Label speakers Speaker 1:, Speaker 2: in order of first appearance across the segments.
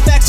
Speaker 1: facts.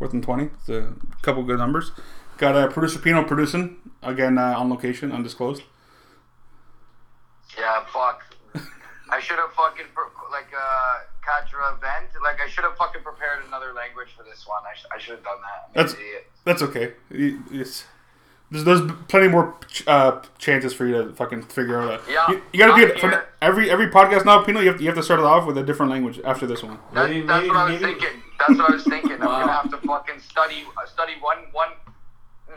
Speaker 2: Fourth and twenty. It's a couple good numbers. Got uh, producer Pino producing again uh, on location, undisclosed.
Speaker 3: Yeah, fuck. I should have fucking pre- like uh, Katra event. Like I should have fucking prepared another language for this one. I, sh- I should have done that. I'm an
Speaker 2: That's
Speaker 3: idiot.
Speaker 2: that's okay. It- It's there's, there's plenty more ch- uh, chances for you to fucking figure out. A,
Speaker 3: Yeah,
Speaker 2: you, you gotta do
Speaker 3: I'm
Speaker 2: it from
Speaker 3: here.
Speaker 2: every every podcast now, Pino. You have, you have to start it off with a different language after this one.
Speaker 3: That,
Speaker 4: Maybe-
Speaker 3: that's what I was
Speaker 4: maybe- maybe-
Speaker 3: thinking. That's what I was thinking. I'm
Speaker 4: Wow.
Speaker 3: gonna have to fucking study uh, study one one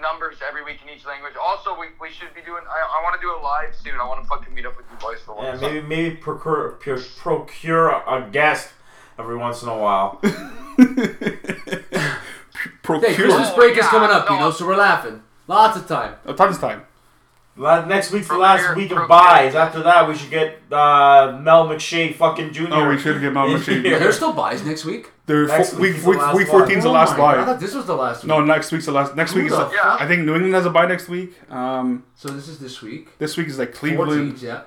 Speaker 3: numbers every week in each language. Also, we, we should be doing. I, I want to do a live soon. I want to fucking meet up with you boys for one.
Speaker 4: Yeah, maybe maybe procure pro- procure a guest every once in a while.
Speaker 5: Hey,
Speaker 2: Procure
Speaker 5: Christmas
Speaker 3: Oh,
Speaker 5: break is
Speaker 3: yeah,
Speaker 5: coming up,
Speaker 3: no.
Speaker 5: you know, so we're laughing. Lots of time.
Speaker 2: a time's uh, time.
Speaker 4: La- Next week's the
Speaker 3: Procure-
Speaker 4: last week
Speaker 3: procure.
Speaker 4: of buys. After that, we should get uh, Mel McShay fucking Jr.
Speaker 2: Oh, we should get Mel
Speaker 4: in
Speaker 2: McShay.
Speaker 4: here.
Speaker 5: There's still buys next week.
Speaker 2: There's
Speaker 4: Next
Speaker 2: fo-
Speaker 4: week
Speaker 2: week
Speaker 4: is the
Speaker 2: week,
Speaker 4: last
Speaker 2: week
Speaker 4: one.
Speaker 2: 14's the
Speaker 5: Oh
Speaker 2: last
Speaker 5: my God, I
Speaker 2: buy.
Speaker 5: thought this was the last week.
Speaker 2: No, next week's the last. Next week is.
Speaker 5: the
Speaker 2: the-
Speaker 3: fuck?
Speaker 2: I think New England has a buy next week. Um,
Speaker 5: So this is this week.
Speaker 2: this week is like
Speaker 5: Four
Speaker 2: Cleveland.
Speaker 5: teams, yeah.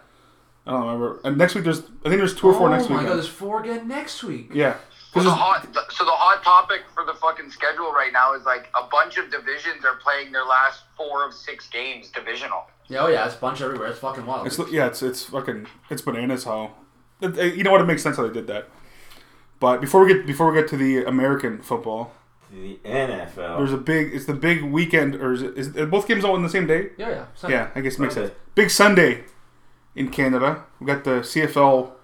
Speaker 2: I don't remember. And next week there's I think there's two or four
Speaker 5: oh
Speaker 2: next
Speaker 5: my
Speaker 2: week.
Speaker 5: god, there's four again next week.
Speaker 2: yeah.
Speaker 3: So
Speaker 2: This
Speaker 3: the
Speaker 2: is,
Speaker 3: hot, so the hot topic for the fucking schedule right now is like a bunch of divisions are playing their last four of six games divisional.
Speaker 5: Yeah, oh yeah, it's a bunch everywhere. It's fucking wild.
Speaker 2: it's yeah, it's it's fucking it's bananas how it- it- you know what it makes sense how they did that. But before we get before we get to the American football,
Speaker 4: The NFL.
Speaker 2: there's a big it's the big weekend or is, it, is it- both games all on the same day?
Speaker 5: yeah, yeah. so-
Speaker 2: Yeah, I guess it makes sense.
Speaker 4: Okay.
Speaker 2: Big Sunday in Canada. We got the CFL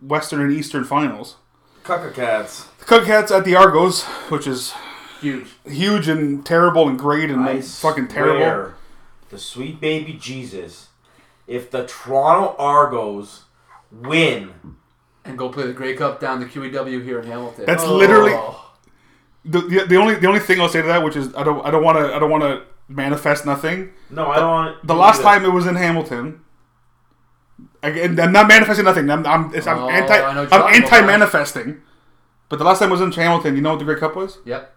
Speaker 2: Western and Eastern finals.
Speaker 4: Cucka Cats.
Speaker 2: The Cubcats at the Argos, which is
Speaker 5: Huge.
Speaker 2: huge and terrible and great and
Speaker 4: I
Speaker 2: fucking terrible.
Speaker 4: swear to sweet baby Jesus, if the Toronto Argos win,
Speaker 5: And go play the Grey Cup down the QEW here in Hamilton. Oh,
Speaker 2: That's literally- the, the, the only the only thing I'll say to that, which is I don't I don't want to I don't want to manifest nothing.
Speaker 4: no, I don't. want
Speaker 2: The last time it was in Hamilton. Again, I'm not manifesting nothing. I'm I'm, it's, I'm
Speaker 5: Oh,
Speaker 2: anti
Speaker 5: I know what you're
Speaker 2: I'm
Speaker 5: talking about.
Speaker 2: anti manifesting. But the last time it was in Hamilton. You know what the Great Cup was?
Speaker 5: Yep.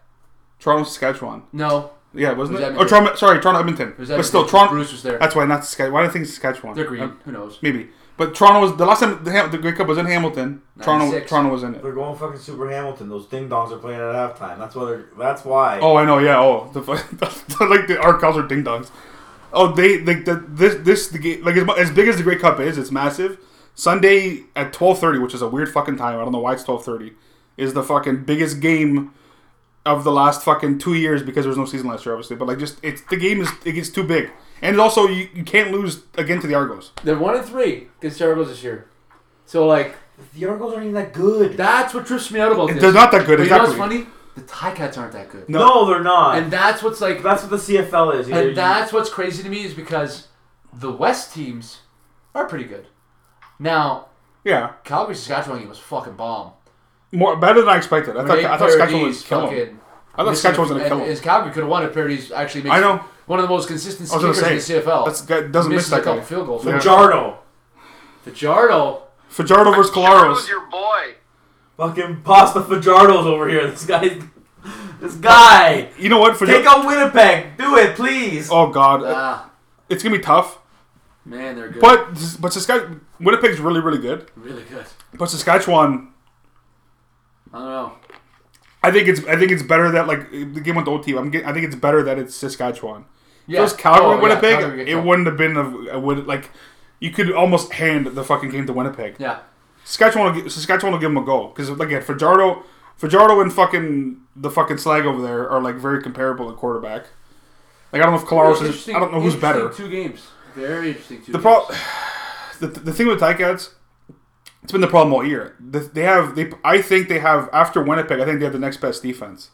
Speaker 2: Toronto, Saskatchewan.
Speaker 5: No.
Speaker 2: Yeah, wasn't
Speaker 5: It was
Speaker 2: it?
Speaker 5: Edmonton.
Speaker 2: Oh, Toronto, sorry, Toronto, Edmonton.
Speaker 5: was
Speaker 2: But still,
Speaker 5: Edmonton.
Speaker 2: Toronto.
Speaker 5: Bruce was there.
Speaker 2: That's why not Saskatchewan. Why do I think Saskatchewan?
Speaker 5: They're green.
Speaker 2: Um,
Speaker 5: Who knows?
Speaker 2: maybe. But Toronto was the last time the, Ham- the Great Cup was in Hamilton. Toronto,
Speaker 5: 96.
Speaker 2: Toronto was in it.
Speaker 4: They're going fucking Super Hamilton. Those ding dongs are playing at halftime. That's why. They're, that's why.
Speaker 2: Oh, I know. Yeah. Oh, the, fu- like the our cows are ding dongs. Oh, they like the, this this the game like as, mu- as big as the Great Cup is, it's massive. Sunday at twelve thirty, which is a weird fucking time. I don't know why it's twelve thirty. Is the fucking biggest game of the last fucking two years because there was no season last year, obviously. But like, just it's the game is it gets too big, and also you, you can't lose again to the Argos.
Speaker 5: They're one and three against the Argos this year. So like
Speaker 4: The Argos aren't even that good.
Speaker 5: that's what trips me out about this.
Speaker 2: They're not that good.
Speaker 5: But you know
Speaker 2: exactly.
Speaker 5: what's funny? The Tie Cats aren't that good.
Speaker 2: No.
Speaker 4: no. they're not.
Speaker 5: And that's what's like
Speaker 4: that's what the CFL is. Either you-
Speaker 5: And that's what's crazy to me is because the West teams are pretty good. Now,
Speaker 2: Yeah,
Speaker 5: Calgary Saskatchewan game was fucking bomb.
Speaker 2: more better than I expected. I thought I thought Saskatchewan was killing. them. I thought Saskatchewan was gonna kill them.
Speaker 5: Is Calgary could have won if Paradis actually makes
Speaker 2: I know.
Speaker 5: one of the most consistent
Speaker 2: I was gonna
Speaker 5: kickers in the
Speaker 2: say,
Speaker 5: CFL.
Speaker 2: that's- that doesn't miss
Speaker 5: misses
Speaker 2: that
Speaker 5: a couple
Speaker 2: guy.
Speaker 5: field goals.
Speaker 2: Yeah.
Speaker 4: Fajardo.
Speaker 5: Fajardo,
Speaker 2: Fajardo versus
Speaker 3: Charles,
Speaker 2: Kolaros.
Speaker 3: your boy.
Speaker 4: Fucking pasta Fajardo's over here. This guy. This guy.
Speaker 2: You know what?
Speaker 4: Take
Speaker 2: Fajardo.
Speaker 4: on Winnipeg. Do it, please.
Speaker 2: Oh God,
Speaker 5: ah,
Speaker 2: it's gonna be tough.
Speaker 5: man, they're good.
Speaker 2: But but Saskatchewan, Winnipeg's really really good.
Speaker 5: really good.
Speaker 2: But Saskatchewan,
Speaker 5: I don't know.
Speaker 2: I think it's I think it's better that like the game went to OT. I'm get, I think it's better that it's Saskatchewan. If it
Speaker 5: Yeah.
Speaker 2: was Calgary
Speaker 5: Oh, yeah,
Speaker 2: Winnipeg,
Speaker 5: Calgary get
Speaker 2: it
Speaker 5: killed.
Speaker 2: wouldn't have been a, a would like you could almost hand the fucking game to Winnipeg.
Speaker 5: Yeah.
Speaker 2: Saskatchewan will, gi- Saskatchewan will give them a go because like yeah, Fajardo, Fajardo and fucking the fucking slag over there are like very comparable at quarterback. Like I don't know if Kolaros is.
Speaker 5: Interesting-
Speaker 2: I don't know who's
Speaker 5: interesting
Speaker 2: better.
Speaker 5: Two games. Very interesting. Two
Speaker 2: The
Speaker 5: games.
Speaker 2: pro, the, the thing with Ticats It's been the problem all year. Th- They have they. I think they have after Winnipeg. I think they have the next best defense.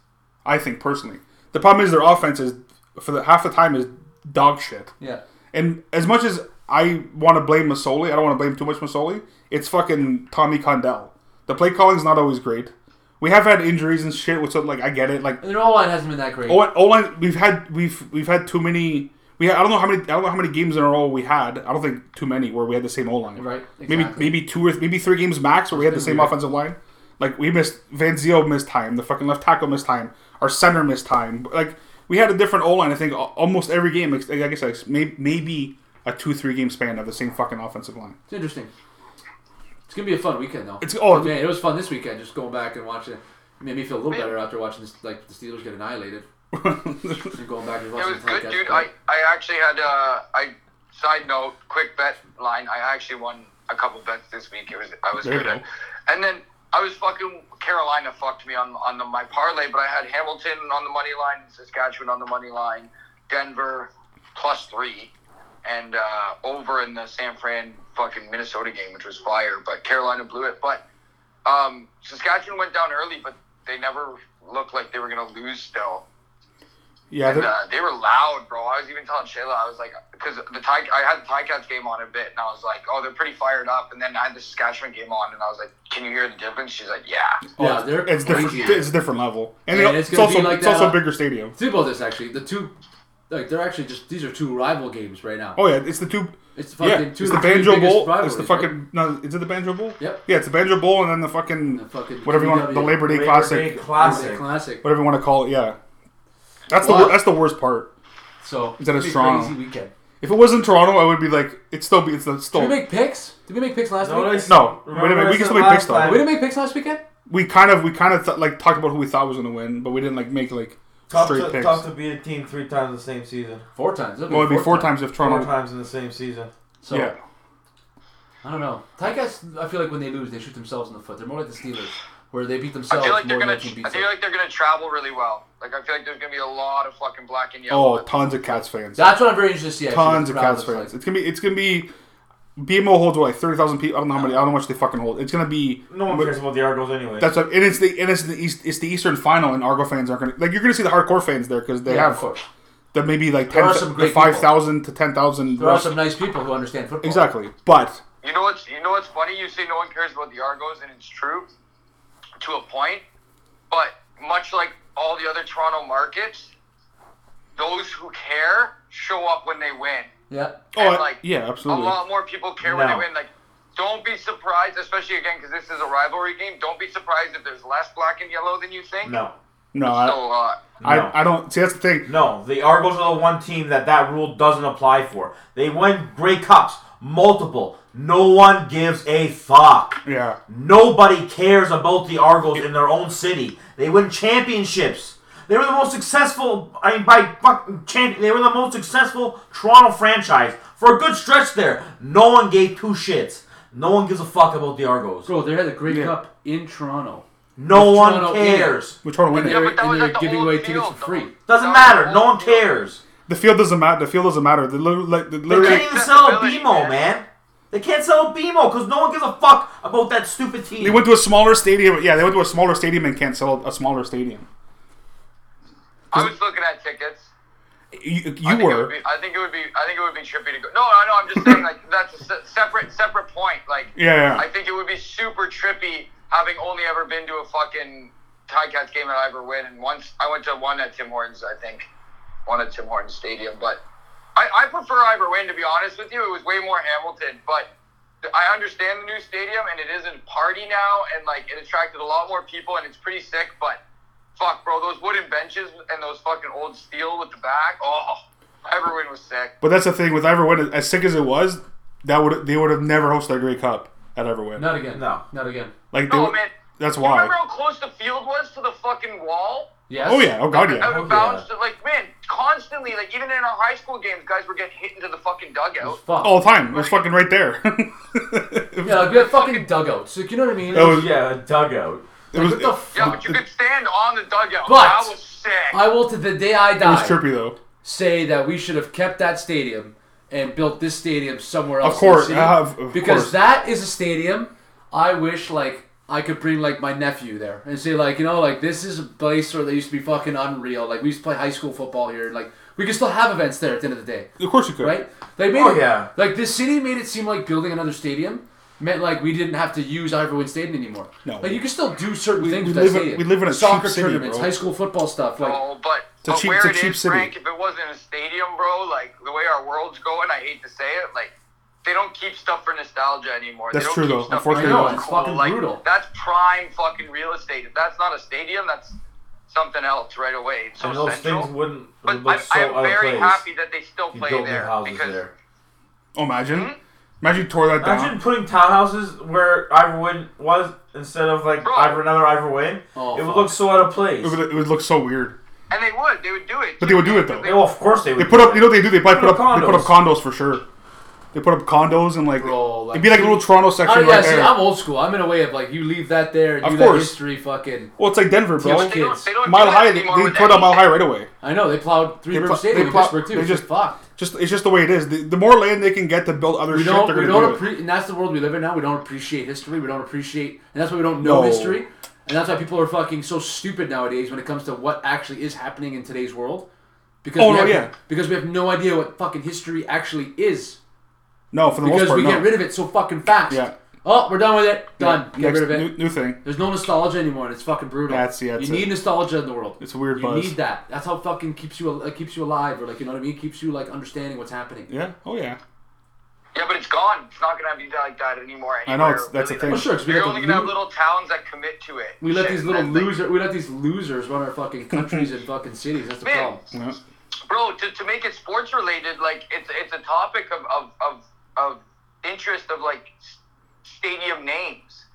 Speaker 2: I think personally, the problem is their offense is for the half the time is dog shit.
Speaker 5: Yeah.
Speaker 2: And as much as I want to blame Masoli, I don't want to blame too much Masoli. It's fucking Tommy Condell. The play calling's not always great. We have had injuries and shit, which so, like I get it. Like
Speaker 5: And their O line hasn't been that great.
Speaker 2: O line, we've had we've we've had too many. We had, I don't know how many I don't know how many games in a row we had. I don't think too many where we had the same O line.
Speaker 5: Right,
Speaker 2: Maybe
Speaker 5: exactly.
Speaker 2: maybe two or th- maybe three games max where we had the same
Speaker 5: weird.
Speaker 2: offensive line. Like we missed Van Zio missed time. The fucking left tackle missed time. Our center missed time. Like we had a different O line. I think al- almost every game. Like like I said, may- maybe a two three game span of the same fucking offensive line.
Speaker 5: It's interesting. It's gonna be a fun weekend though.
Speaker 2: It's- oh,
Speaker 5: man, it was fun this weekend. Just going back and watching it made me feel a little better after watching this, like the Steelers get annihilated. and going back and
Speaker 3: It
Speaker 5: watching
Speaker 3: was
Speaker 5: the
Speaker 3: good,
Speaker 5: podcast,
Speaker 3: dude.
Speaker 5: but-
Speaker 3: I, I actually had uh I side note, quick bet line. I actually won a couple bets this week. It was I was
Speaker 2: There you
Speaker 3: good at,
Speaker 2: go.
Speaker 3: and then I was fucking Carolina fucked me on on the, my parlay, but I had Hamilton on the money line, Saskatchewan on the money line, Denver plus three, and uh, over in the San Fran fucking Minnesota game, which was fire. But Carolina blew it. But um, Saskatchewan went down early, but they never looked like they were gonna lose still.
Speaker 2: Yeah,
Speaker 3: And,
Speaker 2: they're-
Speaker 3: uh, they were loud, bro. I was even telling Shayla, I was like, because the Ty, I had the Ticats game on a bit, and I was like, oh, they're pretty fired up. And then I had the Saskatchewan game on, and I was like, can you hear the difference? She's like, yeah.
Speaker 5: yeah, Oh, they're
Speaker 2: it's different.
Speaker 5: crazy.
Speaker 2: It's a different level, and,
Speaker 5: And
Speaker 2: it-
Speaker 5: it's
Speaker 2: it's,
Speaker 5: gonna
Speaker 2: also
Speaker 5: be like
Speaker 2: it's
Speaker 5: that
Speaker 2: also a
Speaker 5: on-
Speaker 2: bigger stadium.
Speaker 5: Think about this actually. The two, like they're actually just these are two rival games right now.
Speaker 2: Oh yeah, it's the two.
Speaker 5: It's the
Speaker 2: Yeah,
Speaker 5: fucking two
Speaker 2: it's
Speaker 5: of
Speaker 2: the
Speaker 5: the three
Speaker 2: banjo
Speaker 5: biggest
Speaker 2: bowl.
Speaker 5: rivalries,
Speaker 2: It's the
Speaker 5: right?
Speaker 2: fucking no. Is it the banjo bowl?
Speaker 5: Yep.
Speaker 2: Yeah, it's the banjo bowl and then the fucking,
Speaker 5: The fucking
Speaker 2: whatever you want, the
Speaker 5: QW
Speaker 2: Labor Day
Speaker 4: Labor
Speaker 2: Classic,
Speaker 4: Day Classic.
Speaker 5: classic.
Speaker 2: whatever you want to call it. Yeah, that's the
Speaker 5: Wow.
Speaker 2: wor- that's the worst part.
Speaker 5: So
Speaker 2: Instead of
Speaker 5: it's gonna be a
Speaker 2: Toronto.
Speaker 5: crazy weekend.
Speaker 2: If it was in Toronto, I would be like, it's still be it's the still.
Speaker 5: Did we make picks? Did we make picks last
Speaker 4: No,
Speaker 5: week?
Speaker 4: it's-
Speaker 2: no, we,
Speaker 4: Remember
Speaker 2: didn't- we
Speaker 4: I
Speaker 2: can
Speaker 4: said
Speaker 2: still make
Speaker 4: last
Speaker 2: picks though.
Speaker 4: time-
Speaker 5: We didn't make picks last weekend.
Speaker 2: We kind of we kind of th- like talked about who we thought was going to win, but we didn't like make like
Speaker 4: Tough
Speaker 2: straight
Speaker 4: to,
Speaker 2: picks.
Speaker 4: tough to beat a team three times in the same season.
Speaker 5: Four times. It'll
Speaker 2: well, it'd be four times if
Speaker 4: Four
Speaker 2: Toronto.
Speaker 4: times in the same season.
Speaker 5: So
Speaker 2: Yeah,
Speaker 5: I don't know. Ticats. I feel like when they lose, they shoot themselves in the foot. They're more like the Steelers, where they beat
Speaker 3: I
Speaker 5: themselves
Speaker 3: feel like they're
Speaker 5: more than
Speaker 3: gonna.
Speaker 5: they can beat.
Speaker 3: I feel
Speaker 5: them.
Speaker 3: like they're gonna travel really well. Like I feel like there's gonna be a lot of fucking black and yellow.
Speaker 2: oh, tons of Cats fans.
Speaker 5: That's what I'm very interested to see. actually,
Speaker 2: tons
Speaker 5: what
Speaker 2: of
Speaker 5: the crowd
Speaker 2: Cats fans.
Speaker 5: looks
Speaker 2: It's gonna be it's gonna be BMO holds what like thirty thousand people. I don't know how many. I don't know how much they fucking hold. It's gonna be
Speaker 4: No one cares about the Argos anyway.
Speaker 2: That's what, and it's the and it's the East, it's the Eastern Final, and Argo fans aren't gonna like you're gonna see the hardcore fans there because they
Speaker 5: Yeah, of
Speaker 2: have
Speaker 5: course.
Speaker 2: the maybe like
Speaker 5: There
Speaker 2: ten
Speaker 5: are some great people.
Speaker 2: five thousand to ten thousand.
Speaker 5: There are some nice people who understand football.
Speaker 2: Exactly, but
Speaker 3: You know what's you know what's funny? You say no one cares about the Argos, and it's true to a point. But much like all the other Toronto markets, those who care show up when they win.
Speaker 5: Yeah.
Speaker 2: oh
Speaker 3: And,
Speaker 2: I-
Speaker 3: like,
Speaker 2: yeah, absolutely.
Speaker 3: A lot more people care when they
Speaker 4: No.
Speaker 3: win. Like, don't be surprised, especially again because this is a rivalry game. Don't be surprised if there's less black and yellow than you think.
Speaker 4: no.
Speaker 2: no,
Speaker 3: So,
Speaker 2: I,
Speaker 3: uh,
Speaker 4: No.
Speaker 2: I I don't see that's the thing.
Speaker 4: No, the Argos are the one team that that rule doesn't apply for. They win Grey Cups, multiple. No one gives a fuck.
Speaker 2: Yeah,
Speaker 4: Nobody cares about the Argos in their own city. They win championships. They were the most successful. I mean, by fucking champ, they were the most successful Toronto franchise for a good stretch there. No one gave two shits. No one gives a fuck about the Argos.
Speaker 5: Bro, they had a great cup in Toronto.
Speaker 4: No one
Speaker 5: Toronto
Speaker 4: cares.
Speaker 2: we're trying to win
Speaker 5: They're,
Speaker 2: it.
Speaker 3: but that
Speaker 5: and
Speaker 3: was
Speaker 5: they're
Speaker 3: at the
Speaker 5: giving
Speaker 3: old
Speaker 5: away tickets for
Speaker 3: field,
Speaker 5: free.
Speaker 3: though.
Speaker 4: Doesn't matter. No one cares.
Speaker 2: The field doesn't matter. The field doesn't matter. The literally, like, the,
Speaker 4: They
Speaker 2: literally
Speaker 4: can't even sell a
Speaker 3: Accessibility,
Speaker 4: BMO,
Speaker 3: man.
Speaker 4: man. They can't sell a BMO because no one gives a fuck about that stupid team.
Speaker 2: they went to a smaller stadium. Yeah, they went to a smaller stadium and can't sell a smaller stadium.
Speaker 3: I was looking at tickets.
Speaker 2: You,
Speaker 3: I
Speaker 2: you
Speaker 3: think It would
Speaker 2: were
Speaker 3: be, I think it would be. I think it would be trippy to go. No, I know. I'm just saying like that's a se- separate separate point. Like
Speaker 2: Yeah, yeah.
Speaker 3: I think it would be super trippy having only ever been to a fucking Ticats game that I ever win. And once I went to one at Tim Hortons, I think one at Tim Hortons Stadium. But I, I prefer Iverwind to be honest with you. It was way more Hamilton, but. th- I understand the new stadium and it is a party now and like it attracted a lot more people and it's pretty sick but fuck bro those wooden benches and those fucking old steel with the back oh everyone was sick
Speaker 2: but that's the thing with Everwin. As sick as it was, that would they would have never hosted a Great Cup at Everwin.
Speaker 5: Not again.
Speaker 4: No.
Speaker 5: Not again.
Speaker 2: like they,
Speaker 3: No,
Speaker 2: would-
Speaker 3: Oh, man.
Speaker 2: that's
Speaker 3: You
Speaker 2: why.
Speaker 3: remember how close the field was to the fucking wall?
Speaker 5: Yes.
Speaker 2: Oh yeah, oh god yeah.
Speaker 3: Out of
Speaker 4: yeah.
Speaker 3: bounds. to- Like, man, constantly, like, even in our high school games, guys were getting hit into the fucking dugout.
Speaker 5: Fuck.
Speaker 2: all the time. It was fucking right there. it was,
Speaker 5: Yeah, like we had fucking dugouts. Like, you know what I mean?
Speaker 2: That was-
Speaker 4: Yeah, a dugout.
Speaker 2: it was,
Speaker 5: what the
Speaker 2: it
Speaker 5: fuck?
Speaker 3: Yeah, but you could stand on the dugout.
Speaker 5: But-
Speaker 3: that was sick.
Speaker 5: I will, to the day I die,
Speaker 2: was trippy though.
Speaker 5: say that we should have kept that stadium and built this stadium somewhere else.
Speaker 2: course,
Speaker 5: in the city.
Speaker 2: I have- of
Speaker 5: because
Speaker 2: course.
Speaker 5: that is a stadium I wish like I could bring like my nephew there and say like you know like this is a place where they used to be fucking unreal. Like we used to play high school football here. Like we could still have events there at the end of the day.
Speaker 2: Of course you could.
Speaker 5: right? They made
Speaker 4: Oh,
Speaker 5: it,
Speaker 4: yeah.
Speaker 5: Like this city made it seem like building another stadium meant like we didn't have to use Ivor Wayne Stadium anymore.
Speaker 2: No.
Speaker 5: like you can still do certain things
Speaker 2: we
Speaker 5: with that
Speaker 2: live in-
Speaker 5: stadium.
Speaker 2: we live in a
Speaker 5: soccer
Speaker 2: cheap city,
Speaker 5: tournaments,
Speaker 2: bro.
Speaker 5: high school football stuff. Like
Speaker 3: Oh, but,
Speaker 2: a
Speaker 3: but
Speaker 2: cheap-
Speaker 3: where
Speaker 2: it's a
Speaker 3: it is,
Speaker 2: cheap city.
Speaker 3: Frank, if it wasn't a stadium, bro, like the way our world's going, I hate to say it, like they don't keep stuff for nostalgia anymore.
Speaker 2: That's
Speaker 3: they don't
Speaker 2: true,
Speaker 3: keep
Speaker 2: though.
Speaker 3: Stuff
Speaker 2: Unfortunately,
Speaker 3: for
Speaker 2: I know,
Speaker 3: something
Speaker 5: it's fucking
Speaker 3: like,
Speaker 5: brutal.
Speaker 3: That's prime fucking real estate. If that's not a stadium, that's something else right away. It's so
Speaker 4: and those
Speaker 3: central.
Speaker 4: things wouldn't
Speaker 3: but
Speaker 4: would look
Speaker 3: I,
Speaker 4: so
Speaker 3: I'm
Speaker 4: out of
Speaker 3: very
Speaker 4: place.
Speaker 3: happy that they still
Speaker 4: if you
Speaker 3: play
Speaker 4: built new
Speaker 3: there
Speaker 4: houses
Speaker 3: because
Speaker 4: there.
Speaker 2: Oh, imagine, imagine you tore that down.
Speaker 4: Imagine putting townhouses where Ivorwood was instead of like
Speaker 3: Bro.
Speaker 4: Ivor, another Ivorwood.
Speaker 5: Oh,
Speaker 4: it would
Speaker 5: fuck.
Speaker 4: look so out of place.
Speaker 2: It, would, it would look so weird.
Speaker 3: and they would, they would do it.
Speaker 2: But they would do it though.
Speaker 4: They- well, Oh, of course they would.
Speaker 2: They put
Speaker 4: do
Speaker 2: up, you know, what they do. They probably
Speaker 4: Put
Speaker 2: put
Speaker 4: up
Speaker 2: up, they put up condos for sure. They put up condos and like,
Speaker 5: Bro, like-
Speaker 2: it'd be like a little Toronto section
Speaker 5: Oh, yeah,
Speaker 2: right
Speaker 5: see,
Speaker 2: there.
Speaker 5: I'm old school. I'm in a way of like you leave that there and
Speaker 2: Of
Speaker 5: do that
Speaker 2: course.
Speaker 5: history. Fucking,
Speaker 2: well, it's like Denver, bro.
Speaker 5: Yeah,
Speaker 3: They don't, they don't
Speaker 2: Mile
Speaker 3: do that
Speaker 2: High, they,
Speaker 3: anymore
Speaker 2: they
Speaker 3: with
Speaker 2: put up Mile
Speaker 3: anything.
Speaker 2: High right away.
Speaker 5: I know they plowed Three
Speaker 2: They
Speaker 5: River
Speaker 2: plow-
Speaker 5: Stadium
Speaker 2: they
Speaker 5: in
Speaker 2: plow-
Speaker 5: Pittsburgh too.
Speaker 2: they
Speaker 5: It's
Speaker 2: just-
Speaker 5: just fucked.
Speaker 2: Just it's just the way it is. The, the more land they can get to build other
Speaker 5: We
Speaker 2: shit,
Speaker 5: don't,
Speaker 2: they're
Speaker 5: we
Speaker 2: gonna
Speaker 5: don't
Speaker 2: do it.
Speaker 5: appreciate, and that's the world we live in now. We don't appreciate history. We don't appreciate, and that's why we don't
Speaker 2: No.
Speaker 5: know history. And that's why people are fucking so stupid nowadays when it comes to what actually is happening in today's world. Because
Speaker 2: Oh,
Speaker 5: we
Speaker 2: no,
Speaker 5: have,
Speaker 2: yeah.
Speaker 5: Because we have no idea what fucking history actually is.
Speaker 2: No, for the most
Speaker 5: Because
Speaker 2: part,
Speaker 5: we
Speaker 2: no.
Speaker 5: get rid of it so fucking fast.
Speaker 2: Yeah.
Speaker 5: Oh, we're done with it. Done. Get
Speaker 2: Next
Speaker 5: rid of it.
Speaker 2: New, new thing.
Speaker 5: There's no nostalgia anymore, and it's fucking brutal.
Speaker 2: That's- yeah, that's
Speaker 5: you
Speaker 2: it.
Speaker 5: need nostalgia in the world.
Speaker 2: It's a weird
Speaker 5: You
Speaker 2: buzz.
Speaker 5: need that. That's how fucking keeps you uh, keeps you alive, or like you know what I mean. Keeps you like understanding what's happening.
Speaker 2: Yeah. Oh yeah.
Speaker 3: Yeah, but it's gone. It's not gonna be like that anymore.
Speaker 2: I know,
Speaker 3: anywhere,
Speaker 2: it's- that's the
Speaker 3: really.
Speaker 2: thing.
Speaker 5: Well, sure, 'cause we
Speaker 3: You're
Speaker 5: got
Speaker 3: only
Speaker 5: the
Speaker 3: gonna have
Speaker 5: lo-
Speaker 3: little towns that commit to it.
Speaker 5: We let
Speaker 3: Shit,
Speaker 5: these little
Speaker 3: that's the-
Speaker 5: loser, we let these losers run our fucking countries and fucking cities. That's the
Speaker 3: Man.
Speaker 5: problem.
Speaker 2: Yeah.
Speaker 3: bro to, to make it sports related like it's it's a topic of of, of, of interest of like s- stadium names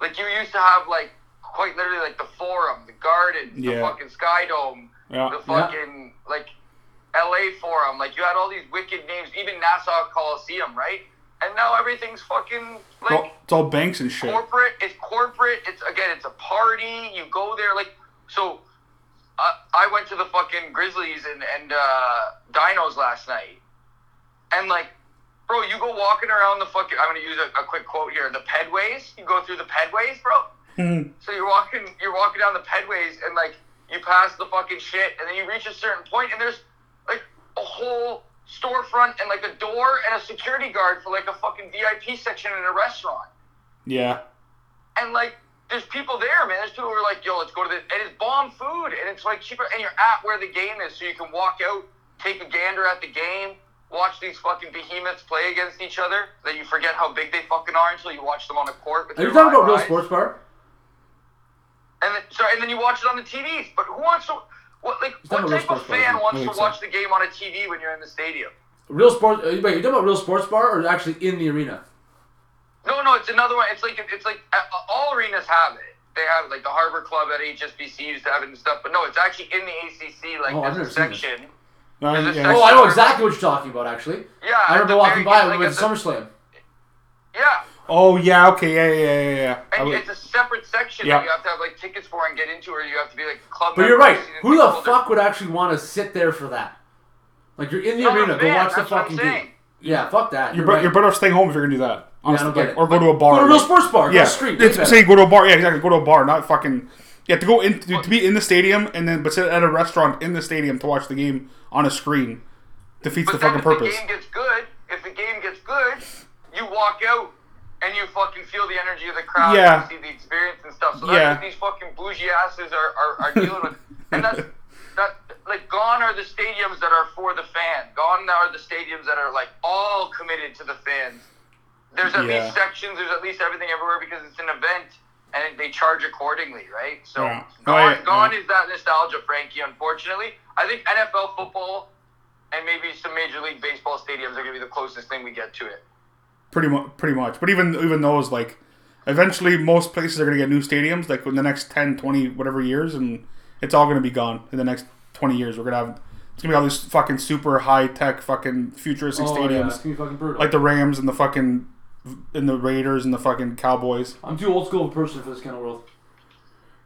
Speaker 3: like you used to have like quite literally like the forum the garden the
Speaker 2: Yeah.
Speaker 3: fucking sky dome
Speaker 2: Yeah.
Speaker 3: the fucking like la forum like you had all these wicked names even nassau coliseum right and now everything's fucking like
Speaker 2: Well, it's all banks and shit.
Speaker 3: corporate it's corporate it's again it's a party you go there like so i i went to the fucking grizzlies and and uh dinos last night and like bro you go walking around the fucking i'm gonna use a, a quick quote here the pedways you go through the pedways bro so you're walking you're walking down the pedways and like you pass the fucking shit and then you reach a certain point and there's like a whole storefront and like a door and a security guard for like a fucking vip section in a restaurant
Speaker 2: Yeah.
Speaker 3: and like there's people there, man. There's people who are like, yo, let's go to this, and it's bomb food, and it's like cheaper, and you're at where the game is, so you can walk out, take a gander at the game, watch these fucking behemoths play against each other. Then you forget how big they fucking are until you watch them on a court. With
Speaker 5: Are you
Speaker 3: their
Speaker 5: talking about
Speaker 3: live
Speaker 5: real
Speaker 3: eyes.
Speaker 5: sports bar?
Speaker 3: And then, sorry, and then you watch it on the TVs. But who wants to? What like what
Speaker 5: talking about
Speaker 3: type of
Speaker 5: sports bars,
Speaker 3: fan
Speaker 5: I
Speaker 3: wants
Speaker 2: think
Speaker 3: to
Speaker 2: so.
Speaker 3: watch the game on a TV when you're in the stadium?
Speaker 5: Real sports? uh, Wait, you talking about real sports bar or actually in the arena?
Speaker 3: No, no, it's another one. It's like it's like uh, all arenas have it. They have like the Harbor Club at HSBC used to have it and stuff. But no, it's actually in the ACC. Like
Speaker 5: Oh, I've
Speaker 3: there's a
Speaker 5: never seen
Speaker 3: section.
Speaker 2: No,
Speaker 3: And the
Speaker 2: yeah.
Speaker 3: sex-
Speaker 5: Oh, I know exactly what you're talking about. Actually,
Speaker 3: Yeah,
Speaker 5: I remember
Speaker 3: the
Speaker 5: walking
Speaker 3: very-
Speaker 5: by when
Speaker 3: like
Speaker 5: we went
Speaker 3: at
Speaker 5: to
Speaker 3: the-
Speaker 5: SummerSlam.
Speaker 3: Yeah,
Speaker 2: Oh yeah. Okay. Yeah. Yeah. Yeah. Yeah. I
Speaker 3: and
Speaker 2: would-
Speaker 3: it's a separate section
Speaker 2: Yeah.
Speaker 3: that you have to have like tickets for and get into, or you have to be like a club.
Speaker 5: But you're
Speaker 3: member
Speaker 5: right.
Speaker 3: and see
Speaker 5: Who the
Speaker 3: people
Speaker 5: fuck would actually want to sit there for that? Like you're in the
Speaker 3: No, no,
Speaker 5: arena, go
Speaker 3: man,
Speaker 5: watch the
Speaker 3: that's what I'm
Speaker 5: fucking game.
Speaker 3: saying.
Speaker 5: Yeah, fuck that.
Speaker 2: You're,
Speaker 5: You're,
Speaker 2: be-
Speaker 5: right.
Speaker 2: you're better off staying home if you're gonna do that. Honestly,
Speaker 5: don't get
Speaker 2: like,
Speaker 5: it.
Speaker 2: or go to a bar.
Speaker 5: go to a real
Speaker 2: like-
Speaker 5: sports bar. Go
Speaker 2: Yeah,
Speaker 5: to the street. way
Speaker 2: It's
Speaker 5: better.
Speaker 2: saying go to a bar. Yeah, exactly. Go to a bar, not fucking. You have to go in to, to be in the stadium and then but sit at a restaurant in the stadium to watch the game on a screen. Defeats the
Speaker 3: But then
Speaker 2: fucking
Speaker 3: if
Speaker 2: purpose.
Speaker 3: the game gets good, if the game gets good, you walk out and you fucking feel the energy of the crowd.
Speaker 2: Yeah.
Speaker 3: And you see the experience and stuff. So
Speaker 2: Yeah.
Speaker 3: that's what these fucking bougie asses are, are, are dealing with. And that's that. Like gone are the stadiums that are for the fan. Gone are the stadiums that are like all committed to the fans. There's at
Speaker 2: Yeah.
Speaker 3: least sections. There's at least everything everywhere because it's an event and they charge accordingly, right? So
Speaker 2: Yeah. Oh,
Speaker 3: gone,
Speaker 2: yeah,
Speaker 3: gone
Speaker 2: yeah.
Speaker 3: is that nostalgia, Frankie. Unfortunately, I think NFL football and maybe some major league baseball stadiums are going to be the closest thing we get to it.
Speaker 2: pretty much, pretty much. But even even those like, eventually most places are gonna get new stadiums like in the next 10, 20, whatever years, and it's all gonna be gone in the next twenty years. We're gonna have it's gonna be all these fucking super high tech fucking futuristic
Speaker 5: Oh, yeah, it's
Speaker 2: stadiums
Speaker 5: gonna be fucking brutal.
Speaker 2: like the Rams and the fucking and the Raiders and the fucking Cowboys.
Speaker 5: I'm too old school of a person for this kind of world.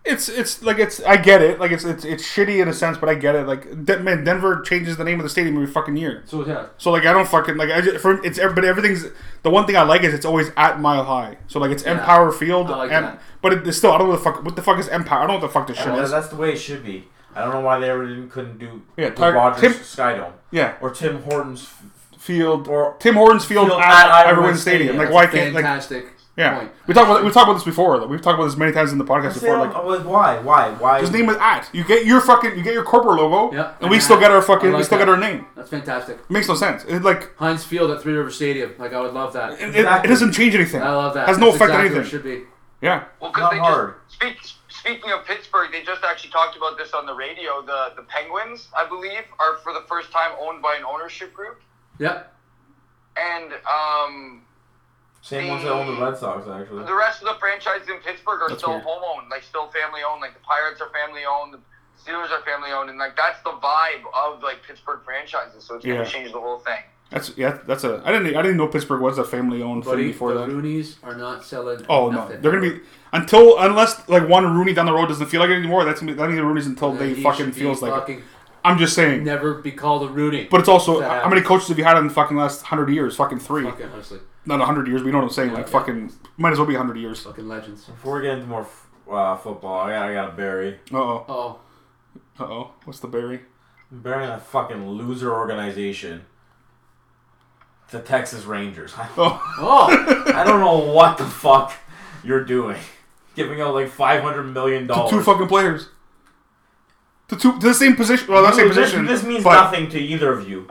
Speaker 2: It's it's like it's I get it like it's it's it's shitty in a sense, but I get it. Like De- man, Denver changes the name of the stadium every fucking year.
Speaker 5: So yeah,
Speaker 2: So like I don't fucking like I just, for it's ev- but everything's the one thing I like is it's always at Mile High. So like it's Empower Field,
Speaker 5: I like
Speaker 2: em-
Speaker 5: that.
Speaker 2: but it, it's still I don't know what the fuck what the fuck is Empire. I don't know what the fuck this shit
Speaker 4: Well,
Speaker 2: is.
Speaker 4: that's the way it should be. I don't know why they ever didn't, couldn't do
Speaker 2: Yeah,
Speaker 4: the
Speaker 2: Tar-
Speaker 4: Rogers
Speaker 2: Tim-
Speaker 4: Skydome.
Speaker 2: Yeah.
Speaker 4: Or Tim Hortons. f-
Speaker 2: Field
Speaker 4: or-
Speaker 2: Tim Hortons Field,
Speaker 4: Field
Speaker 2: at,
Speaker 4: at Ironwood
Speaker 2: Ironwood Stadium.
Speaker 4: Stadium.
Speaker 2: Like
Speaker 5: that's
Speaker 2: why
Speaker 5: a
Speaker 2: can't like
Speaker 5: fantastic
Speaker 2: yeah
Speaker 5: point.
Speaker 2: we talked about we talked about this before though. We've talked about this many times in the podcast
Speaker 4: Say,
Speaker 2: before. Like
Speaker 4: oh, like, why? Why? Why?
Speaker 2: His name is at. You get your fucking you get your corporate logo,
Speaker 5: Yeah.
Speaker 2: and we still get our fucking
Speaker 5: I like
Speaker 2: we still
Speaker 5: that.
Speaker 2: get our name.
Speaker 5: That's fantastic.
Speaker 2: makes no sense. It like
Speaker 5: Heinz Field at Three River Stadium. Like I would love that.
Speaker 2: it,
Speaker 4: Exactly.
Speaker 2: it doesn't change anything.
Speaker 5: I love that.
Speaker 2: Has no
Speaker 5: That's
Speaker 2: effect
Speaker 5: exactly
Speaker 2: on
Speaker 5: what
Speaker 2: anything.
Speaker 5: it should be.
Speaker 2: Yeah,
Speaker 3: Well,
Speaker 4: Not
Speaker 3: because they
Speaker 4: hard.
Speaker 3: just speak, speaking of Pittsburgh, they just actually talked about this on the radio. The the Penguins, I believe, are for the first time owned by an ownership group,
Speaker 5: Yep.
Speaker 3: and um,
Speaker 4: Same ones that own the Red Sox, actually.
Speaker 3: the rest of the franchises in Pittsburgh are
Speaker 2: That's
Speaker 3: still
Speaker 2: weird.
Speaker 3: home owned, like still family owned. Like the Pirates are family owned, the Steelers are family owned, and like that's the vibe of like Pittsburgh franchises. So it's
Speaker 2: Yeah.
Speaker 3: gonna change the whole thing.
Speaker 2: that's yeah that's a I didn't I didn't know Pittsburgh was a family owned thing
Speaker 5: Buddy,
Speaker 2: before
Speaker 5: the
Speaker 2: that.
Speaker 5: Roonies are not selling.
Speaker 2: Oh
Speaker 5: nothing.
Speaker 2: no, they're gonna be until unless like one Rooney down the road doesn't feel like it anymore. That's gonna be, that means the Rooney's until
Speaker 5: He
Speaker 2: they
Speaker 5: should
Speaker 2: fucking
Speaker 5: be
Speaker 2: feels like. It.
Speaker 5: fucking
Speaker 2: I'm just saying.
Speaker 5: never be called a Rooney.
Speaker 2: But it's also
Speaker 5: That
Speaker 2: how
Speaker 5: happens.
Speaker 2: many coaches have you had in the fucking last hundred years? Fucking three,
Speaker 5: fucking honestly,
Speaker 2: not hundred years. But you know what I'm saying? like
Speaker 5: yeah.
Speaker 2: fucking might as well be hundred years. Uh
Speaker 5: fucking legends.
Speaker 4: Before we get into more f- uh, football, I gotta, I gotta bury.
Speaker 2: oh, uh
Speaker 5: Oh,
Speaker 2: oh, what's the berry?
Speaker 4: I'm burying that fucking loser organization. The Texas Rangers. I
Speaker 2: Oh.
Speaker 5: oh,
Speaker 4: don't know what the fuck you're doing. Giving out like $500 million.
Speaker 2: to
Speaker 5: Oh,
Speaker 2: two fucking players. To two to the same position. Well, not same
Speaker 4: This-
Speaker 2: position.
Speaker 4: This, means
Speaker 2: but-
Speaker 4: nothing to either of you.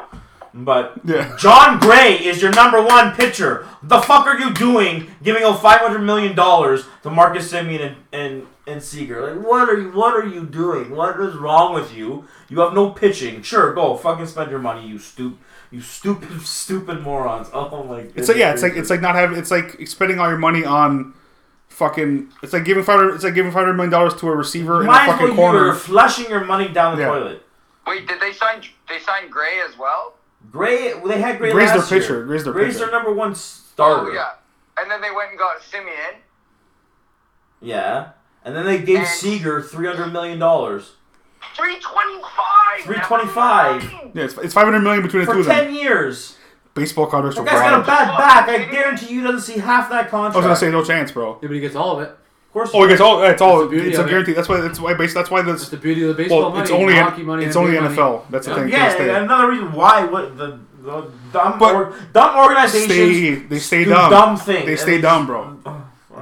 Speaker 4: But
Speaker 2: Yeah.
Speaker 4: John Gray is your number one pitcher. The fuck are you doing giving out five hundred million dollars to Marcus Simeon and, and and Seager? Like what are you what are you doing? What is wrong with you? You have no pitching. Sure, go fucking spend your money, you stoop you stupid stupid morons. Oh my god.
Speaker 2: It's like yeah, it's like it's like not having. It's like spending all your money on fucking. It's like giving five hundred. It's like giving five hundred million dollars to a receiver in a
Speaker 4: Might as
Speaker 2: fucking
Speaker 4: well you're
Speaker 2: corner.
Speaker 4: flushing your money down the
Speaker 2: Yeah.
Speaker 4: toilet.
Speaker 3: Wait, did they sign? They signed Gray as well.
Speaker 4: Gray they had Gray
Speaker 2: Gray's their
Speaker 4: last year.
Speaker 2: pitcher. Gray's their pitcher.
Speaker 4: their number one starter.
Speaker 3: Oh yeah, and then they went and got Simeon.
Speaker 4: Yeah. And then they gave
Speaker 3: And-
Speaker 4: Seager three hundred million dollars.
Speaker 3: 325.
Speaker 4: 325.
Speaker 3: Never mind.
Speaker 2: Yeah, it's, it's five hundred million between the two
Speaker 4: For
Speaker 2: of them.
Speaker 4: ten years.
Speaker 2: Baseball contracts are
Speaker 4: That guy's got a
Speaker 2: wild. I
Speaker 4: bad back. I guarantee you doesn't see half that contract.
Speaker 2: was gonna say no chance, bro.
Speaker 5: yeah, but he gets all of it.
Speaker 4: of course.
Speaker 2: Oh, it's all it's all
Speaker 5: That's the beauty
Speaker 2: it's a
Speaker 5: of it.
Speaker 2: guarantee. That's why that's why base that's why
Speaker 5: That's
Speaker 2: this
Speaker 5: the beauty of the baseball
Speaker 2: well
Speaker 5: money.
Speaker 2: it's only
Speaker 5: hockey money.
Speaker 2: it's
Speaker 5: NBA
Speaker 2: only
Speaker 5: money.
Speaker 2: NFL. That's the
Speaker 5: Yeah.
Speaker 2: thing. It
Speaker 4: Yeah,
Speaker 2: can't stay.
Speaker 4: another reason why what the, the dumb
Speaker 2: But
Speaker 4: or, dumb organizations
Speaker 2: stay they stay
Speaker 4: do
Speaker 2: dumb.
Speaker 4: dumb things.
Speaker 2: They
Speaker 4: and
Speaker 2: stay dumb, bro.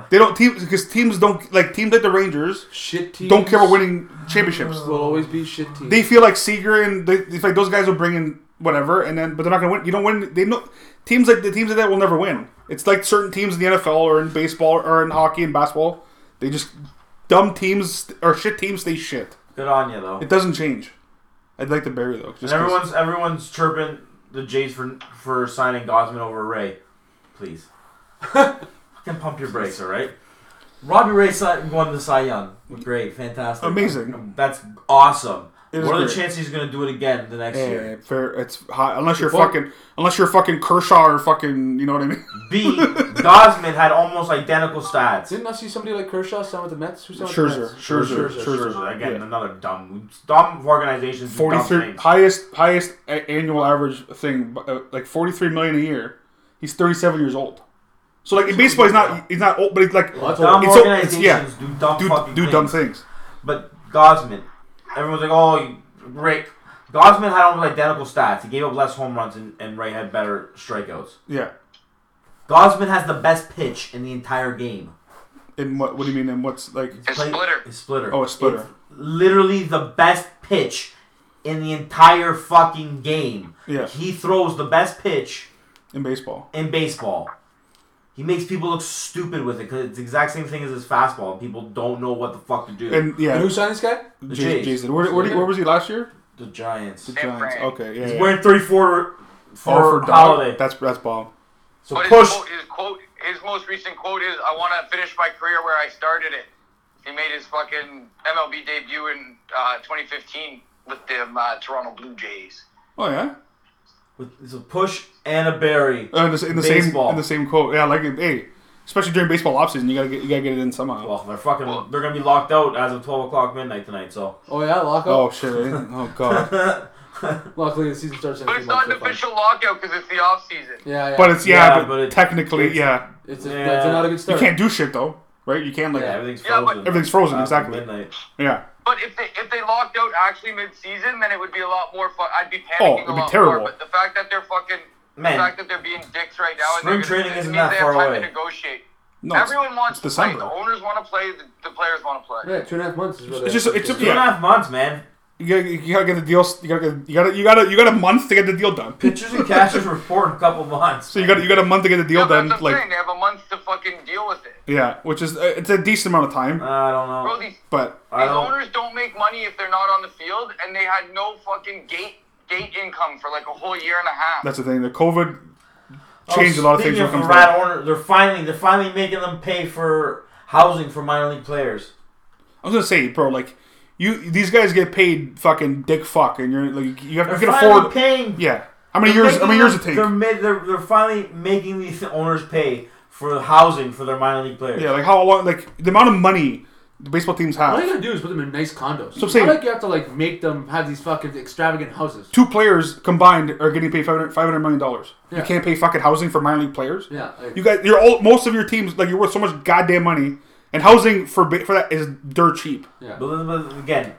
Speaker 2: They don't teams because teams don't like teams like the Rangers
Speaker 5: Shit teams Oh.
Speaker 2: don't care about winning championships.
Speaker 5: Will always be shit teams.
Speaker 2: They feel like Seager and they, it's like those guys will bring in whatever, and then but they're not gonna win. You don't win. They know teams like the teams like that will never win. It's like certain teams in the NFL or in baseball or in hockey and basketball. They just dumb teams or shit teams. They shit.
Speaker 4: Good on you though.
Speaker 2: It doesn't change. I'd like to bury though. Just
Speaker 4: And everyone's everyone's chirping the Jays for for signing Gosman over Ray. Please, fucking pump your brakes, all right? Robbie Ray si- won the Cy Young. Great, fantastic,
Speaker 2: Amazing.
Speaker 4: That's awesome.
Speaker 2: It is
Speaker 4: what are the
Speaker 2: great.
Speaker 4: chances he's gonna do it again the next year?
Speaker 2: Yeah, fair. It's high, unless you're
Speaker 5: Good point.
Speaker 2: fucking unless you're fucking Kershaw or fucking you know what I mean.
Speaker 4: B. Gosman had almost identical stats.
Speaker 5: Didn't I see somebody like Kershaw sign with the Mets? Who signed
Speaker 2: Scherzer.
Speaker 5: With the Mets?
Speaker 2: Scherzer. Scherzer.
Speaker 4: Scherzer, Again,
Speaker 2: Yeah.
Speaker 4: another dumb, dumb organizations. do
Speaker 2: Forty
Speaker 4: dumb
Speaker 2: three
Speaker 4: things.
Speaker 2: highest highest a- annual average thing uh, like forty three million a year. He's thirty seven years old. So like in baseball, he's not he's not old, but he's like
Speaker 5: that's
Speaker 4: Dumb
Speaker 2: it's so-
Speaker 4: organizations
Speaker 2: it's- yeah.
Speaker 4: do dumb
Speaker 2: do,
Speaker 4: fucking
Speaker 2: do
Speaker 4: things.
Speaker 2: dumb things.
Speaker 4: But Gosman, everyone's like, oh, you- Ray. Gosman had almost identical stats. He gave up less home runs, and, and Ray had better strikeouts.
Speaker 2: Yeah.
Speaker 4: Gosman has the best pitch in the entire game.
Speaker 2: And what what do you mean? And what's like?
Speaker 3: A
Speaker 4: Play-
Speaker 3: splitter.
Speaker 4: His splitter.
Speaker 2: Oh, a splitter.
Speaker 4: It's literally the best pitch in the entire fucking game.
Speaker 2: Yeah.
Speaker 4: He throws the best pitch
Speaker 2: In baseball,
Speaker 4: in baseball. He makes people look stupid with it because it's the exact same thing as his fastball, and people don't know what the fuck to do.
Speaker 2: and yeah, Oh.
Speaker 5: And who signed this guy?
Speaker 4: the
Speaker 2: Jason.
Speaker 4: Jays,
Speaker 2: Jason. Where, where, do you- where was he last year?
Speaker 4: the Giants.
Speaker 3: San Fran.
Speaker 2: Okay, yeah.
Speaker 4: He's
Speaker 2: yeah.
Speaker 4: wearing 34
Speaker 2: Oh,
Speaker 4: for,
Speaker 2: for Dom-
Speaker 4: holiday.
Speaker 2: That's that's bomb.
Speaker 4: so
Speaker 3: But his,
Speaker 4: push.
Speaker 3: quote, his quote, his most recent quote is, "I want to finish my career where I started it." He made his fucking MLB debut in uh, 2015 with the uh, Toronto Blue Jays.
Speaker 2: Oh yeah.
Speaker 4: With, it's a push and a berry.
Speaker 2: Uh, in the, in the same
Speaker 4: Baseball.
Speaker 2: in the same quote. Yeah, like hey, especially during baseball offseason. You gotta get you gotta get it in somehow.
Speaker 4: Well, they're fucking. They're gonna be locked out as of twelve o'clock midnight tonight. So
Speaker 5: Oh yeah, lock
Speaker 2: oh
Speaker 5: up.
Speaker 2: shit! eh? Oh god!
Speaker 5: Luckily, the season starts. in a
Speaker 3: But
Speaker 5: few
Speaker 3: it's not an
Speaker 5: months, so fine.
Speaker 3: official lockout because it's the off season.
Speaker 5: Yeah, yeah.
Speaker 2: But it's yeah,
Speaker 4: Yeah,
Speaker 2: but,
Speaker 4: but it-
Speaker 2: technically yeah,
Speaker 5: it's, a,
Speaker 4: Yeah.
Speaker 5: it's not a good
Speaker 2: you
Speaker 5: start.
Speaker 2: can't do shit though, right? You can't like
Speaker 4: yeah, everything's
Speaker 3: Yeah,
Speaker 4: frozen.
Speaker 3: but-
Speaker 2: Everything's frozen,
Speaker 4: After
Speaker 2: exactly.
Speaker 4: Midnight.
Speaker 2: yeah.
Speaker 3: But if they if they locked out actually mid season, then it would be a lot more fun. I'd be panicking
Speaker 2: Oh, it'd
Speaker 3: a
Speaker 2: be
Speaker 3: lot
Speaker 2: terrible.
Speaker 3: more. But the fact that they're fucking,
Speaker 4: Man.
Speaker 3: the fact that they're being dicks right now,
Speaker 4: Spring
Speaker 3: and they're gonna-
Speaker 4: training
Speaker 3: it
Speaker 4: isn't
Speaker 3: means
Speaker 4: that
Speaker 3: they
Speaker 4: far
Speaker 3: have time
Speaker 4: away.
Speaker 3: to negotiate.
Speaker 2: No, it's-
Speaker 3: Everyone wants
Speaker 2: it's
Speaker 3: to play.
Speaker 2: December.
Speaker 3: The owners want to play. The, the players want to play.
Speaker 5: Yeah, two and a half months is really.
Speaker 2: It's just it's
Speaker 4: Two and a
Speaker 2: yeah.
Speaker 4: half months, man.
Speaker 2: You gotta, you gotta get the deal. You gotta get, you gotta you gotta you got a month to get the deal done.
Speaker 4: Pitchers and catchers report in a couple months.
Speaker 2: So you got you got a month to get the deal
Speaker 3: Yeah,
Speaker 2: done.
Speaker 3: that's the
Speaker 2: Like
Speaker 3: thing. They have a month to fucking deal with it.
Speaker 2: yeah, which is uh, it's a decent amount of time,
Speaker 4: I don't know.
Speaker 3: Bro, these, these
Speaker 2: but
Speaker 4: I don't-
Speaker 3: owners don't make money if they're not on the field, and they had no fucking gate gate income for like a whole year and a half.
Speaker 2: that's the thing. The COVID changed a lot of things
Speaker 4: Speaking
Speaker 2: when it comes
Speaker 4: Of rat
Speaker 2: to.
Speaker 4: order, they're finally they're finally making them pay for housing for minor league players.
Speaker 2: I was gonna say, bro, like you these guys get paid fucking dick fuck, and you're like you have
Speaker 4: They're
Speaker 2: you can
Speaker 4: finally
Speaker 2: afford.
Speaker 4: paying.
Speaker 2: Yeah, how many
Speaker 4: They're
Speaker 2: years? How many
Speaker 4: making
Speaker 2: years it
Speaker 4: them-
Speaker 2: take?
Speaker 4: They're, mid, they're they're finally making these owners pay for housing for their minor league players.
Speaker 2: Yeah, like how long? Like the amount of money the baseball teams
Speaker 5: All you
Speaker 2: have.
Speaker 5: gotta do is put them in nice condos. So
Speaker 2: I'm saying-
Speaker 5: I like you have to like make them have these fucking extravagant houses.
Speaker 2: Two players combined are getting paid 500 $500 million dollars.
Speaker 5: Yeah.
Speaker 2: You can't pay fucking housing for minor league players.
Speaker 5: Yeah, like,
Speaker 2: You guys, you're all most of your teams like you're worth so much goddamn money, and housing for ba- for that is dirt cheap.
Speaker 5: yeah.
Speaker 4: But, then- but again,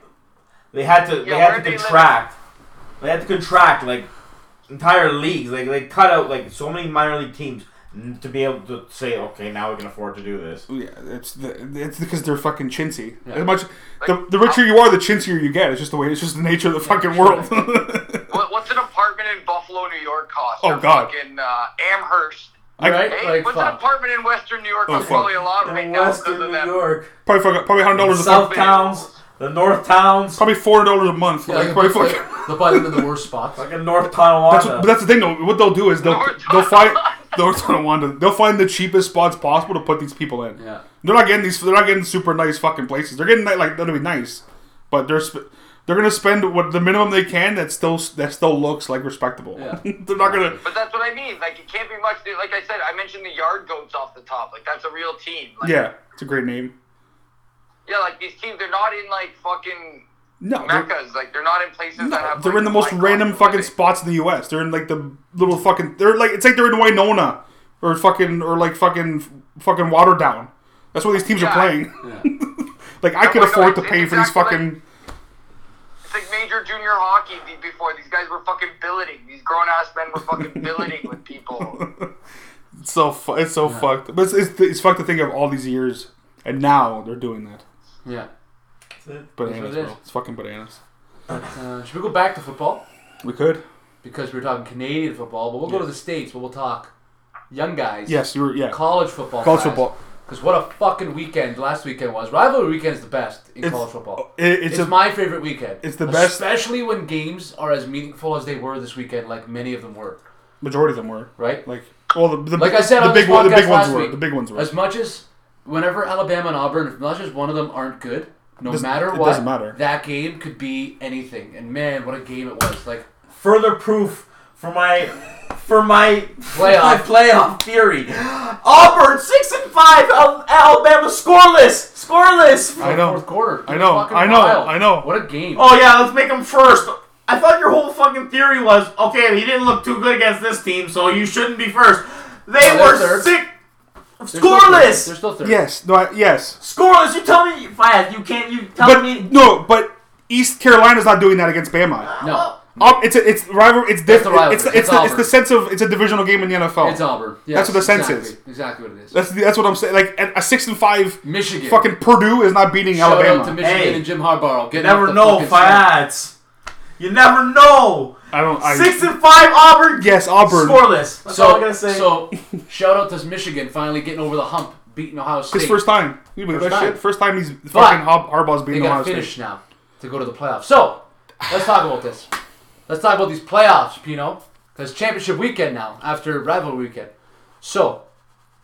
Speaker 4: they had to they
Speaker 3: Yeah,
Speaker 4: had
Speaker 3: where'd
Speaker 4: to
Speaker 3: they live?
Speaker 4: contract. They had to contract like entire leagues. Like they cut out like so many minor league teams n- to be able to say, okay, now we can afford to do this.
Speaker 2: Yeah, it's the, it's because they're fucking chintzy.
Speaker 5: Yeah.
Speaker 2: As much the, the richer you are, the chintzier you get. It's just the way. It's just the nature of the fucking world.
Speaker 3: What, what's an apartment in Buffalo, New York cost?
Speaker 2: Oh,
Speaker 3: Or
Speaker 2: God.
Speaker 3: Fucking uh, Amherst.
Speaker 2: I
Speaker 5: Right?
Speaker 3: Hey,
Speaker 5: Like,
Speaker 3: what's an
Speaker 5: fuck.
Speaker 3: apartment in Western New York
Speaker 2: Oh,
Speaker 3: cost?
Speaker 2: fuck.
Speaker 3: Probably a lot right
Speaker 4: In
Speaker 3: now
Speaker 4: Western
Speaker 3: because of
Speaker 4: New
Speaker 3: that.
Speaker 4: York,
Speaker 2: probably fucking, probably hundred dollars a
Speaker 4: South
Speaker 2: month.
Speaker 4: towns, the North towns,
Speaker 2: Probably four hundred dollars a month.
Speaker 5: Yeah,
Speaker 2: like,
Speaker 5: like,
Speaker 2: probably
Speaker 5: like,
Speaker 2: fucking-
Speaker 5: they'll buy them in the worst spots.
Speaker 4: fucking North Tonawanda.
Speaker 2: That's what, but that's the thing though. What they'll do is they'll
Speaker 3: North
Speaker 2: they'll find North Tonawanda. They'll find the cheapest spots possible to put these people in.
Speaker 5: Yeah.
Speaker 2: They're not getting these. They're not getting super nice fucking places. They're getting like that'll be nice, but they're sp- they're gonna spend what the minimum they can. That still that still looks like respectable.
Speaker 5: Yeah.
Speaker 2: they're not gonna.
Speaker 3: But that's what I mean. Like, it can't be much. Like I said, I mentioned the Yard Goats off the top. Like, that's a real team. Like,
Speaker 2: Yeah, it's a great name.
Speaker 3: yeah, like these teams, they're not in like fucking
Speaker 2: No, they're-
Speaker 3: meccas. Like, they're not in places that
Speaker 2: no,
Speaker 3: have.
Speaker 2: they're
Speaker 3: like,
Speaker 2: in the most
Speaker 3: high
Speaker 2: random
Speaker 3: cost of
Speaker 2: fucking
Speaker 3: living.
Speaker 2: spots in the U.S. They're in like the little fucking. They're like it's like they're in Winona or fucking or like fucking fucking Waterdown. That's where these teams are
Speaker 3: Yeah.
Speaker 2: playing.
Speaker 5: Yeah.
Speaker 2: Like I could
Speaker 3: Winona
Speaker 2: afford to
Speaker 3: is
Speaker 2: pay for these
Speaker 3: exactly
Speaker 2: fucking.
Speaker 3: It's like major junior hockey be- before. These guys were fucking billeting. These grown ass men were fucking billeting with people.
Speaker 2: It's so fu- it's so fucked. But it's, it's it's fucked to think of all these years, and now they're doing that.
Speaker 5: Yeah.
Speaker 2: Bananas,
Speaker 5: it is.
Speaker 2: bro. It's fucking bananas.
Speaker 5: Uh, should we go back to football?
Speaker 2: We could.
Speaker 5: Because we were talking Canadian football, but we'll go to the States, but we'll talk young guys.
Speaker 2: Yes, you were. Yeah.
Speaker 5: College football.
Speaker 2: College football.
Speaker 5: Because what a fucking weekend last weekend was. Rivalry weekend is the best in college football.
Speaker 2: It, it's,
Speaker 5: It's,
Speaker 2: a,
Speaker 5: my favorite weekend.
Speaker 2: it's the best-
Speaker 5: Especially when games are as meaningful as they were this weekend, like many of them were.
Speaker 2: majority of them were
Speaker 5: Right?
Speaker 2: like well the, the
Speaker 5: Like I said
Speaker 2: the
Speaker 5: on
Speaker 2: big
Speaker 5: this
Speaker 2: one- the
Speaker 5: podcast
Speaker 2: big
Speaker 5: last
Speaker 2: ones were
Speaker 5: week,
Speaker 2: the big ones were.
Speaker 5: As much as whenever Alabama and Auburn, as much as one of them aren't good, no
Speaker 2: doesn't-
Speaker 5: matter
Speaker 2: it
Speaker 5: what,
Speaker 2: doesn't matter.
Speaker 5: that game could be anything. And man, what a game it was! Like
Speaker 4: further proof for my for my
Speaker 5: Playoff.
Speaker 4: my playoff theory. Auburn six and five. Al- Alabama scoreless, scoreless.
Speaker 2: I know.
Speaker 5: fourth quarter.
Speaker 2: I know.
Speaker 5: Fucking
Speaker 2: I know.
Speaker 5: wild.
Speaker 2: I know.
Speaker 5: What a game!
Speaker 4: Oh yeah, let's make them first. I thought your whole fucking theory was okay. He didn't look too good against this team, so you shouldn't be first. They
Speaker 5: No, they're
Speaker 4: were
Speaker 5: third.
Speaker 4: sick.
Speaker 5: They're still third. They're
Speaker 4: Scoreless,
Speaker 5: still third.
Speaker 2: yes. No. I, yes.
Speaker 4: scoreless. You tell me, Faz, you can't. You tell
Speaker 2: But
Speaker 4: me.
Speaker 2: no. But East Carolina's not doing that against Bama.
Speaker 5: No,
Speaker 2: Um, it's a, it's rival. It's
Speaker 5: the
Speaker 2: different.
Speaker 5: rivalry.
Speaker 2: It's the,
Speaker 5: It's
Speaker 2: it's, the, it's
Speaker 5: Auburn.
Speaker 2: the sense of it's a divisional game in the NFL.
Speaker 5: it's Auburn. Yes,
Speaker 2: That's what the sense
Speaker 5: exactly.
Speaker 2: is.
Speaker 5: Exactly what it is.
Speaker 2: That's that's what I'm saying. Like a a six and five
Speaker 5: Michigan.
Speaker 2: fucking Purdue is not beating
Speaker 5: Shout
Speaker 2: Alabama.
Speaker 5: out to Michigan
Speaker 4: Hey.
Speaker 5: and Jim Harbaugh.
Speaker 4: You
Speaker 5: Getting off
Speaker 4: never
Speaker 5: the
Speaker 4: know,
Speaker 5: fucking stand.
Speaker 4: Faz. You never know.
Speaker 2: I don't. I,
Speaker 4: Six and five, Auburn.
Speaker 2: Yes, Auburn.
Speaker 4: Scoreless. That's all I'm
Speaker 5: So,
Speaker 4: gonna say.
Speaker 5: so shout out to Michigan finally getting over the hump, beating Ohio State.
Speaker 2: His first time. You believe
Speaker 5: First
Speaker 2: that
Speaker 5: time.
Speaker 2: shit? First time he's fucking Har- Harbaugh's
Speaker 5: They
Speaker 2: beating
Speaker 5: got
Speaker 2: Ohio
Speaker 5: to finish
Speaker 2: State.
Speaker 5: now to go to the playoffs. So let's talk about this. Let's talk about these playoffs, Pino, because championship weekend now after rivalry weekend. So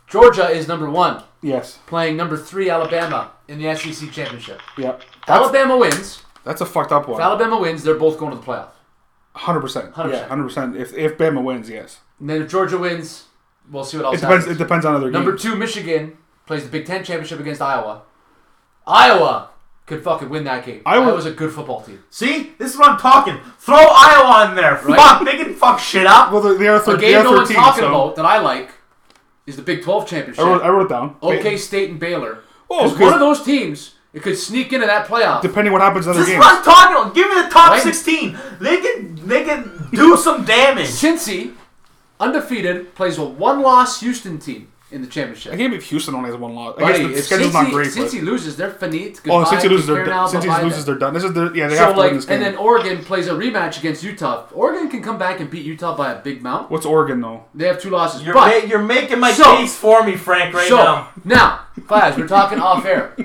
Speaker 5: Georgia is number one,
Speaker 2: Yes.
Speaker 5: playing number three Alabama in the SEC championship.
Speaker 2: Yeah. That's,
Speaker 5: Alabama wins.
Speaker 2: that's a fucked up
Speaker 5: If
Speaker 2: one.
Speaker 5: Alabama wins, they're both going to the playoff.
Speaker 2: Hundred percent. Yeah.
Speaker 5: 100%.
Speaker 2: Hundred percent. If if Bama wins, yes.
Speaker 5: And then if Georgia wins, We'll see what else
Speaker 2: It depends. It
Speaker 5: happens.
Speaker 2: depends on other
Speaker 5: Number
Speaker 2: games.
Speaker 5: two, Michigan plays the Big Ten championship against Iowa. Iowa could fucking win that game.
Speaker 2: Iowa-
Speaker 5: Iowa's a good football team.
Speaker 4: See, this is what I'm talking. Throw Iowa in there.
Speaker 5: Right.
Speaker 4: Fuck, they can fuck shit up.
Speaker 2: Well, they- they are thir-
Speaker 5: A
Speaker 2: they
Speaker 5: game
Speaker 2: are
Speaker 5: no one's
Speaker 2: 13,
Speaker 5: talking
Speaker 2: so-
Speaker 5: about that I like is the Big 12 championship.
Speaker 2: I wrote, I wrote it down.
Speaker 5: OK State and Baylor.
Speaker 2: Oh,
Speaker 5: Because
Speaker 2: okay.
Speaker 5: one of those teams, it could sneak into that playoff.
Speaker 2: Depending what happens in other
Speaker 4: This is
Speaker 2: games.
Speaker 4: what I'm talking about. Give me the top
Speaker 5: Right.
Speaker 4: 16. They can they can do some damage.
Speaker 5: Cincy, undefeated, plays a one-loss Houston team in the
Speaker 2: I
Speaker 5: championship.
Speaker 2: can't believe Houston only has one loss. I guess
Speaker 5: Buddy,
Speaker 2: the
Speaker 5: if
Speaker 2: schedule's
Speaker 5: Cincy,
Speaker 2: not great.
Speaker 5: Cincy
Speaker 2: But,
Speaker 5: loses, they're finite. Goodbye,
Speaker 2: oh, Cincy loses, they're
Speaker 5: Take care now,
Speaker 2: done. Cincy
Speaker 5: bye-bye.
Speaker 2: loses, they're done. This is the yeah. They
Speaker 5: So
Speaker 2: have to
Speaker 5: like,
Speaker 2: win this game.
Speaker 5: and then Oregon plays a rematch against Utah. If Oregon can come back and beat Utah by a big amount.
Speaker 2: What's Oregon though?
Speaker 5: They have two losses,
Speaker 4: You're,
Speaker 5: but
Speaker 4: ma- you're making my
Speaker 5: So-
Speaker 4: case for me, Frank, right
Speaker 5: so
Speaker 4: now.
Speaker 5: now, Faz, we're talking off air.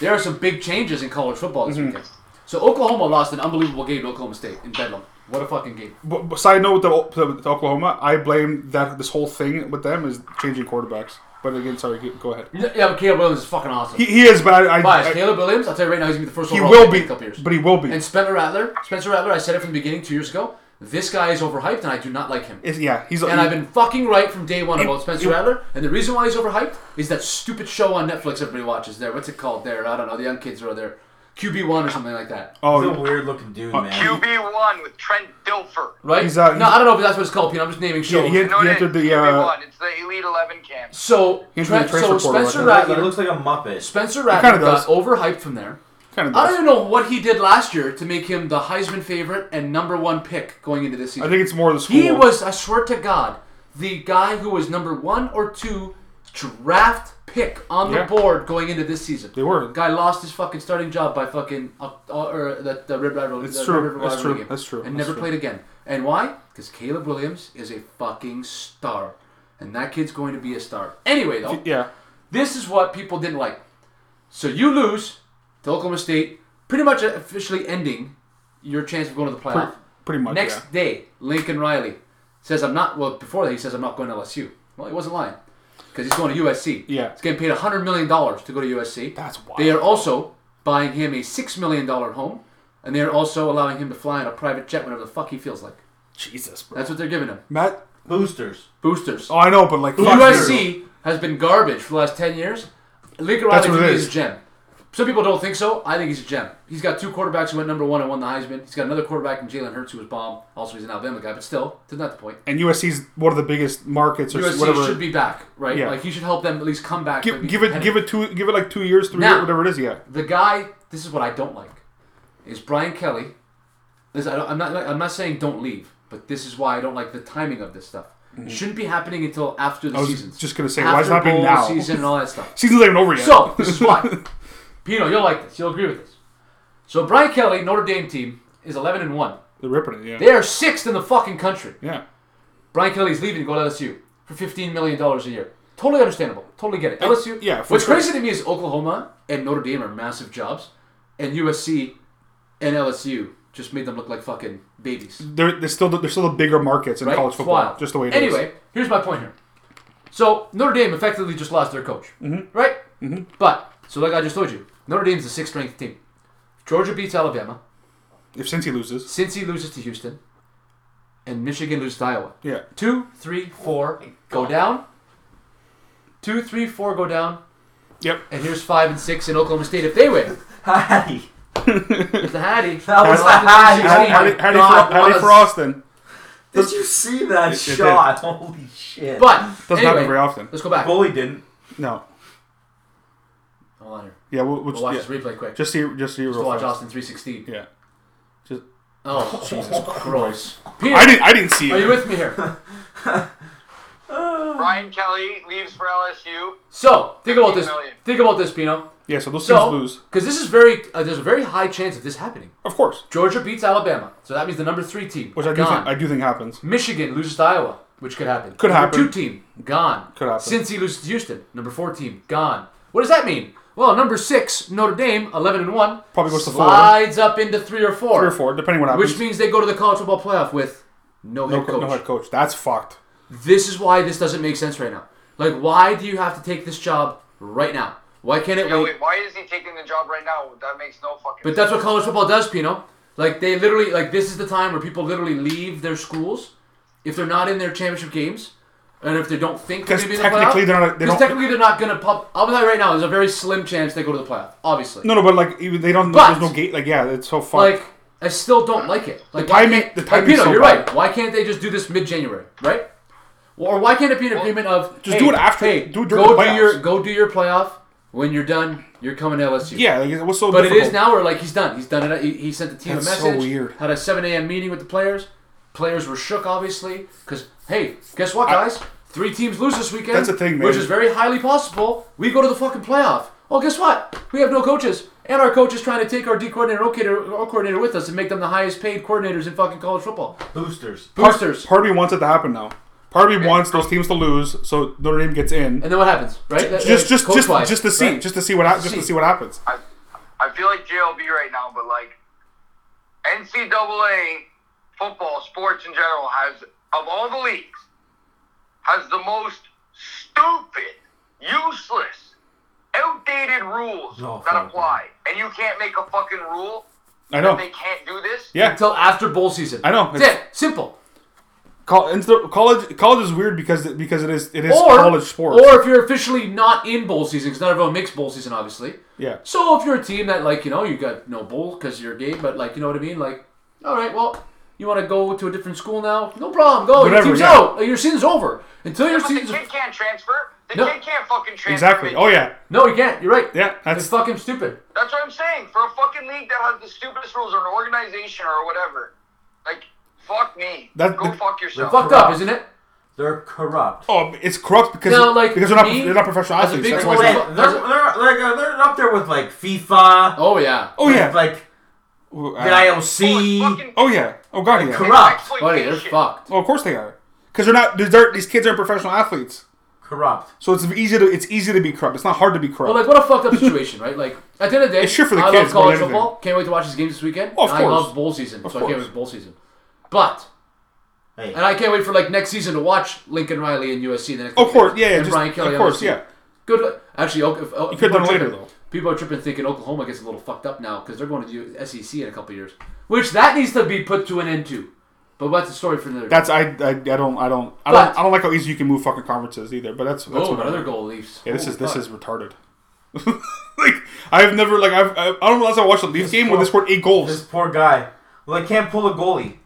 Speaker 5: There are some big changes in college football
Speaker 2: Mm-hmm.
Speaker 5: this weekend. So Oklahoma lost an unbelievable game to Oklahoma State in Bedlam. What a fucking game!
Speaker 2: But, but side note with the, with Oklahoma, I blame that this whole thing with them is changing quarterbacks. But again, sorry, go- go ahead.
Speaker 5: Yeah, but Caleb Williams is fucking awesome.
Speaker 2: He, he is bad. I,
Speaker 5: Bias,
Speaker 2: I,
Speaker 5: Caleb Williams, I'll tell you right now, he's gonna be the first
Speaker 2: he
Speaker 5: overall
Speaker 2: will
Speaker 5: pick
Speaker 2: be,
Speaker 5: in a couple years.
Speaker 2: but he will be.
Speaker 5: And Spencer Rattler, Spencer Rattler, I said it from the beginning two years ago. This guy is overhyped, and I do not like him.
Speaker 2: It's- yeah, he's.
Speaker 5: and I've been fucking right from day one about Spencer
Speaker 2: it-
Speaker 5: Rattler. And the reason why he's overhyped is that stupid show on Netflix everybody watches. There, what's it called? There, I don't know. The young kids are there, QB one or something like that.
Speaker 4: He's a
Speaker 2: Oh,
Speaker 4: weird looking dude, man.
Speaker 3: QB one with Trent Dilfer.
Speaker 5: Right?
Speaker 2: He's, uh,
Speaker 5: no, I don't know if that's what it's called. Pete. I'm just naming
Speaker 2: yeah,
Speaker 5: shows.
Speaker 2: he, he entered the.
Speaker 3: QB
Speaker 2: Uh,
Speaker 3: one. It's the Elite Eleven camp.
Speaker 5: so,
Speaker 2: He entered
Speaker 5: Trent-
Speaker 2: the
Speaker 5: so
Speaker 2: transfer portal,
Speaker 5: Spencer
Speaker 2: I think.
Speaker 4: He
Speaker 5: Rattler,
Speaker 4: looks like a muppet.
Speaker 5: Spencer Rattler
Speaker 2: kinda
Speaker 5: got
Speaker 2: does.
Speaker 5: overhyped from there.
Speaker 2: kind of.
Speaker 5: I don't even know what he did last year to make him the Heisman favorite and number one pick going into this season.
Speaker 2: I think it's more the school.
Speaker 5: He was, I swear to God, the guy who was number one or two draft pick on
Speaker 2: Yeah.
Speaker 5: the board going into this season.
Speaker 2: They were.
Speaker 5: Guy lost his fucking starting job by fucking uh, uh, or the, the Rib Rival.
Speaker 2: It's
Speaker 5: the
Speaker 2: true.
Speaker 5: Red River
Speaker 2: It's
Speaker 5: rivalry
Speaker 2: true.
Speaker 5: game
Speaker 2: That's true.
Speaker 5: And
Speaker 2: That's
Speaker 5: never
Speaker 2: true.
Speaker 5: played again. And why? Because Caleb Williams is a fucking star, and that kid's going to be a star. Anyway, though,
Speaker 2: Yeah.
Speaker 5: this is what people didn't like. So you lose to Oklahoma State, pretty much officially ending your chance of going to the playoff.
Speaker 2: Pretty much.
Speaker 5: Next
Speaker 2: yeah.
Speaker 5: day, Lincoln Riley says, "I'm not." Well, before that, he says, "I'm not going to LSU." Well, he wasn't lying because he's going to USC.
Speaker 2: Yeah.
Speaker 5: he's getting paid 100 million dollars to go to USC.
Speaker 2: That's wild.
Speaker 5: They are also buying him a six million dollar home, and they are also allowing him to fly in a private jet whenever the fuck he feels like.
Speaker 2: Jesus, bro.
Speaker 5: That's what they're giving him.
Speaker 2: Matt.
Speaker 4: Boosters.
Speaker 5: Boosters.
Speaker 2: Oh, I know, but like fuck you.
Speaker 5: USC has been garbage for the last 10 years. Lincoln
Speaker 2: That's
Speaker 5: Riley to
Speaker 2: what it
Speaker 5: me is
Speaker 2: is.
Speaker 5: a gem. Some people don't think so. I think he's a gem. He's got two quarterbacks who went number one and won the Heisman. He's got another quarterback in Jalen Hurts who was bomb. Also, he's an Alabama guy, but still, that's not the point.
Speaker 2: And USC's one of the biggest markets or
Speaker 5: USC
Speaker 2: whatever.
Speaker 5: should be back, right?
Speaker 2: Yeah.
Speaker 5: Like he should help them at least come back. and
Speaker 2: give,
Speaker 5: be
Speaker 2: give it,
Speaker 5: competitive.
Speaker 2: give it two, give it like two years, three
Speaker 5: Now.
Speaker 2: years, whatever it is. Yeah.
Speaker 5: the guy. This is what I don't like. Is Brian Kelly? This, I don't, I'm not. I'm not saying don't leave, but this is why I don't like the timing of this stuff. It shouldn't be happening until after the
Speaker 2: Mm-hmm. was
Speaker 5: season.
Speaker 2: just gonna say, why is it happening now?
Speaker 5: Season and all that stuff.
Speaker 2: Season's not even over yet.
Speaker 5: So this is why, Pino, you'll like this. You'll agree with this. So Brian Kelly, Notre Dame team, is 11 and one.
Speaker 2: they're ripping it. Yeah.
Speaker 5: They are sixth in the fucking country.
Speaker 2: yeah.
Speaker 5: Brian Kelly's leaving to go to LSU for 15 million dollars a year. Totally understandable. Totally get it. LSU.
Speaker 2: yeah, for
Speaker 5: What's
Speaker 2: sure.
Speaker 5: crazy to me is Oklahoma and Notre Dame are massive jobs, and USC and LSU just made them look like fucking babies.
Speaker 2: They're, they're still they're still the bigger markets in
Speaker 5: Right?
Speaker 2: college
Speaker 5: It's
Speaker 2: football.
Speaker 5: wild.
Speaker 2: Just the way it is.
Speaker 5: anyway, here's my point here. So Notre Dame effectively just lost their coach, right? Mm-hmm. But so like I just told you, Notre Dame's the sixth ranked team. Georgia beats Alabama.
Speaker 2: If Cincy loses,
Speaker 5: Cincy loses to Houston, and Michigan loses to Iowa.
Speaker 2: yeah.
Speaker 5: Two, three, four, go down. Two, three, four, go down.
Speaker 2: Yep.
Speaker 5: And here's five and six in Oklahoma State if they win.
Speaker 4: Hi.
Speaker 5: It's the Hattie.
Speaker 4: That was the Hattie.
Speaker 2: How, how, do- how, do you-
Speaker 4: God,
Speaker 2: how do you
Speaker 4: what a
Speaker 2: for Austin?
Speaker 4: Did you see that
Speaker 2: Yes, it
Speaker 4: shot? Holy shit.
Speaker 5: But
Speaker 2: Doesn't
Speaker 5: anyway,
Speaker 2: happen very often.
Speaker 5: let's go back. Hold
Speaker 4: Bully didn't.
Speaker 2: No.
Speaker 5: on here.
Speaker 2: Yeah. We'll, we'll,
Speaker 5: We'll watch
Speaker 2: yeah.
Speaker 5: this replay quick.
Speaker 2: Just
Speaker 5: Just
Speaker 2: see. Just see. Real
Speaker 5: watch
Speaker 2: fast.
Speaker 5: Austin 316.
Speaker 2: Yeah. Just.
Speaker 5: Oh, Jesus Christ. Peter,
Speaker 2: I didn't. I didn't see
Speaker 5: are you
Speaker 2: it.
Speaker 5: with me here?
Speaker 3: Brian Kelly leaves for LSU.
Speaker 5: So, think about this.
Speaker 3: 15 million.
Speaker 5: Think about this, Pino.
Speaker 2: Yeah. So those
Speaker 5: So,
Speaker 2: teams lose.
Speaker 5: because this is very, uh, there's a very high chance of this happening.
Speaker 2: Of course.
Speaker 5: Georgia beats Alabama, so that means the number three team
Speaker 2: Which I do, think,
Speaker 5: gone.
Speaker 2: I do think happens.
Speaker 5: Michigan loses to Iowa, which could happen.
Speaker 2: Could
Speaker 5: Number
Speaker 2: happen.
Speaker 5: Two team gone.
Speaker 2: Could happen.
Speaker 5: Cincy loses to Houston, number four team gone. What does that mean? Well, number six Notre Dame, eleven and one,
Speaker 2: Probably goes to four.
Speaker 5: slides up into three or four,
Speaker 2: Three or four, depending what happens.
Speaker 5: which means they go to the college football playoff with no head
Speaker 2: no, co-
Speaker 5: coach.
Speaker 2: no head coach. That's fucked.
Speaker 5: This is why this doesn't make sense right now. Like, why do you have to take this job right now? Why can't it
Speaker 3: Yeah,
Speaker 5: wait?
Speaker 3: wait, why is he taking the job right now? That makes no fucking.
Speaker 5: But that's what college football does, Pino. Like they literally like this is the time where people literally leave their schools if they're not in their championship games And if they don't think they're
Speaker 2: 'Cause
Speaker 5: going to be in the
Speaker 2: technically
Speaker 5: playoff,
Speaker 2: they're not- they
Speaker 5: because
Speaker 2: don't-
Speaker 5: technically they're not going to pop. I'll tell you right now, there's a very slim chance they go to the playoff. Obviously,
Speaker 2: No, no, but like even they don't.
Speaker 5: But-
Speaker 2: there's no gate. Like yeah, it's so fun.
Speaker 5: like I still don't like it. Like
Speaker 2: The timing-
Speaker 5: why can't-
Speaker 2: the timing's
Speaker 5: like, Pino,
Speaker 2: so
Speaker 5: you're
Speaker 2: bad.
Speaker 5: right. Why can't they just do this mid-January, right? Or why can't it be an agreement of
Speaker 2: just
Speaker 5: hey,
Speaker 2: do it after-
Speaker 5: Hey,
Speaker 2: do it during
Speaker 5: go
Speaker 2: the
Speaker 5: do your
Speaker 2: playoffs.
Speaker 5: go do your playoff. When you're done, you're coming to LSU.
Speaker 2: yeah, like, what's so?
Speaker 5: But
Speaker 2: difficult?
Speaker 5: it is now where like he's done. He's done it. He, he sent the team a
Speaker 2: That's so
Speaker 5: message.
Speaker 2: weird.
Speaker 5: Had a 7 a.m. meeting with the players. Players were shook, obviously, because hey, guess what, guys? Three teams lose this weekend.
Speaker 2: That's the thing, man.
Speaker 5: Which is very highly possible. We go to the fucking playoff. Well, guess what? We have no coaches, and our coach is trying to take our D coordinator, O coordinator, O coordinator with us and make them the highest paid coordinators in fucking college football.
Speaker 4: Boosters.
Speaker 5: Boosters.
Speaker 2: Part of me wants it to happen now. Part of me wants those teams to lose so Notre Dame gets in.
Speaker 5: And then what happens, right? That-
Speaker 2: just,
Speaker 5: that-
Speaker 2: just, just,
Speaker 5: coach-wise,
Speaker 2: just to see,
Speaker 5: right?
Speaker 2: just to see what, hap- just to
Speaker 5: See.
Speaker 2: see what happens.
Speaker 3: I, I feel like JLB right now, but like NCAA football, sports in general, has of all the leagues, has the most stupid, useless, outdated rules
Speaker 4: No,
Speaker 3: that
Speaker 4: fuck
Speaker 3: apply. And you can't make a fucking rule
Speaker 2: I
Speaker 3: that
Speaker 2: know.
Speaker 3: they can't do this.
Speaker 2: Yeah,
Speaker 5: until after bowl season.
Speaker 2: I know.
Speaker 5: That's it. Simple.
Speaker 2: Col- and so college, college is weird because it- because it is it is
Speaker 5: or
Speaker 2: college sports.
Speaker 5: Or if you're officially not in bowl season, because not everyone makes bowl season, obviously.
Speaker 2: yeah,
Speaker 5: So if you're a team that like you know you got no bowl because you're gay, but like you know what I mean, like all right, well you want to go to a different school now, no problem, go.
Speaker 2: Whatever,
Speaker 5: your team's
Speaker 2: yeah.
Speaker 5: out. Uh, Your season's over until your
Speaker 3: But the
Speaker 5: season's.
Speaker 3: kid can't transfer. The
Speaker 5: No.
Speaker 3: kid can't fucking transfer.
Speaker 2: exactly. Oh yeah,
Speaker 5: No, you can't. You're right.
Speaker 2: yeah.
Speaker 5: It's
Speaker 2: That's
Speaker 5: fucking stupid.
Speaker 3: That's what I'm saying. For a fucking league that has the stupidest rules or an organization or whatever, like, fuck me.
Speaker 2: That-
Speaker 3: Go fuck yourself.
Speaker 5: Fucked up, isn't it?
Speaker 4: They're corrupt.
Speaker 2: oh, it's corrupt because
Speaker 5: No, like,
Speaker 2: because
Speaker 5: to
Speaker 2: they're not
Speaker 5: me,
Speaker 2: they're not professional
Speaker 5: as a
Speaker 2: athletes.
Speaker 5: big
Speaker 2: That's why.
Speaker 5: boy-
Speaker 2: it's-
Speaker 4: Wait, they're, they're, like, uh, they're up there with like FIFA.
Speaker 5: Oh yeah.
Speaker 2: Oh yeah,
Speaker 4: Like
Speaker 2: oh,
Speaker 4: the
Speaker 2: uh,
Speaker 3: Oh, it's
Speaker 4: IOC.
Speaker 3: fucking
Speaker 2: oh yeah, oh god, yeah.
Speaker 4: Corrupt.
Speaker 5: Buddy, they're
Speaker 3: exploitation.
Speaker 5: fucked.
Speaker 2: Well, of course they are because they're not. These are these kids aren't professional athletes,
Speaker 4: Corrupt.
Speaker 2: so it's easy to it's easy to be corrupt. It's not hard to be corrupt.
Speaker 5: But like, what a fucked up situation, right? Like, at the end of the day,
Speaker 2: It's shit for the
Speaker 5: I
Speaker 2: kids
Speaker 5: love
Speaker 2: more
Speaker 5: college
Speaker 2: than
Speaker 5: football. Can't wait to watch these games this weekend.
Speaker 2: Oh, of
Speaker 5: And I
Speaker 2: course.
Speaker 5: love bowl season, so I can't
Speaker 2: course.
Speaker 5: wait for bowl season. But
Speaker 4: Hey.
Speaker 5: and I can't wait for like next season to watch Lincoln Riley and USC. The next
Speaker 2: Of course, yeah, yeah,
Speaker 5: and
Speaker 2: just-
Speaker 5: Brian Kelly.
Speaker 2: of course,
Speaker 5: LSU.
Speaker 2: yeah.
Speaker 5: Good. uh, Actually, okay, if, if
Speaker 2: could have
Speaker 5: people are
Speaker 2: done later,
Speaker 5: tripping-
Speaker 2: though.
Speaker 5: People are tripping, thinking Oklahoma gets a little fucked up now because they're going to do SEC E in a couple years, which that needs to be put to an end to. But what's the story for another?
Speaker 2: That's I, I I don't I don't I
Speaker 5: But-
Speaker 2: don't I don't like how easy you can move fucking conferences either. But that's that's
Speaker 5: oh,
Speaker 2: what I-
Speaker 5: another goal Leafs.
Speaker 2: Yeah, this is this
Speaker 5: Holy
Speaker 2: is retarded. like I've never like I've, I I don't know last time I watched a Leafs game where they scored eight
Speaker 4: This
Speaker 2: goals.
Speaker 4: poor guy. Well, they can't pull a goalie.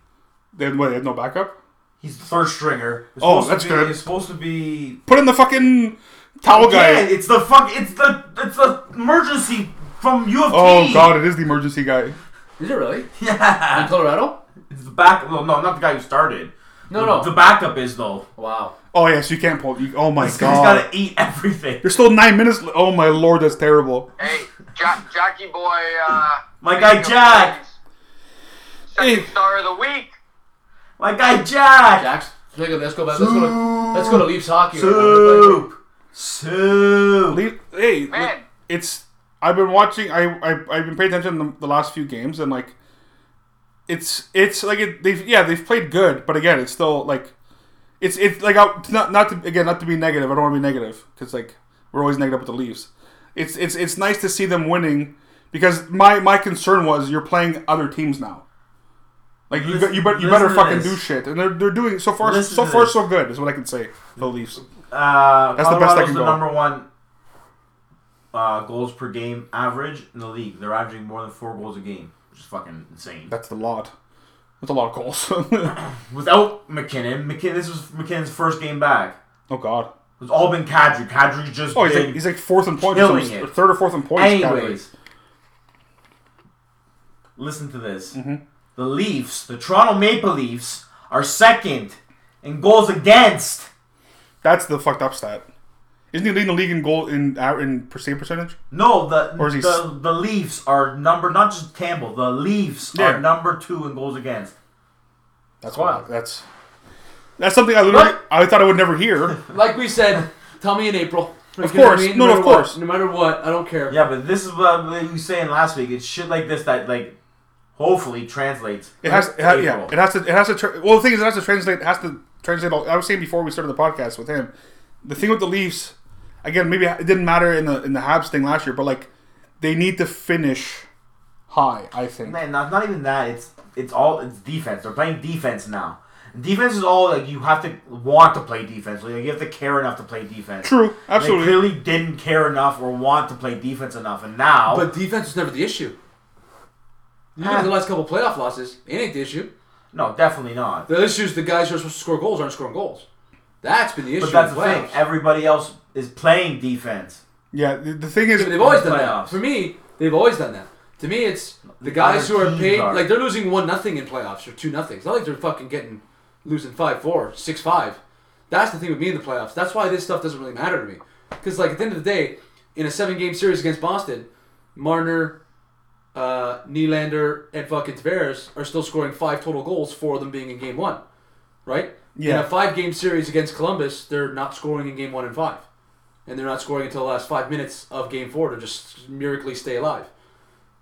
Speaker 2: They had, what, they had no backup.
Speaker 4: He's the third stringer. It's
Speaker 2: Oh,
Speaker 4: supposed to
Speaker 2: that's
Speaker 4: be-
Speaker 2: good.
Speaker 4: It's supposed to be.
Speaker 2: Put in the fucking towel
Speaker 4: Yeah,
Speaker 2: guy.
Speaker 4: it's the fuck. It's the it's the emergency from U of T.
Speaker 2: Oh god, it is the emergency guy.
Speaker 5: fuck. Is it really?
Speaker 4: Yeah.
Speaker 5: In Colorado?
Speaker 4: It's the back. Well, no, not the guy who started.
Speaker 5: No, no.
Speaker 4: The backup is though.
Speaker 5: wow.
Speaker 2: Oh yes, you can't pull. You, oh my
Speaker 4: This guy's
Speaker 2: god,
Speaker 4: got to eat everything.
Speaker 2: there's still nine minutes. le- Oh my lord, that's terrible.
Speaker 3: Hey, Jack, Jackie boy. Uh,
Speaker 4: My guy Jack.
Speaker 3: Second
Speaker 2: Hey.
Speaker 3: star of the week.
Speaker 4: My guy Jack.
Speaker 5: Jax, let's go- let's go back. Let's go to, let's go to Leafs hockey. right now.
Speaker 4: Soup. Soup.
Speaker 2: Le- Hey, le-
Speaker 3: Man.
Speaker 2: it's I've been watching. I I I've been paying attention the, the last few games and like, it's it's like it, they've yeah they've played good, but again it's still like, it's it's like I, not not to again not to be negative. I don't want to be negative because like we're always negative with the Leafs. It's it's it's nice to see them winning because my my concern was you're playing other teams now. Like you,
Speaker 4: Listen-
Speaker 2: got- you, bet you
Speaker 4: listen
Speaker 2: better
Speaker 4: to
Speaker 2: fucking
Speaker 4: this.
Speaker 2: do shit, and they're, they're doing so far
Speaker 4: Listen
Speaker 2: so
Speaker 4: to
Speaker 2: far
Speaker 4: this.
Speaker 2: so good is what I can say. The Leafs.
Speaker 4: Uh,
Speaker 2: That's the
Speaker 4: Colorado's
Speaker 2: best I can
Speaker 4: the
Speaker 2: go.
Speaker 4: number one uh, goals per game average in the league. They're averaging more than four goals a game, which is fucking insane.
Speaker 2: That's the lot. That's a lot of goals.
Speaker 4: Without McKinnon, McKinnon, this was McKinnon's first game back.
Speaker 2: oh God.
Speaker 4: It's all been Kadri. Kadri's just
Speaker 2: Oh, he's
Speaker 4: been
Speaker 2: like, he's like fourth in points, or
Speaker 4: Killing
Speaker 2: some-
Speaker 4: it.
Speaker 2: or third or fourth in points. category.
Speaker 4: Anyways, listen to this.
Speaker 2: Mm-hmm.
Speaker 4: The Leafs, the Toronto Maple Leafs, are second in goals against.
Speaker 2: that's the fucked up stat. Isn't he leading the league in goal in out- in per- save percentage?
Speaker 4: No, the
Speaker 2: Or is he s-
Speaker 4: the, the Leafs are number not just Campbell. The Leafs
Speaker 2: Yeah.
Speaker 4: are number two in goals against.
Speaker 2: That's
Speaker 5: Wow.
Speaker 2: what- That's that's something I literally
Speaker 5: What?
Speaker 2: I thought I would never hear.
Speaker 5: Like we said, tell me in April. Of
Speaker 2: course. No, no, of course.
Speaker 5: no matter what, I don't care.
Speaker 4: Yeah, but this is what we were saying last week. It's shit like this that like hopefully translates.
Speaker 2: It has, it has yeah.
Speaker 4: April.
Speaker 2: It has to. It has to. Tra- well, the thing is, it has to translate. It has to translate. All, I was saying before we started the podcast with him, the thing with the Leafs, again, maybe it didn't matter in the in the Habs thing last year, but like they need to finish high. I think.
Speaker 4: Man, not, not even that. It's it's all it's defense. They're playing defense now. Defense is all like you have to want to play defense. Like you have to care enough to play defense.
Speaker 2: True,
Speaker 4: And
Speaker 2: absolutely.
Speaker 4: They clearly didn't care enough or want to play defense enough, and now
Speaker 5: But defense was never the issue. You look
Speaker 4: Oh. Ah.
Speaker 5: at the last couple of playoff losses, it ain't the issue.
Speaker 4: no, definitely not.
Speaker 5: The issue is the guys who are supposed to score goals aren't scoring goals. That's been the issue.
Speaker 4: But that's
Speaker 5: in
Speaker 4: the thing.
Speaker 5: playoffs.
Speaker 4: Everybody else is playing defense.
Speaker 2: Yeah, the, the thing is,
Speaker 5: They've always done
Speaker 4: Playoffs.
Speaker 5: that. For me, they've always done that. To me, it's the guys who
Speaker 4: Other
Speaker 5: are
Speaker 4: teams
Speaker 5: paid
Speaker 4: are.
Speaker 5: like they're losing one nothing in playoffs or two nothing. It's not like they're fucking getting losing five four, six five. That's the thing with me in the playoffs. That's why this stuff doesn't really matter to me. Because like at the end of the day, in a seven game series against Boston, Marner, uh, Nylander, and fucking Tavares are still scoring five total goals, four of them being in game one, right?
Speaker 2: Yeah.
Speaker 5: In a five game series against Columbus, they're not scoring in game one and five and they're not scoring until the last five minutes of game four to just miraculously stay alive.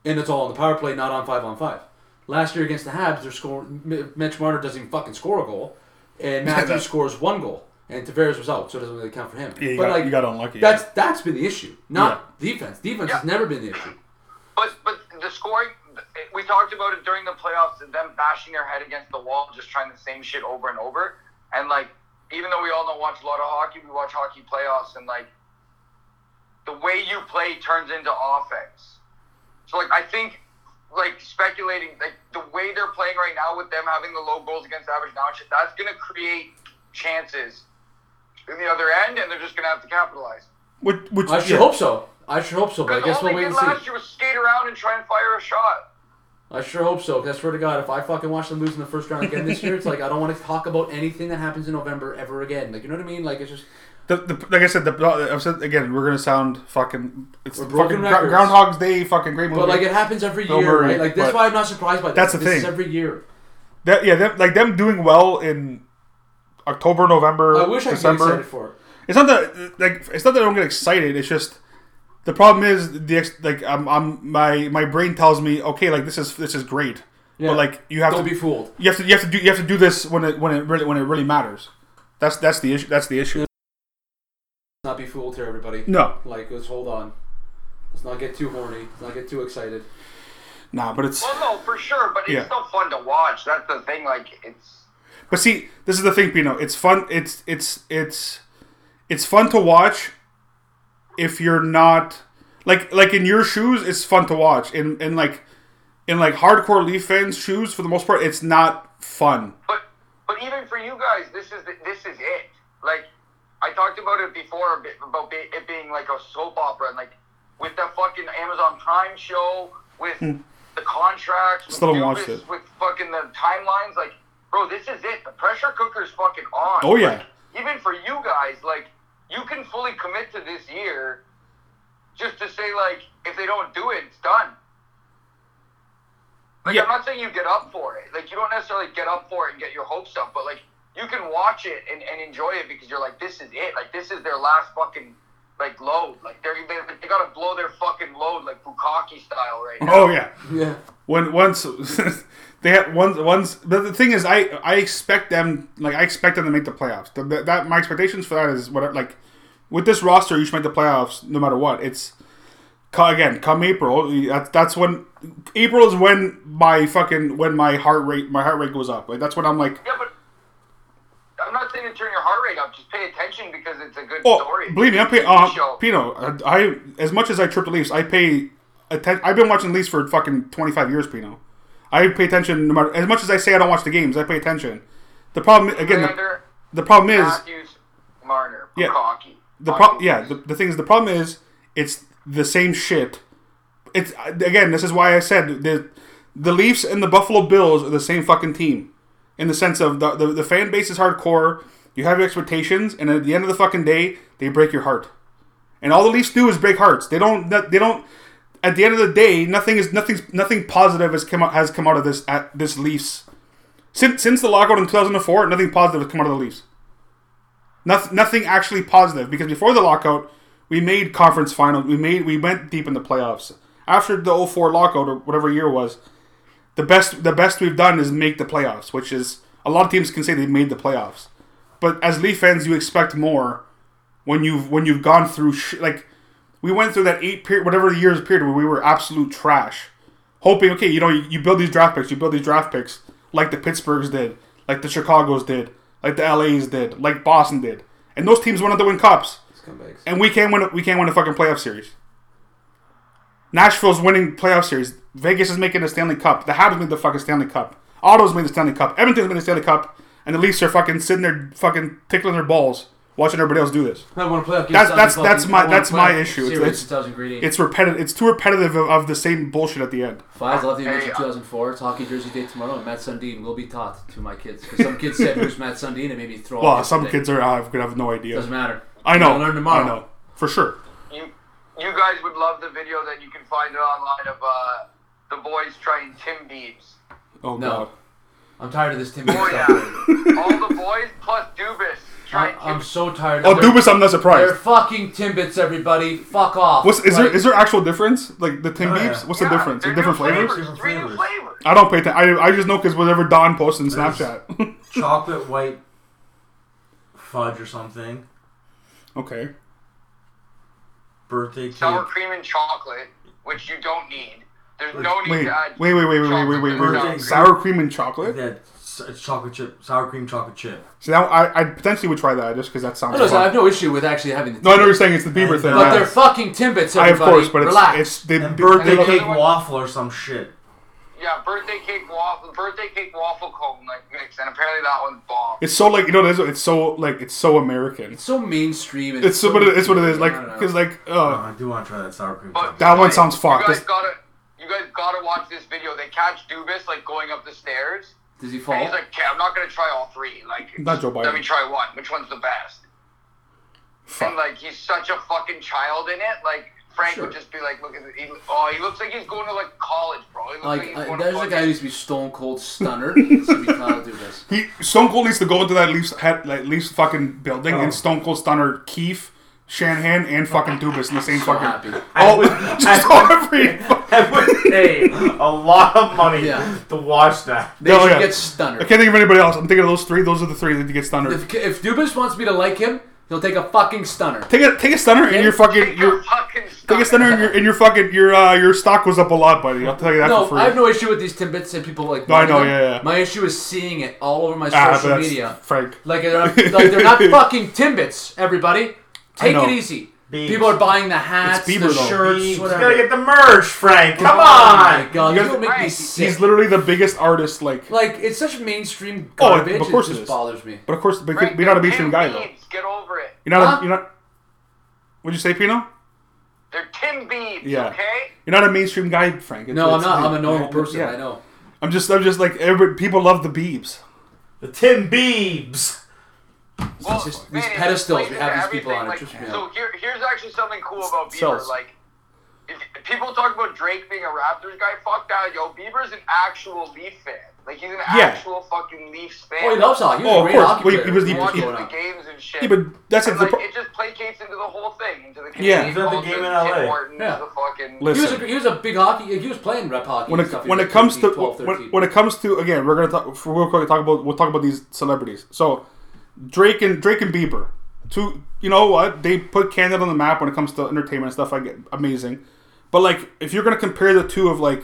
Speaker 5: And it's all on the power play, not on five on five. Last year against the Habs, they're scoring. M- Mitch Marner doesn't even fucking score a goal, and Matthews scores one goal, and Tavares was out, so it doesn't really count for him.
Speaker 2: Yeah, you
Speaker 5: but
Speaker 2: got-
Speaker 5: like
Speaker 2: you got unlucky,
Speaker 5: That's that's been the issue, not defense. Defense has never been the issue.
Speaker 3: But but the scoring, we talked about it during the playoffs, and them bashing their head against the wall, just trying the same shit over and over. And like, even though we all don't watch a lot of hockey, we watch hockey playoffs, and like, the way you play turns into offense. So like, I think like speculating like the way they're playing right now with them having the low goals against average now and shit, that's gonna create chances in the other end, and they're just gonna have to capitalize.
Speaker 2: which, which
Speaker 5: I should
Speaker 2: yeah.
Speaker 5: hope so. I sure hope so, but I
Speaker 3: Because
Speaker 5: guess
Speaker 3: all they
Speaker 5: we'll wait
Speaker 3: did
Speaker 5: and see.
Speaker 3: last year was skate around and try and fire a shot.
Speaker 5: I sure hope so. Because I swear to God, if I fucking watch them lose in the first round again this year, it's like I don't want to talk about anything that happens in November ever again. Like you know what I mean? Like it's just
Speaker 2: The, the, like I said, the, I've said again, we're gonna sound fucking. It's
Speaker 5: We're
Speaker 2: fucking
Speaker 5: broken
Speaker 2: Gro-
Speaker 5: records.
Speaker 2: Groundhog's Day, fucking great movie.
Speaker 5: But like it happens every
Speaker 2: Don't
Speaker 5: year,
Speaker 2: worry,
Speaker 5: right? Like that's
Speaker 2: but-
Speaker 5: why I'm not surprised by this.
Speaker 2: That's the
Speaker 5: this Is
Speaker 2: thing.
Speaker 5: every year.
Speaker 2: that, yeah, them, like them doing well in October, November,
Speaker 5: I wish I could get
Speaker 2: December.
Speaker 5: excited for it.
Speaker 2: It's not that like it's not that I don't get excited. It's just the problem is the ex- like I'm, I'm my my brain tells me okay like this is this is great,
Speaker 5: Yeah.
Speaker 2: but like you have
Speaker 5: Don't
Speaker 2: to
Speaker 5: be fooled.
Speaker 2: you have to you have to do you have to do this when it when it really when it really matters. That's that's the issue. That's the issue.
Speaker 5: Not be fooled here, everybody.
Speaker 2: No,
Speaker 5: Like let's hold on. Let's not get too horny. Let's not get too excited.
Speaker 2: nah, but it's
Speaker 3: Well, no, for sure, but it's
Speaker 2: Yeah.
Speaker 3: still fun to watch. That's the thing. Like, it's
Speaker 2: But see, this is the thing, Pino. It's fun. It's it's it's it's fun to watch. If you're not like like in your shoes, it's fun to watch. In in like in like hardcore Leaf fans' shoes, for the most part, it's not fun.
Speaker 3: but but even for you guys, this is the, this is it. Like, I talked about it before a bit, about be, it being like a soap opera, and like with the fucking Amazon Prime show, with the contracts, with,
Speaker 2: Hmm. Still haven't watched
Speaker 3: Dubas,
Speaker 2: it.
Speaker 3: with fucking the timelines. Like, bro, this is it. The pressure cooker's fucking on.
Speaker 2: Oh yeah,
Speaker 3: Like, even for you guys, like you can fully commit to this year, just to say like if they don't do it, it's done. Like
Speaker 2: Yeah.
Speaker 3: I'm not saying you get up for it. Like you don't necessarily get up for it and get your hopes up, but like you can watch it and, and enjoy it because you're like, this is it. Like this is their last fucking like load. Like they're they, they gotta blow their fucking load like Bukaki style right now.
Speaker 2: oh yeah.
Speaker 5: Yeah.
Speaker 2: When once they had once once, but the thing is, I I expect them like I expect them to make the playoffs. The, the, that my expectations for that is what like with this roster, you should make the playoffs no matter what. It's co- again come April. That's that's when April is when my fucking when my heart rate my heart rate goes up. Like that's when I'm like,
Speaker 3: Yeah, but I'm not saying to turn your heart rate up. Just pay attention because it's a good
Speaker 2: oh,
Speaker 3: story.
Speaker 2: believe me, I pay.
Speaker 3: It's a good
Speaker 2: Uh,
Speaker 3: show.
Speaker 2: Pino, I, I as much as I trip the Leafs, I pay. Atten- I've been watching Leafs for fucking twenty five years, Pino. I pay attention no matter as much as I say I don't watch the games. I pay attention. The problem again, the,
Speaker 3: Nylander,
Speaker 2: the problem is.
Speaker 3: Matthews, Marner,
Speaker 2: Yeah.
Speaker 3: Bukaki.
Speaker 2: The pro- yeah, the, the thing is, the problem is, it's the same shit. It's again, this is why I said the the Leafs and the Buffalo Bills are the same fucking team, in the sense of the the, the fan base is hardcore. You have your expectations, and at the end of the fucking day, they break your heart. And all the Leafs do is break hearts. They don't. They don't. At the end of the day, nothing is nothing's nothing positive has come out has come out of this at this Leafs since since the lockout in 2004. Nothing positive has come out of the Leafs. Nothing, nothing actually positive because before the lockout, we made conference finals. We made we went deep in the playoffs. After the 04 lockout or whatever year it was, the best the best we've done is make the playoffs, which is a lot of teams can say they made the playoffs. But as Leaf fans, you expect more when you've when you've gone through sh- like we went through that eight period whatever the years period where we were absolute trash, hoping okay you know you, you build these draft picks, you build these draft picks like the Pittsburghs did, like the Chicago's did, like the LA's did, like Boston did, and those teams went on to win cups,
Speaker 5: Scumbags.
Speaker 2: and we can't win. We can't win a fucking playoff series. Nashville's winning playoff series. Vegas is making the Stanley Cup. The Habs made the fucking Stanley Cup. Ottawa's made the Stanley Cup. Edmonton's made the Stanley Cup, and the Leafs are fucking sitting there fucking tickling their balls, watching everybody else do this.
Speaker 5: I want to play up.
Speaker 2: That's- that's- that's my- that's my issue. It's- it's- It's repetitive. It's too repetitive of, of the same bullshit at the end.
Speaker 5: Fives love the image
Speaker 3: Hey,
Speaker 5: of
Speaker 3: uh,
Speaker 5: 2004. It's hockey jersey day tomorrow, and Matt Sundin will be taught to my kids. 'Cause some kids said who's Matt Sundin, and made me throw. up
Speaker 2: Well, Oh, some
Speaker 5: yesterday.
Speaker 2: kids are. I could have no idea.
Speaker 5: doesn't matter.
Speaker 2: I know.
Speaker 5: They'll learn tomorrow.
Speaker 2: I know for sure.
Speaker 3: You, you guys would love the video that you can find it online of uh, the boys trying Tim Beams.
Speaker 2: Oh
Speaker 5: No.
Speaker 2: god.
Speaker 5: I'm tired of this Tim Beam
Speaker 3: Oh
Speaker 5: stuff.
Speaker 3: yeah, all the boys plus Dubas trying Tim.
Speaker 5: I- I'm so tired.
Speaker 2: Oh,
Speaker 5: They're-
Speaker 2: Dubas, I'm not
Speaker 5: They're
Speaker 2: surprised.
Speaker 5: fucking Timbits, everybody. Fuck off.
Speaker 2: What's is there?
Speaker 5: Like,
Speaker 2: Is there actual difference? Like the Tim
Speaker 4: Oh, yeah.
Speaker 2: Beeps? What's
Speaker 3: Yeah,
Speaker 2: the difference?
Speaker 3: they're
Speaker 2: Like, different
Speaker 3: new
Speaker 2: flavors?
Speaker 4: Different
Speaker 3: Three new
Speaker 4: flavors.
Speaker 3: flavors.
Speaker 2: I don't pay attention. I, I just know because whatever Don posts in
Speaker 4: There's-
Speaker 2: Snapchat.
Speaker 4: Chocolate white fudge or something.
Speaker 2: okay.
Speaker 5: Oh
Speaker 4: Birthday cake.
Speaker 3: Sour cream and chocolate, which you don't need. There's no need
Speaker 2: Wait,
Speaker 3: to add.
Speaker 2: wait, wait, wait, wait, wait,
Speaker 3: chocolate
Speaker 2: wait, wait,
Speaker 3: to
Speaker 2: wait.
Speaker 3: the
Speaker 4: Birthday.
Speaker 3: sour
Speaker 2: Sour cream and chocolate.
Speaker 4: That s- it's chocolate chip, sour cream chocolate chip.
Speaker 2: So now I, I potentially would try that just because that sounds.
Speaker 5: I don't know, I have
Speaker 2: fun.
Speaker 5: no issue with actually having the.
Speaker 2: No, I know what you're saying it's the Bieber thing.
Speaker 4: But
Speaker 5: But
Speaker 2: yeah.
Speaker 5: they're fucking Timbits, everybody.
Speaker 2: I of course, but it's
Speaker 5: Relax.
Speaker 2: it's they,
Speaker 4: And birthday
Speaker 2: they-
Speaker 4: cake
Speaker 3: one-
Speaker 4: waffle or some shit.
Speaker 3: Yeah, birthday cake waffle, birthday cake waffle cone like mix, and apparently that one's bomb.
Speaker 2: It's so like you know what it is? it's so like it's so American.
Speaker 5: so mainstream. And
Speaker 2: It's so, but it, it's what it is like
Speaker 5: I don't know.
Speaker 2: because like
Speaker 5: Uh-huh.
Speaker 4: Oh,
Speaker 2: uh,
Speaker 4: I do want to try that sour cream.
Speaker 3: But
Speaker 4: chocolate.
Speaker 2: That one
Speaker 3: hey,
Speaker 2: sounds fucked.
Speaker 3: You guys
Speaker 2: This-
Speaker 3: gotta, you guys gotta watch this video. They catch Dubis like going up the stairs,
Speaker 5: Does he fall?
Speaker 3: and he's like, "Okay, I'm not gonna try all three. Like,
Speaker 2: Oh. Not Joe Biden.
Speaker 3: let me try one. Which one's the best?" And
Speaker 2: fuck.
Speaker 3: like, he's such a fucking child in it. Like, Frank would
Speaker 5: Sure.
Speaker 3: just be like, "Look at he, oh, he looks like he's going to like college, bro. He looks like,
Speaker 5: Like
Speaker 3: he's
Speaker 5: I,
Speaker 3: going
Speaker 5: there's
Speaker 3: to
Speaker 5: a guy who
Speaker 3: fucking-
Speaker 5: used to be Stone Cold Stunner. He's gonna be Kyle Dubas.
Speaker 2: He Stone Cold needs to go into that Leafs head, like Leafs fucking building,
Speaker 5: Oh.
Speaker 2: and Stone Cold Stunner Keefe, Shanahan, and fucking Dubas in the same
Speaker 5: So
Speaker 2: fucking.
Speaker 5: happy.
Speaker 2: Oh, just all every.
Speaker 4: I would pay a lot of money
Speaker 5: Yeah.
Speaker 4: to watch that.
Speaker 5: They
Speaker 2: Oh,
Speaker 5: should
Speaker 2: yeah.
Speaker 5: get Stunner.
Speaker 2: I can't think of anybody else. I'm thinking of those three. Those are the three that get stunner.
Speaker 5: If, if Dubas wants me to like him, he'll take a fucking Stunner.
Speaker 2: Take a take a stunner and your fucking
Speaker 3: Take your
Speaker 2: your
Speaker 3: fucking
Speaker 2: take a stunner and your and your fucking your uh your stock was up a lot, buddy. I'll tell you that
Speaker 5: No,
Speaker 2: for free.
Speaker 5: I have no issue with these Timbits and people like.
Speaker 2: No, I know,
Speaker 5: wanting them.
Speaker 2: yeah, yeah.
Speaker 5: My issue is seeing it all over my
Speaker 2: Ah, but
Speaker 5: social
Speaker 2: that's
Speaker 5: media.
Speaker 2: Frank.
Speaker 5: Like they're, not, like they're not fucking Timbits, everybody. Take
Speaker 2: know.
Speaker 5: it easy.
Speaker 4: Beebs.
Speaker 5: People are buying the hats,
Speaker 2: Bieber,
Speaker 5: the
Speaker 2: though.
Speaker 5: shirts,
Speaker 4: You
Speaker 5: whatever.
Speaker 4: gotta get the merch, Frank. Come
Speaker 5: Oh
Speaker 4: on.
Speaker 5: my god,
Speaker 2: You
Speaker 5: you
Speaker 2: guys-
Speaker 5: don't make me
Speaker 3: Frank,
Speaker 5: sick.
Speaker 2: He's literally the biggest artist, like.
Speaker 5: like it's such mainstream
Speaker 2: Oh,
Speaker 5: garbage.
Speaker 2: of course
Speaker 5: it
Speaker 2: it
Speaker 5: just
Speaker 2: is.
Speaker 5: bothers me.
Speaker 2: But of course, but
Speaker 3: Frank,
Speaker 2: you're not a
Speaker 3: they're
Speaker 2: mainstream
Speaker 3: Tim
Speaker 2: guy though.
Speaker 3: Beams. Get over it.
Speaker 2: You're not.
Speaker 5: Huh?
Speaker 2: A, you're not. What'd you say, Pino?
Speaker 3: They're Tim Beams.
Speaker 2: Yeah.
Speaker 3: Okay.
Speaker 2: You're not a mainstream guy, Frank. It's-
Speaker 5: No, I'm
Speaker 2: it's-
Speaker 5: not. I'm a normal person.
Speaker 2: Yeah.
Speaker 5: I know.
Speaker 2: I'm just. I'm just like every people love the Beebs.
Speaker 4: The Tim Beebs.
Speaker 3: Well,
Speaker 5: just these
Speaker 3: it
Speaker 5: pedestals
Speaker 3: explains
Speaker 5: we have these
Speaker 3: everything,
Speaker 5: people on, it
Speaker 3: Like,
Speaker 5: trips me
Speaker 3: so
Speaker 5: out.
Speaker 3: here, here's actually something cool about Bieber.
Speaker 2: Sells.
Speaker 3: Like, if if people talk about Drake being a Raptors guy, fuck that, yo. Bieber's an actual Leaf fan. Like, he's an actual fucking Leafs fan.
Speaker 5: Oh, he loves hockey. He was
Speaker 2: Oh,
Speaker 5: a
Speaker 2: of
Speaker 5: great
Speaker 2: course.
Speaker 5: hockey
Speaker 2: Well, he-
Speaker 5: player.
Speaker 2: he was the-
Speaker 5: What's
Speaker 3: watches
Speaker 2: he-
Speaker 5: going
Speaker 3: the
Speaker 5: on?
Speaker 3: games and shit.
Speaker 2: Yeah, but that's
Speaker 3: and,
Speaker 2: a, the
Speaker 3: like,
Speaker 2: pro-
Speaker 3: it just placates into the whole thing, into the
Speaker 2: Yeah.
Speaker 3: Canadian
Speaker 2: He's
Speaker 4: at the
Speaker 3: culture,
Speaker 4: game in
Speaker 3: Tim
Speaker 4: LA.
Speaker 3: Hortons,
Speaker 5: Yeah.
Speaker 3: the fucking.
Speaker 2: Listen.
Speaker 5: He was, a, he was a big hockey. He was playing rep hockey.
Speaker 2: when
Speaker 5: and
Speaker 2: it,
Speaker 5: stuff. He
Speaker 2: when
Speaker 5: was
Speaker 2: it comes
Speaker 5: 13,
Speaker 2: to
Speaker 5: 12,
Speaker 2: when,
Speaker 5: 13.
Speaker 2: when it comes to again, we're gonna talk for real quick. Talk about we'll talk about these celebrities. So Drake and Drake and Bieber, two you know what they put Canada on the map when it comes to entertainment and stuff. I get amazing, but like if you're gonna compare the two of like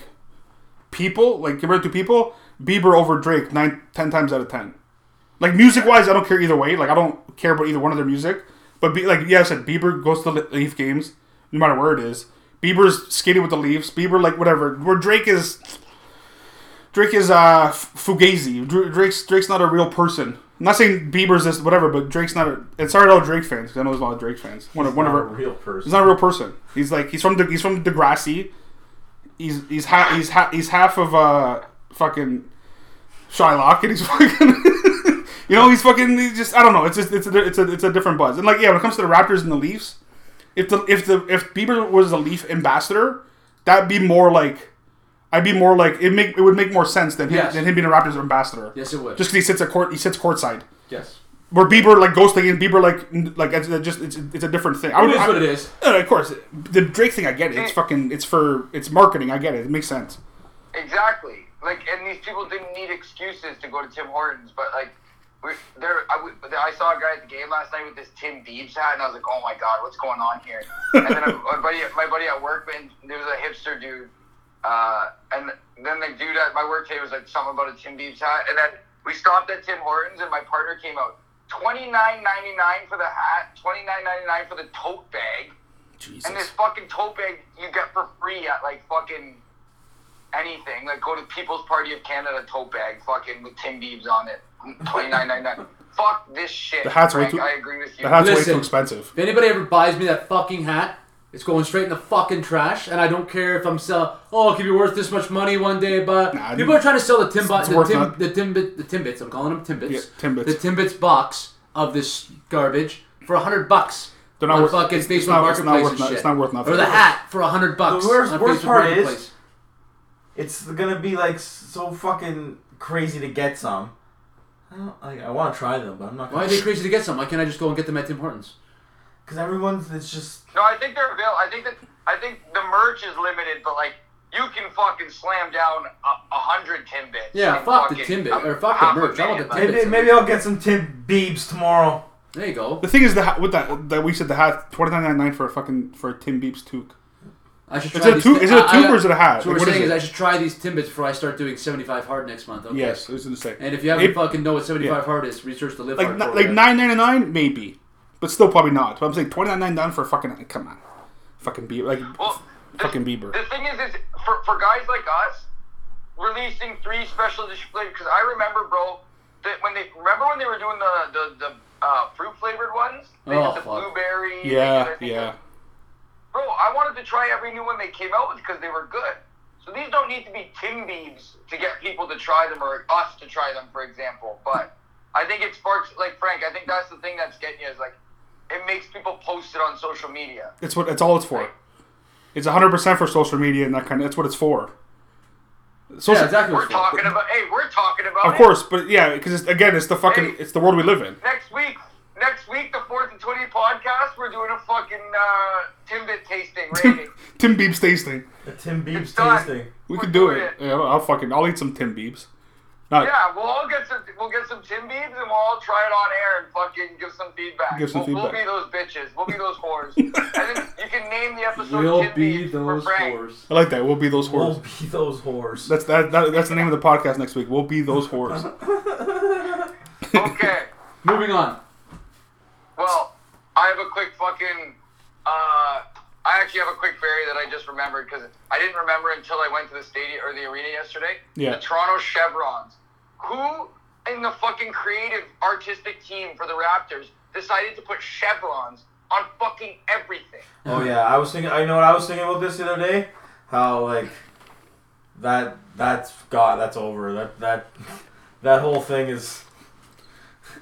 Speaker 2: people, like compared to people, Bieber over Drake nine ten times out of ten. Like music wise, I don't care either way. Like I don't care about either one of their music. But be, like yeah, I said Bieber goes to the Leaf games, no matter where it is. Bieber's skating with the Leafs. Bieber like whatever. Where Drake is, Drake is uh f- fugazi. Dr- Drake's Drake's not a real person. I'm not saying Bieber's this whatever, but Drake's not a. And sorry to all Drake fans. 'cause I know there's a lot of Drake fans. One of one of
Speaker 4: Not a
Speaker 2: our
Speaker 4: real person.
Speaker 2: He's not a real person. He's like he's from De, he's from Degrassi. He's he's ha- he's ha- he's half of uh fucking Shylock, and he's fucking you know he's fucking he's just I don't know. It's just it's a, it's a it's a different buzz. And like yeah, when it comes to the Raptors and the Leafs, if the if the if Bieber was a Leaf ambassador, that'd be more like. I'd be more like it. Make it would make more sense than him,
Speaker 5: Yes.
Speaker 2: than him being a Raptors ambassador.
Speaker 5: Yes, it would.
Speaker 2: Just because he sits at court, he sits courtside.
Speaker 5: yes,
Speaker 2: Where Bieber like goes to and Bieber like n- like it's it's just it's, it's a different thing. I
Speaker 5: it
Speaker 2: would,
Speaker 5: is
Speaker 2: I-
Speaker 5: what it is.
Speaker 2: no, no, of course. The Drake thing, I get it. It's fucking. It's for. It's marketing. I get it. It makes sense.
Speaker 3: Exactly. Like, and these people didn't need excuses to go to Tim Hortons, but like, we're, there. I, w- there- I saw a guy at the game last night with this Tim Beebs hat, and I was like, "Oh my god, what's going on here?" and then a, my buddy, my buddy at work, man, there was a hipster dude, uh, and then the dude at my work today was like something about a Tim Beebs hat, and then We stopped at Tim Hortons, and my partner came out. Twenty nine ninety nine for the hat, twenty nine ninety nine for the tote bag, and this
Speaker 2: Jesus.
Speaker 3: fucking tote bag you get for free at like fucking anything. Like go to People's Party of Canada tote bag, fucking with Tim Beebs on it, twenty nine ninety nine. Fuck this shit.
Speaker 2: The hat's way
Speaker 3: Frank,
Speaker 2: too-
Speaker 3: I agree with you.
Speaker 2: The hat's way
Speaker 5: Listen.
Speaker 2: too expensive.
Speaker 5: If anybody ever buys me that fucking hat, it's going straight in the fucking trash, and I don't care if I'm sell. Oh, it could be worth this much money one day, but
Speaker 2: Nah,
Speaker 5: people are trying to sell the Timbit,
Speaker 2: it's
Speaker 5: the,
Speaker 2: worth
Speaker 5: tim,
Speaker 2: not-
Speaker 5: the Timbit, the Timbits. I'm calling them Timbits.
Speaker 2: Yeah, Timbits.
Speaker 5: The Timbits box of this garbage for a hundred bucks.
Speaker 2: They're not
Speaker 5: on
Speaker 2: worth-
Speaker 5: fucking
Speaker 2: it's
Speaker 5: Facebook
Speaker 2: not- it's not
Speaker 5: Marketplace
Speaker 2: worth
Speaker 5: and
Speaker 2: no-
Speaker 5: shit.
Speaker 2: it's not worth nothing.
Speaker 5: Or the hat for a hundred bucks.
Speaker 4: The worst-
Speaker 5: on
Speaker 4: worst
Speaker 5: Facebook
Speaker 4: part is-
Speaker 5: Marketplace.
Speaker 4: It's gonna be like so fucking crazy to get some. I don't like. I want to try them, but I'm not.
Speaker 5: why are
Speaker 4: Gonna,
Speaker 5: they crazy to get some? Why can't I just go and get them at Tim Hortons?
Speaker 4: Because everyone's it's just
Speaker 3: No, I think they're available. I think that I think the merch is limited, but like you can fucking slam down a, a hundred Timbits.
Speaker 5: Yeah,
Speaker 3: in
Speaker 5: fuck the
Speaker 3: fucking
Speaker 5: Timbit,
Speaker 3: a-
Speaker 5: or fuck the
Speaker 3: half a
Speaker 5: merch. I
Speaker 3: million,
Speaker 5: want the
Speaker 3: like-
Speaker 5: Timbit.
Speaker 4: maybe maybe I'll get some Tim Beebs tomorrow.
Speaker 5: There you go.
Speaker 2: The thing is, the hat, with that that we said the hat twenty nine ninety nine for a fucking for a Tim Beeps toque.
Speaker 5: I should
Speaker 2: Is
Speaker 5: try
Speaker 2: it a
Speaker 5: these
Speaker 2: tube-
Speaker 5: thi-
Speaker 2: is it a
Speaker 5: I- I
Speaker 2: tube
Speaker 5: got-
Speaker 2: or is it a hat?
Speaker 5: So what
Speaker 2: Like,
Speaker 5: we're
Speaker 2: what is
Speaker 5: saying is
Speaker 2: it?
Speaker 5: I should try these Timbits before I start doing 75 hard next month. Okay.
Speaker 2: Yes, it was insane.
Speaker 5: And if you haven't
Speaker 2: It-
Speaker 5: fucking know what 75
Speaker 2: yeah.
Speaker 5: hard is, research the live
Speaker 2: like
Speaker 5: hard
Speaker 2: ni- like
Speaker 5: program.
Speaker 2: nine ninety nine maybe, but still probably not. But I'm saying twenty nine ninety nine for a fucking come on, fucking Bieber like
Speaker 3: Well, the-
Speaker 2: fucking Bieber.
Speaker 3: The thing is, is for, for guys like us, releasing three special displays because I remember, bro, that when they remember when they were doing the the, the uh, fruit flavored ones, they
Speaker 5: Oh,
Speaker 3: did the
Speaker 5: fuck.
Speaker 3: blueberry. they did, I
Speaker 2: yeah,
Speaker 3: think,
Speaker 2: yeah.
Speaker 3: Bro, I wanted to try every new one they came out with because they were good. So these don't need to be Tim Beebs to get people to try them or us to try them, for example. But I think it sparks, like Frank, I think that's the thing that's getting you is like, it makes people post it on social media.
Speaker 2: It's what it's all it's for. It's hundred percent for social media and that kind of. That's what it's for. Social,
Speaker 5: yeah, exactly.
Speaker 3: We're
Speaker 5: what it's for.
Speaker 3: talking about, hey, we're talking about
Speaker 2: Of
Speaker 3: it.
Speaker 2: course, but yeah, because again, it's the fucking it's the world we live in.
Speaker 3: Next week, next week, the 4th and 20 podcast, we're doing a fucking uh, Timbit tasting rating.
Speaker 2: Tim Beebs tasting.
Speaker 4: The Tim Beebs
Speaker 3: done.
Speaker 4: tasting.
Speaker 2: We
Speaker 3: We're
Speaker 2: could do
Speaker 3: doing
Speaker 2: it.
Speaker 3: it.
Speaker 2: Yeah, I'll fucking I'll eat some Tim Beebs. Not
Speaker 3: Yeah, we'll all get some. We'll get some Tim Beebs and we'll all try it on air and fucking give some feedback.
Speaker 2: Give some
Speaker 3: we'll,
Speaker 2: feedback.
Speaker 3: We'll be those bitches. We'll be those whores. and then you can name the episode Tim Beebs for Frank.
Speaker 2: I like that. We'll be those
Speaker 4: We'll
Speaker 2: whores.
Speaker 4: be those whores.
Speaker 2: That's that, that that's the name of the podcast next week. We'll be those whores.
Speaker 3: Okay.
Speaker 5: Moving on.
Speaker 3: Well, I have a quick fucking. Uh, I actually have a quick berry that I just remembered because I didn't remember until I went to the stadium or the arena yesterday.
Speaker 2: Yeah.
Speaker 3: The Toronto Chevrons. Who in the fucking creative artistic team for the Raptors decided to put chevrons on fucking everything?
Speaker 4: Oh yeah, I was thinking. I know what I was thinking about this the other day. How like that? That's God. That's over. That that that whole thing is.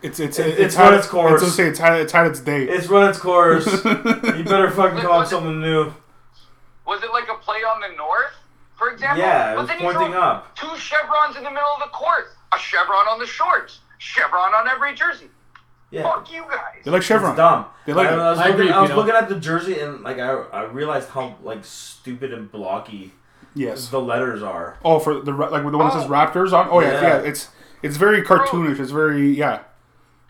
Speaker 2: It's it's
Speaker 4: It-
Speaker 2: it's,
Speaker 4: it's
Speaker 2: had
Speaker 4: run its course.
Speaker 2: It's, gonna say it's had it's had its day.
Speaker 4: It's run its course. you better fucking come up with something new.
Speaker 3: Was it like a play on the north, for example?
Speaker 4: Yeah, it
Speaker 3: But
Speaker 4: was
Speaker 3: then you
Speaker 4: pointing
Speaker 3: drew
Speaker 4: up.
Speaker 3: Two chevrons in the middle of the court. A chevron on the shorts. Chevron on every jersey.
Speaker 4: Yeah,
Speaker 3: Fuck you guys.
Speaker 2: they like Chevron.
Speaker 4: it's dumb.
Speaker 2: They like
Speaker 4: I,
Speaker 2: it.
Speaker 4: I was,
Speaker 5: I
Speaker 4: looking,
Speaker 5: agree,
Speaker 4: I was
Speaker 5: Pino.
Speaker 4: looking at the jersey and like I, I realized how like stupid and blocky
Speaker 2: Yes.
Speaker 4: the letters are.
Speaker 2: Oh, for the ra- like the one that says
Speaker 3: Oh.
Speaker 2: Raptors on. Oh yeah, yeah.
Speaker 4: Yeah.
Speaker 2: It's it's very cartoonish. It's very yeah.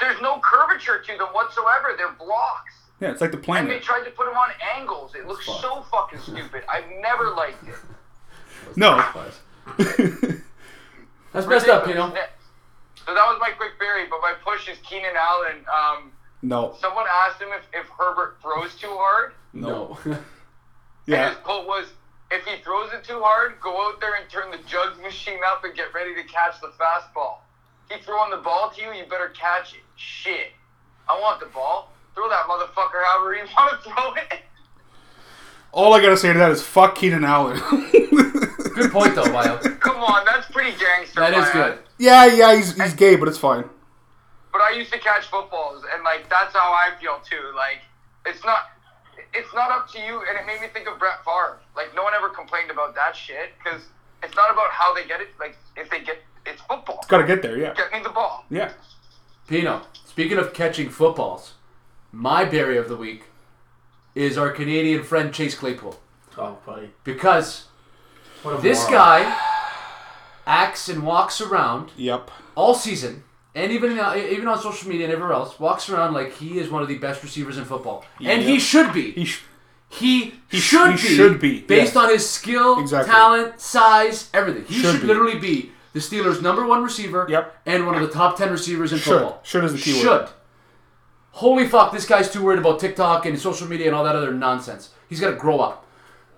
Speaker 3: There's no curvature to them whatsoever. They're blocks.
Speaker 2: Yeah, it's like the
Speaker 3: And they
Speaker 2: planet.
Speaker 3: tried to put them on angles. It looks so fucking stupid. I've never liked it.
Speaker 2: No,
Speaker 5: That's messed up, you
Speaker 3: Ridiculous.
Speaker 5: know.
Speaker 3: So that was my quick berry, but my push is Keenan Allen. Um,
Speaker 2: no.
Speaker 3: someone asked him if, if Herbert throws too hard.
Speaker 5: No.
Speaker 2: Yeah,
Speaker 3: His quote was, "If he throws it too hard, go out there and turn the jug machine up and get ready to catch the fastball. He throwing the ball to you, you better catch it. Shit, I want the ball. Throw that motherfucker however you want to throw it.
Speaker 2: all I gotta say to that is fuck Keenan Allen.
Speaker 5: good point though, Bio.
Speaker 3: Come on, that's pretty gangster.
Speaker 5: That is
Speaker 3: my
Speaker 5: good.
Speaker 3: ass.
Speaker 2: yeah, yeah, he's, he's gay, but it's fine.
Speaker 3: But I used to catch footballs, and like that's how I feel too. Like it's not." It's not up to you, and it made me think of Brett Favre. Like no one ever complained about that shit because it's not about how they get it. Like if they get, it's football.
Speaker 2: Gotta get there. Yeah,
Speaker 3: Get me the ball.
Speaker 2: yeah.
Speaker 5: Pino. Speaking of catching footballs, my berry of the week is our Canadian friend Chase Claypool
Speaker 4: Oh, buddy.
Speaker 5: because
Speaker 4: What a
Speaker 5: this
Speaker 4: moron.
Speaker 5: guy acts and walks around
Speaker 2: Yep.
Speaker 5: all season, and even even on social media and everywhere else, walks around like he is one of the best receivers in football, and he
Speaker 2: Yep.
Speaker 5: should be.
Speaker 2: He sh-
Speaker 5: He,
Speaker 2: he
Speaker 5: should be
Speaker 2: should be,
Speaker 5: based
Speaker 2: yes.
Speaker 5: on his skill,
Speaker 2: Exactly.
Speaker 5: talent, size, everything. He should,
Speaker 2: Should be.
Speaker 5: literally be the Steelers' number one receiver
Speaker 2: Yep.
Speaker 5: and one of the top ten receivers in
Speaker 2: Should.
Speaker 5: football.
Speaker 2: Should is the key word.
Speaker 5: Should. Holy fuck, this guy's too worried about TikTok and social media and all that other nonsense. He's got to grow up.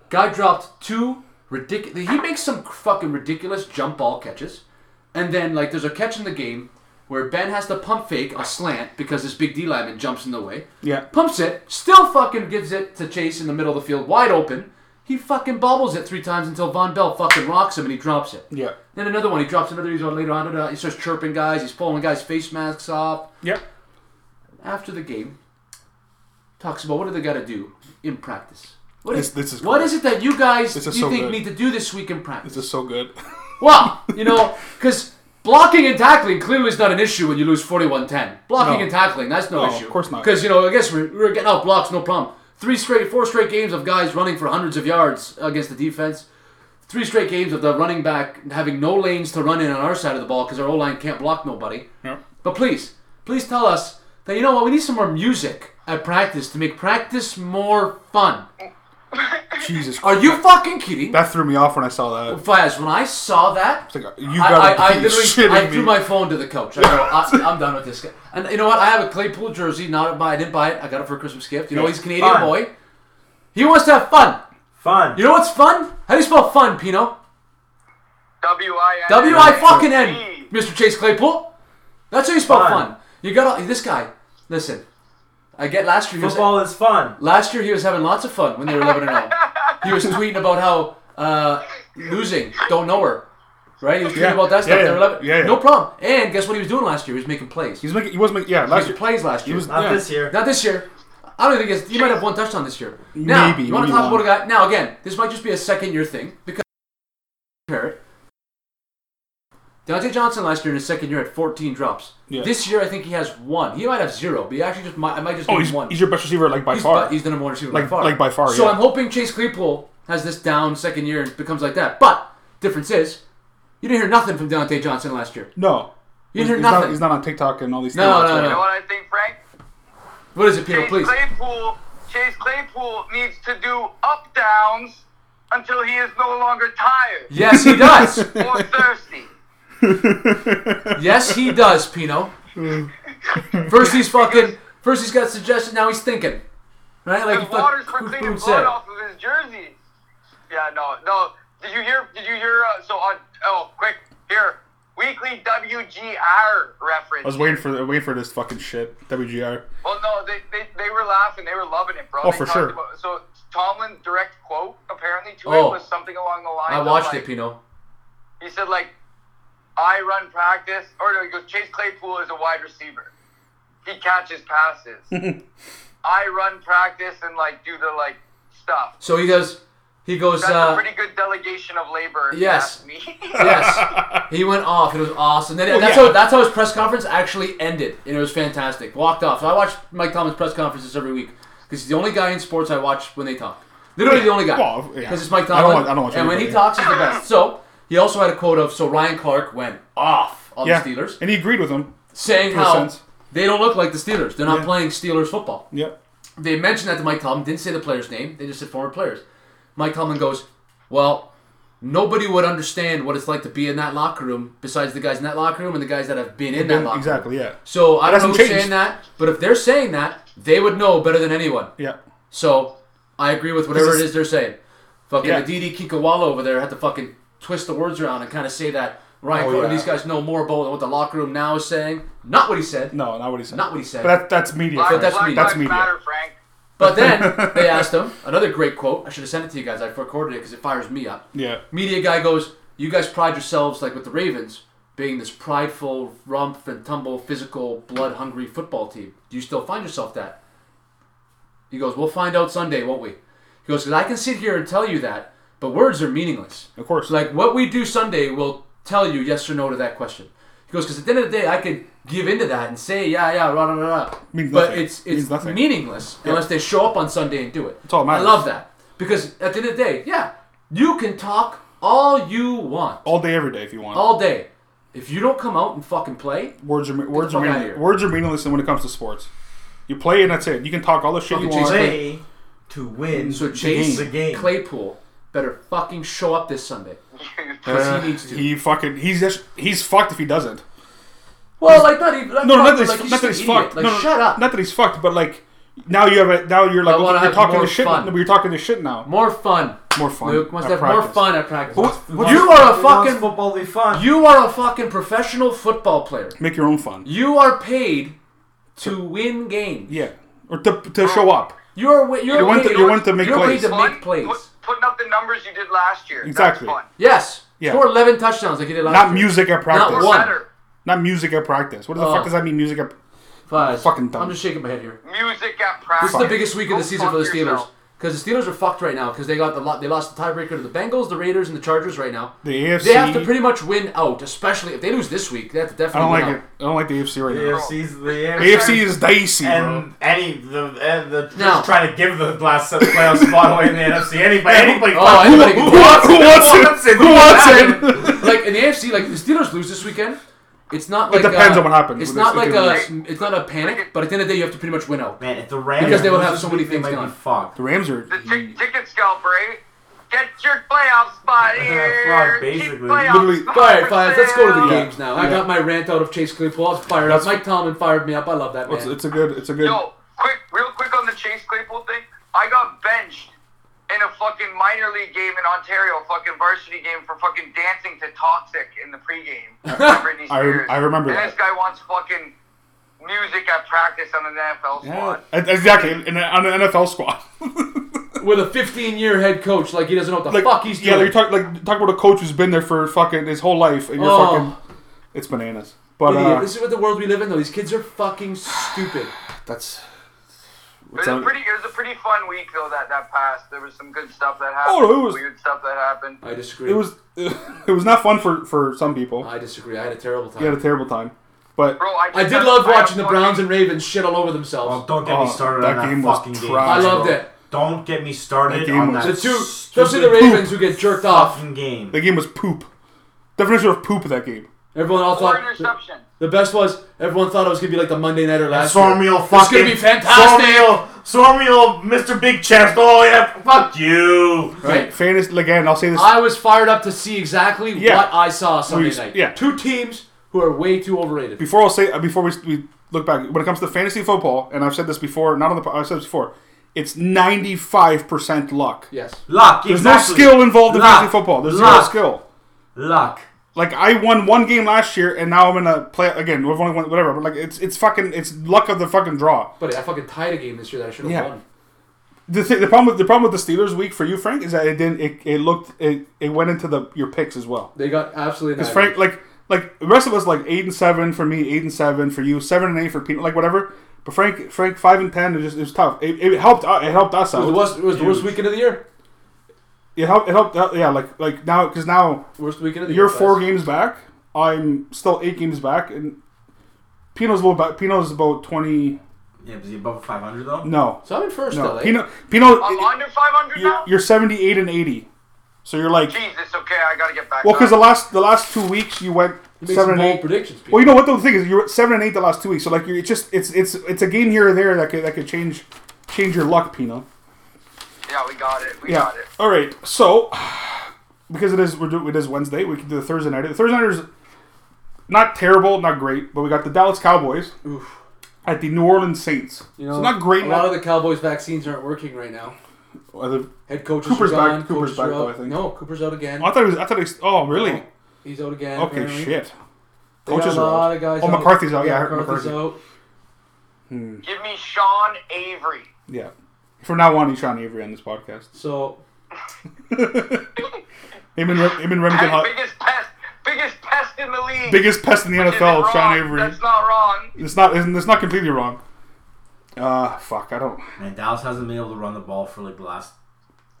Speaker 5: Guy dropped two ridiculous. He makes some fucking ridiculous jump ball catches, and then like there's a catch in the game where Ben has to pump fake a slant because this big D lineman jumps in the way.
Speaker 2: Yeah.
Speaker 5: Pumps it, still fucking gives it to Chase in the middle of the field, wide open. He fucking bobbles it three times until Von Bell fucking rocks him and he drops it.
Speaker 2: Yeah.
Speaker 5: Then another one, he drops another. He's on later on. da-da. He starts chirping guys. He's pulling guys' face masks off
Speaker 2: Yep.
Speaker 5: after the game talks about what do they got to do in practice. What
Speaker 2: This-
Speaker 5: is,
Speaker 2: this is
Speaker 5: what
Speaker 2: cool.
Speaker 5: is it that you guys
Speaker 2: This
Speaker 5: do
Speaker 2: is
Speaker 5: you
Speaker 2: so
Speaker 5: think
Speaker 2: good.
Speaker 5: need to do this week in practice?
Speaker 2: This is so good.
Speaker 5: well, you know, because blocking and tackling clearly is not an issue when you lose 41-10. Blocking
Speaker 2: No.
Speaker 5: and tackling, that's no,
Speaker 2: No,
Speaker 5: issue.
Speaker 2: of course not.
Speaker 5: Because, you know, I guess we're, we're getting out blocks, no problem. Three straight, four straight games of guys running for hundreds of yards against the defense. Three straight games of the running back having no lanes to run in on our side of the ball because our O-line can't block nobody.
Speaker 2: Yep.
Speaker 5: But please, please tell us that you know what we need some more music at practice to make practice more fun.
Speaker 2: Jesus.
Speaker 5: Are you fucking kidding?
Speaker 2: That threw me off when I saw that.
Speaker 5: Faz, when I saw that,
Speaker 2: It's like, you
Speaker 5: I, I,
Speaker 2: gotta
Speaker 5: I
Speaker 2: be
Speaker 5: literally
Speaker 2: shitting
Speaker 5: I threw
Speaker 2: me.
Speaker 5: my phone to the couch. I go, I, I'm done with this guy. And you know what? I have a Claypool jersey. Not buy. I didn't buy it. I got it for a Christmas gift. You know he's a Canadian
Speaker 4: Fun.
Speaker 5: boy. He wants to have fun.
Speaker 4: Fun.
Speaker 5: You know what's fun? How do you spell fun, Pino?
Speaker 3: W I N.
Speaker 5: W I fucking N, Mr. Chase Claypool. That's how you spell
Speaker 4: Fun.
Speaker 5: fun. You gotta this guy. Listen, I get last year. he was-
Speaker 4: Football is fun.
Speaker 5: Last year, he was having lots of fun when they were 11 and 0. He was tweeting about how uh, losing, don't know her. Right? He was tweeting
Speaker 2: Yeah.
Speaker 5: about that stuff.
Speaker 2: Yeah,
Speaker 5: They were
Speaker 2: yeah.
Speaker 5: 11.
Speaker 2: Yeah, yeah.
Speaker 5: No problem. And guess what he was doing last year? He was making plays. He
Speaker 2: He's making. He was making. Yeah, last
Speaker 5: was
Speaker 2: year.
Speaker 5: making plays last year.
Speaker 2: He was.
Speaker 4: Not
Speaker 2: yeah.
Speaker 4: this year.
Speaker 5: Not this year. I don't think it's, he might have one touchdown this year. Now,
Speaker 2: Maybe,
Speaker 5: you want
Speaker 2: maybe
Speaker 5: to talk
Speaker 2: one.
Speaker 5: about a guy. Now, again, this might just be a second year thing because compare it. Deontay Johnson last year in his second year had 14 drops.
Speaker 2: Yeah.
Speaker 5: This year, I think he has one. He might have zero, but he actually just might, I might just
Speaker 2: Oh,
Speaker 5: give
Speaker 2: he's,
Speaker 5: him one.
Speaker 2: he's your best receiver like by
Speaker 5: He's,
Speaker 2: far.
Speaker 5: bu- he's the number one receiver
Speaker 2: Like-
Speaker 5: by far.
Speaker 2: like by far,
Speaker 5: So
Speaker 2: yeah.
Speaker 5: I'm hoping Chase Claypool has this down second year and becomes like that. But difference is, you didn't hear nothing from Deontay Johnson last year.
Speaker 2: no.
Speaker 5: You
Speaker 2: he's,
Speaker 5: hear
Speaker 2: he's
Speaker 5: nothing.
Speaker 2: Not, he's not on TikTok and all these
Speaker 5: No,
Speaker 2: things.
Speaker 5: no,
Speaker 3: You
Speaker 5: no.
Speaker 3: know what I think, Frank?
Speaker 5: What is it, Peter?
Speaker 3: Chase
Speaker 5: Please.
Speaker 3: Claypool. Chase Claypool needs to do up downs until he is no longer tired
Speaker 5: Yes, he does.
Speaker 3: or thirsty.
Speaker 5: yes, he does, Pino. First he's fucking. First he's got suggested. Now he's thinking. Right? Like
Speaker 3: His
Speaker 5: he
Speaker 3: waters
Speaker 5: fuck,
Speaker 3: for
Speaker 5: Coop
Speaker 3: cleaning
Speaker 5: Boone
Speaker 3: blood
Speaker 5: said.
Speaker 3: off of his jersey. Yeah, no, no. Did you hear? Did you hear? Uh, so on. Oh, quick here. Weekly WGR reference.
Speaker 2: I was waiting for waiting for this fucking shit. WGR.
Speaker 3: Well, no, they, they, they were laughing. They were loving it, bro.
Speaker 2: Oh,
Speaker 3: They
Speaker 2: for
Speaker 3: talked
Speaker 2: sure.
Speaker 3: About, so Tomlin direct quote apparently to
Speaker 5: Oh.
Speaker 3: it was something along the lines.
Speaker 5: I
Speaker 3: of,
Speaker 5: watched
Speaker 3: like,
Speaker 5: it, Pino.
Speaker 3: He said like, I run practice, or no, he goes Chase Claypool is a wide receiver. He catches passes. I run practice and like do the like stuff.
Speaker 5: So he does. He goes.
Speaker 3: That's
Speaker 5: uh,
Speaker 3: a pretty good delegation of labor. if you
Speaker 5: yes.
Speaker 3: ask me.
Speaker 5: Yes, he went off. It was awesome. Then that's
Speaker 2: yeah.
Speaker 5: how that's how his press conference actually ended, and it was fantastic. Walked off. So I watch Mike Tomlin's press conferences every week because he's the only guy in sports I watch when they talk. Literally the only guy
Speaker 2: Well,
Speaker 5: because
Speaker 2: yeah.
Speaker 5: it's Mike
Speaker 2: I don't
Speaker 5: Tomlin.
Speaker 2: watch- I don't watch
Speaker 5: and when he
Speaker 2: everybody.
Speaker 5: talks, he's the best. So he also had a quote of so Ryan Clark went off on
Speaker 2: Yeah.
Speaker 5: the Steelers,
Speaker 2: And he agreed with him.
Speaker 5: saying
Speaker 2: Makes
Speaker 5: how
Speaker 2: sense.
Speaker 5: they don't look like the Steelers. They're not
Speaker 2: Yeah.
Speaker 5: playing Steelers football
Speaker 2: Yep.
Speaker 5: they mentioned that to Mike Tomlin, didn't say the player's name, they just said former players. Mike Tomlin goes, Well, nobody would understand what it's like to be in that locker room besides the guys in that locker room and the guys that have been in that
Speaker 2: Been-
Speaker 5: locker room.
Speaker 2: exactly. Yeah.
Speaker 5: So I don't know
Speaker 2: hasn't
Speaker 5: who's
Speaker 2: changed.
Speaker 5: saying that, but if they're saying that, they would know better than anyone.
Speaker 2: Yeah.
Speaker 5: So I agree with whatever
Speaker 2: This
Speaker 5: it
Speaker 2: is-
Speaker 5: is they're saying. Fucking
Speaker 2: Yeah.
Speaker 5: Aditi Kinkawala over there had to fucking twist the words around and kind of say that Ryan
Speaker 2: Oh,
Speaker 5: Clark,
Speaker 2: yeah.
Speaker 5: these guys know more about what the locker room now is saying. Not what he said.
Speaker 2: No, not what he said.
Speaker 5: Not what he said.
Speaker 2: But that, that's media.
Speaker 3: Black,
Speaker 2: Frank.
Speaker 5: that's
Speaker 3: Black
Speaker 5: media.
Speaker 3: Lives
Speaker 2: That's media.
Speaker 3: Matter, Frank.
Speaker 5: But then they asked him another great quote. I should have sent it to you guys. I recorded it because it fires me up.
Speaker 2: Yeah.
Speaker 5: Media guy goes, "You guys pride yourselves like with the Ravens being this prideful, rump and tumble, physical, blood hungry football team. Do you still find yourself that?" He goes, "We'll find out Sunday, won't we?" He goes, "'Cause I can sit here and tell you that, but words are meaningless.
Speaker 2: Of course.
Speaker 5: Like what we do Sunday will tell you yes or no to that question." He goes, "Because at the end of the day, I could give into that and say yeah, yeah, rah, rah, rah, rah."
Speaker 2: Means
Speaker 5: but
Speaker 2: nothing.
Speaker 5: it's
Speaker 2: Means
Speaker 5: it's
Speaker 2: nothing.
Speaker 5: meaningless unless they show up on Sunday and do it.
Speaker 2: That's all that
Speaker 5: I
Speaker 2: matters.
Speaker 5: love that because at the end of the day, yeah, you can talk all you want
Speaker 2: All day, every day, if you want.
Speaker 5: all day. If you don't come out and fucking play,
Speaker 2: words are words
Speaker 5: the
Speaker 2: are
Speaker 5: fuck outta
Speaker 2: meaningless.
Speaker 5: here.
Speaker 2: Words are meaningless when it comes to sports. You play and that's it. You can talk all the shit you
Speaker 5: Fucking
Speaker 2: want.
Speaker 5: Chase
Speaker 4: Play to win
Speaker 5: so
Speaker 4: the
Speaker 5: Chase
Speaker 4: game.
Speaker 5: Claypool
Speaker 2: better.
Speaker 5: fucking show up this Sunday. 'Cause he needs to.
Speaker 2: Uh, He fucking he's just, he's fucked if he doesn't.
Speaker 5: well, like not even. Not
Speaker 2: No, not
Speaker 5: fucked,
Speaker 2: that he's,
Speaker 5: but, like,
Speaker 2: not that
Speaker 5: just
Speaker 2: he's
Speaker 5: an idiot.
Speaker 2: fucked.
Speaker 5: Like,
Speaker 2: no, no,
Speaker 5: shut up.
Speaker 2: Not that he's fucked, but like now you have a now you're like
Speaker 5: I wanna
Speaker 2: you're
Speaker 5: have
Speaker 2: talking
Speaker 5: more
Speaker 2: the shit.
Speaker 5: fun.
Speaker 2: No, but you're talking the shit now.
Speaker 5: more fun.
Speaker 2: More fun
Speaker 5: Luke must
Speaker 2: at
Speaker 5: have more
Speaker 2: practice.
Speaker 5: fun at practice.
Speaker 2: Who- who-
Speaker 5: you are a
Speaker 4: Who wants
Speaker 5: fucking.
Speaker 4: football to be fun.
Speaker 5: You are a fucking professional football player.
Speaker 2: Make your own fun.
Speaker 5: You are paid to win games.
Speaker 2: Yeah, or to, to show
Speaker 5: Oh.
Speaker 2: up.
Speaker 5: You are. wi- You're
Speaker 2: You want
Speaker 5: paid,
Speaker 2: to- you want to make
Speaker 5: you're
Speaker 2: plays.
Speaker 5: paid to
Speaker 3: Fun,
Speaker 5: make plays.
Speaker 3: Put, putting up the numbers you did last year.
Speaker 2: Exactly.
Speaker 3: That's fun.
Speaker 5: Yes.
Speaker 2: Yeah.
Speaker 5: Score 11 touchdowns like he did last
Speaker 2: Not
Speaker 5: year.
Speaker 2: music at practice.
Speaker 3: Or
Speaker 5: One.
Speaker 3: better.
Speaker 2: Not music at practice. What the
Speaker 5: Oh.
Speaker 2: fuck does that mean? Music at
Speaker 5: Fuzz.
Speaker 2: Fucking dumb.
Speaker 5: I'm just shaking my head here.
Speaker 3: Music at practice.
Speaker 5: This is the biggest week of the
Speaker 3: Go
Speaker 5: season
Speaker 3: fuck
Speaker 5: for the Steelers
Speaker 3: yourself.
Speaker 5: because the Steelers are fucked right now because they got the lo- they lost the tiebreaker to the Bengals, the Raiders, and the Chargers right now.
Speaker 2: the AFC.
Speaker 5: They have to pretty much win out, especially if they lose this week. They have to
Speaker 2: I
Speaker 5: definitely.
Speaker 2: don't
Speaker 5: win
Speaker 2: like
Speaker 5: out.
Speaker 2: it. I don't like the AFC right
Speaker 4: The
Speaker 2: now.
Speaker 4: AFC's the AFC.
Speaker 2: AFC is dicey, bro.
Speaker 4: And any the and the
Speaker 5: No.
Speaker 4: just trying to give the last set playoff spot away in the NFC. Anybody, anybody,
Speaker 5: Oh,
Speaker 4: fuck-
Speaker 5: anybody can-
Speaker 2: Who wants it? Who wants it?
Speaker 5: like in the AFC, like if the Steelers lose this weekend. It's not like
Speaker 2: depends
Speaker 5: a,
Speaker 2: on what happens
Speaker 5: It's
Speaker 2: with
Speaker 5: not
Speaker 2: this-
Speaker 5: like
Speaker 2: if
Speaker 5: a.
Speaker 2: they
Speaker 5: It's not a panic, but at the end of the day, you have to pretty much win out.
Speaker 4: Man, if the Rams
Speaker 5: Because they would
Speaker 4: lose
Speaker 5: have
Speaker 4: this
Speaker 5: so many
Speaker 4: week, they
Speaker 5: things
Speaker 4: might be
Speaker 5: gone.
Speaker 4: fucked.
Speaker 2: The Rams are.
Speaker 3: The
Speaker 5: Mm.
Speaker 3: tic- ticket scalper, eh? Get your playoff spot here.
Speaker 4: right,
Speaker 3: Keep
Speaker 4: basically.
Speaker 3: playoff
Speaker 2: Literally-
Speaker 3: spot
Speaker 5: All right,
Speaker 3: for
Speaker 5: fine. Let's go to the
Speaker 3: sale.
Speaker 5: games now. I got my rant out of Chase Claypool. I was fired up.
Speaker 2: That's-
Speaker 5: Mike Tomlin fired me up. I love that man.
Speaker 2: It's, it's a good. It's a good.
Speaker 3: Yo, quick, real quick on the Chase Claypool thing. I got benched in a fucking minor league game in Ontario, fucking varsity game for fucking dancing to Toxic in the pregame. Britney
Speaker 2: I-
Speaker 3: Spears.
Speaker 2: I remember
Speaker 3: And
Speaker 2: that.
Speaker 3: this guy wants fucking music at practice on an NFL
Speaker 2: Yeah, e-,
Speaker 3: squad.
Speaker 2: exactly. In, a- on an NFL squad.
Speaker 5: with a 15 year head coach, like he doesn't know what the
Speaker 2: like
Speaker 5: fuck he's doing.
Speaker 2: Yeah, like, you're talking like talk about a coach who's been there for fucking his whole life, and you're
Speaker 5: Oh.
Speaker 2: fucking. It's bananas. But
Speaker 5: Idiot.
Speaker 2: uh,
Speaker 5: this is what the world we live in, though. These kids are fucking stupid.
Speaker 2: that's.
Speaker 3: It was, a pretty, it was a pretty fun week though that that passed. There was some good stuff that happened.
Speaker 2: Oh, it was-
Speaker 3: weird stuff that happened.
Speaker 5: I disagree.
Speaker 2: it was. It was not fun for for some people.
Speaker 5: I disagree. I had a terrible time.
Speaker 2: He had a terrible time, but
Speaker 3: Bro, I,
Speaker 5: I did
Speaker 3: got-
Speaker 5: love
Speaker 3: I got
Speaker 5: watching the
Speaker 3: fucking-
Speaker 5: Browns and Ravens shit all over
Speaker 4: Oh,
Speaker 5: themselves.
Speaker 4: don't get
Speaker 2: Oh,
Speaker 4: me started
Speaker 2: that
Speaker 4: on that
Speaker 2: game was
Speaker 4: fucking game.
Speaker 2: trash,
Speaker 5: I loved
Speaker 4: bro.
Speaker 5: it.
Speaker 4: Don't get me started
Speaker 2: That game
Speaker 4: on
Speaker 2: was-
Speaker 4: that.
Speaker 5: The two,
Speaker 4: stupid
Speaker 5: especially the Ravens who get jerked off.
Speaker 4: fucking game.
Speaker 2: the game was poop. Definition of poop. That game.
Speaker 5: Everyone all
Speaker 3: Four
Speaker 5: thought
Speaker 3: interception.
Speaker 5: the best was everyone thought it was gonna be like the Monday nighter last year.
Speaker 4: Sormiel fucking.
Speaker 5: It's gonna be fantastic.
Speaker 4: Sormiel, Sormiel, Mr. Big Chest. Oh yeah, fuck you.
Speaker 5: Right.
Speaker 2: Fantasy again. I'll say this.
Speaker 5: I was fired up to see exactly
Speaker 2: Yeah.
Speaker 5: what I saw Sunday
Speaker 2: We-
Speaker 5: night.
Speaker 2: yeah.
Speaker 5: Two teams who are way too overrated.
Speaker 2: before I'll say uh, before we, we look back when it comes to fantasy football, and I've said this before, not on the po- I've said this before, it's ninety five percent luck.
Speaker 5: Yes.
Speaker 4: Luck.
Speaker 2: There's
Speaker 4: exactly.
Speaker 2: no skill involved in
Speaker 4: Luck.
Speaker 2: fantasy football. There's no
Speaker 4: Luck.
Speaker 2: skill.
Speaker 4: Luck.
Speaker 2: Like I won one game last year, and now I'm in a play again. We've only won whatever, but like it's it's fucking it's luck of the fucking draw.
Speaker 5: Buddy, I fucking tied a game this year that I should have
Speaker 2: Yeah.
Speaker 5: won.
Speaker 2: The, thi- the problem with the problem with the Steelers week for you, Frank, is that it didn't it, it looked it, it went into the your picks as well.
Speaker 5: They got absolutely
Speaker 2: Because Frank, like, like the rest of us, like eight and seven for me, eight and seven for you, seven and eight for Peter, like whatever. But Frank, Frank, five and ten is just it was tough. It, it helped. Uh, it helped us out.
Speaker 5: It was, the worst, it was the worst weekend of the year.
Speaker 2: It helped. It helped. out yeah, like like now because now
Speaker 5: Worst weekend of the
Speaker 2: you're
Speaker 5: year.
Speaker 2: four
Speaker 5: guys.
Speaker 2: games back. I'm still eight games back, and Pino's a little back. Pino's about twenty.
Speaker 4: Yeah, is he above 500 though?
Speaker 2: No,
Speaker 5: So I'm in first, eh?
Speaker 2: no.
Speaker 5: LA.
Speaker 2: Pino, Pino,
Speaker 3: I'm
Speaker 2: it-
Speaker 3: under 500
Speaker 2: you're,
Speaker 3: now?
Speaker 2: you're seventy eight and eighty. So you're like
Speaker 3: Jesus, okay, I gotta get back
Speaker 2: well because the
Speaker 3: on.
Speaker 2: last the last two weeks you went
Speaker 5: Make
Speaker 2: seven
Speaker 5: some
Speaker 2: and
Speaker 5: bold
Speaker 2: eight.
Speaker 5: predictions. Pete.
Speaker 2: Well, you know what though, the thing is, you're at seven and eight the last two weeks, so like you're, it's just it's it's it's a game here or there that could that could change change your luck, Pino.
Speaker 3: Yeah, we got it. We
Speaker 2: Yeah.
Speaker 3: got it.
Speaker 2: All right. So because it is we're do, it is Wednesday, we can do the Thursday night. The Thursday night is not terrible, not great, but we got the Dallas Cowboys at the New Orleans Saints.
Speaker 5: You know,
Speaker 2: so not great.
Speaker 5: A lot
Speaker 2: not-
Speaker 5: of the Cowboys' vaccines aren't working right now.
Speaker 2: other-
Speaker 5: Head coaches
Speaker 2: Cooper's
Speaker 5: are
Speaker 2: back-
Speaker 5: gone.
Speaker 2: Cooper's
Speaker 5: coaches
Speaker 2: back,
Speaker 5: are
Speaker 2: though,
Speaker 5: out.
Speaker 2: I think.
Speaker 5: No, Cooper's out again.
Speaker 2: I thought it was. I thought it was. Oh, really?
Speaker 5: He's out again.
Speaker 2: Okay,
Speaker 5: Oh, apparently.
Speaker 2: shit.
Speaker 5: They got
Speaker 2: Coaches
Speaker 5: a
Speaker 2: are
Speaker 5: lot
Speaker 2: out.
Speaker 5: of guys.
Speaker 2: Oh,
Speaker 5: out.
Speaker 2: McCarthy's out. Yeah, I heard
Speaker 5: McCarthy's
Speaker 2: McCarthy.
Speaker 5: out.
Speaker 3: Give me Sean Avery.
Speaker 2: Yeah. From now on, he's Sean Avery on this podcast.
Speaker 5: So
Speaker 2: Him and, Rem- him and Remington.
Speaker 3: Hey,
Speaker 2: Hot,
Speaker 3: biggest pest, biggest pest in the league.
Speaker 2: biggest pest in the
Speaker 3: Isn't
Speaker 2: NFL,
Speaker 3: wrong.
Speaker 2: Sean Avery.
Speaker 3: That's not wrong.
Speaker 2: It's not. Isn't it's not completely wrong. Uh fuck. I don't.
Speaker 4: Man, Dallas hasn't been able to run the ball for like the last.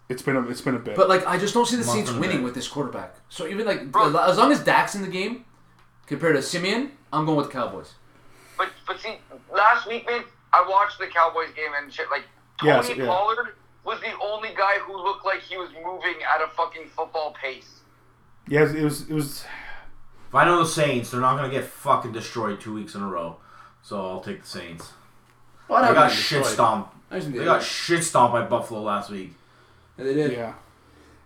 Speaker 2: It's been a. It's been a bit.
Speaker 5: But like, I just don't see the
Speaker 4: Month
Speaker 5: Saints
Speaker 4: and a
Speaker 5: winning
Speaker 4: bit.
Speaker 5: with this quarterback. So even like, as long as Dak's in the game, compared to Simeon, I'm going with the Cowboys.
Speaker 3: But but see, last week, man, I watched the Cowboys game and shit. Like Tony
Speaker 2: Yes, yeah.
Speaker 3: Pollard was the only guy who looked like he was moving at a fucking football pace.
Speaker 2: yeah, it was. It was.
Speaker 4: If I know the Saints, they're not gonna get fucking destroyed two weeks in a row. So I'll take the Saints.
Speaker 5: Well,
Speaker 4: They got shit stomped.
Speaker 5: I just
Speaker 4: They
Speaker 5: need-
Speaker 4: got shit stomped by Buffalo last week.
Speaker 5: They did.
Speaker 2: Yeah.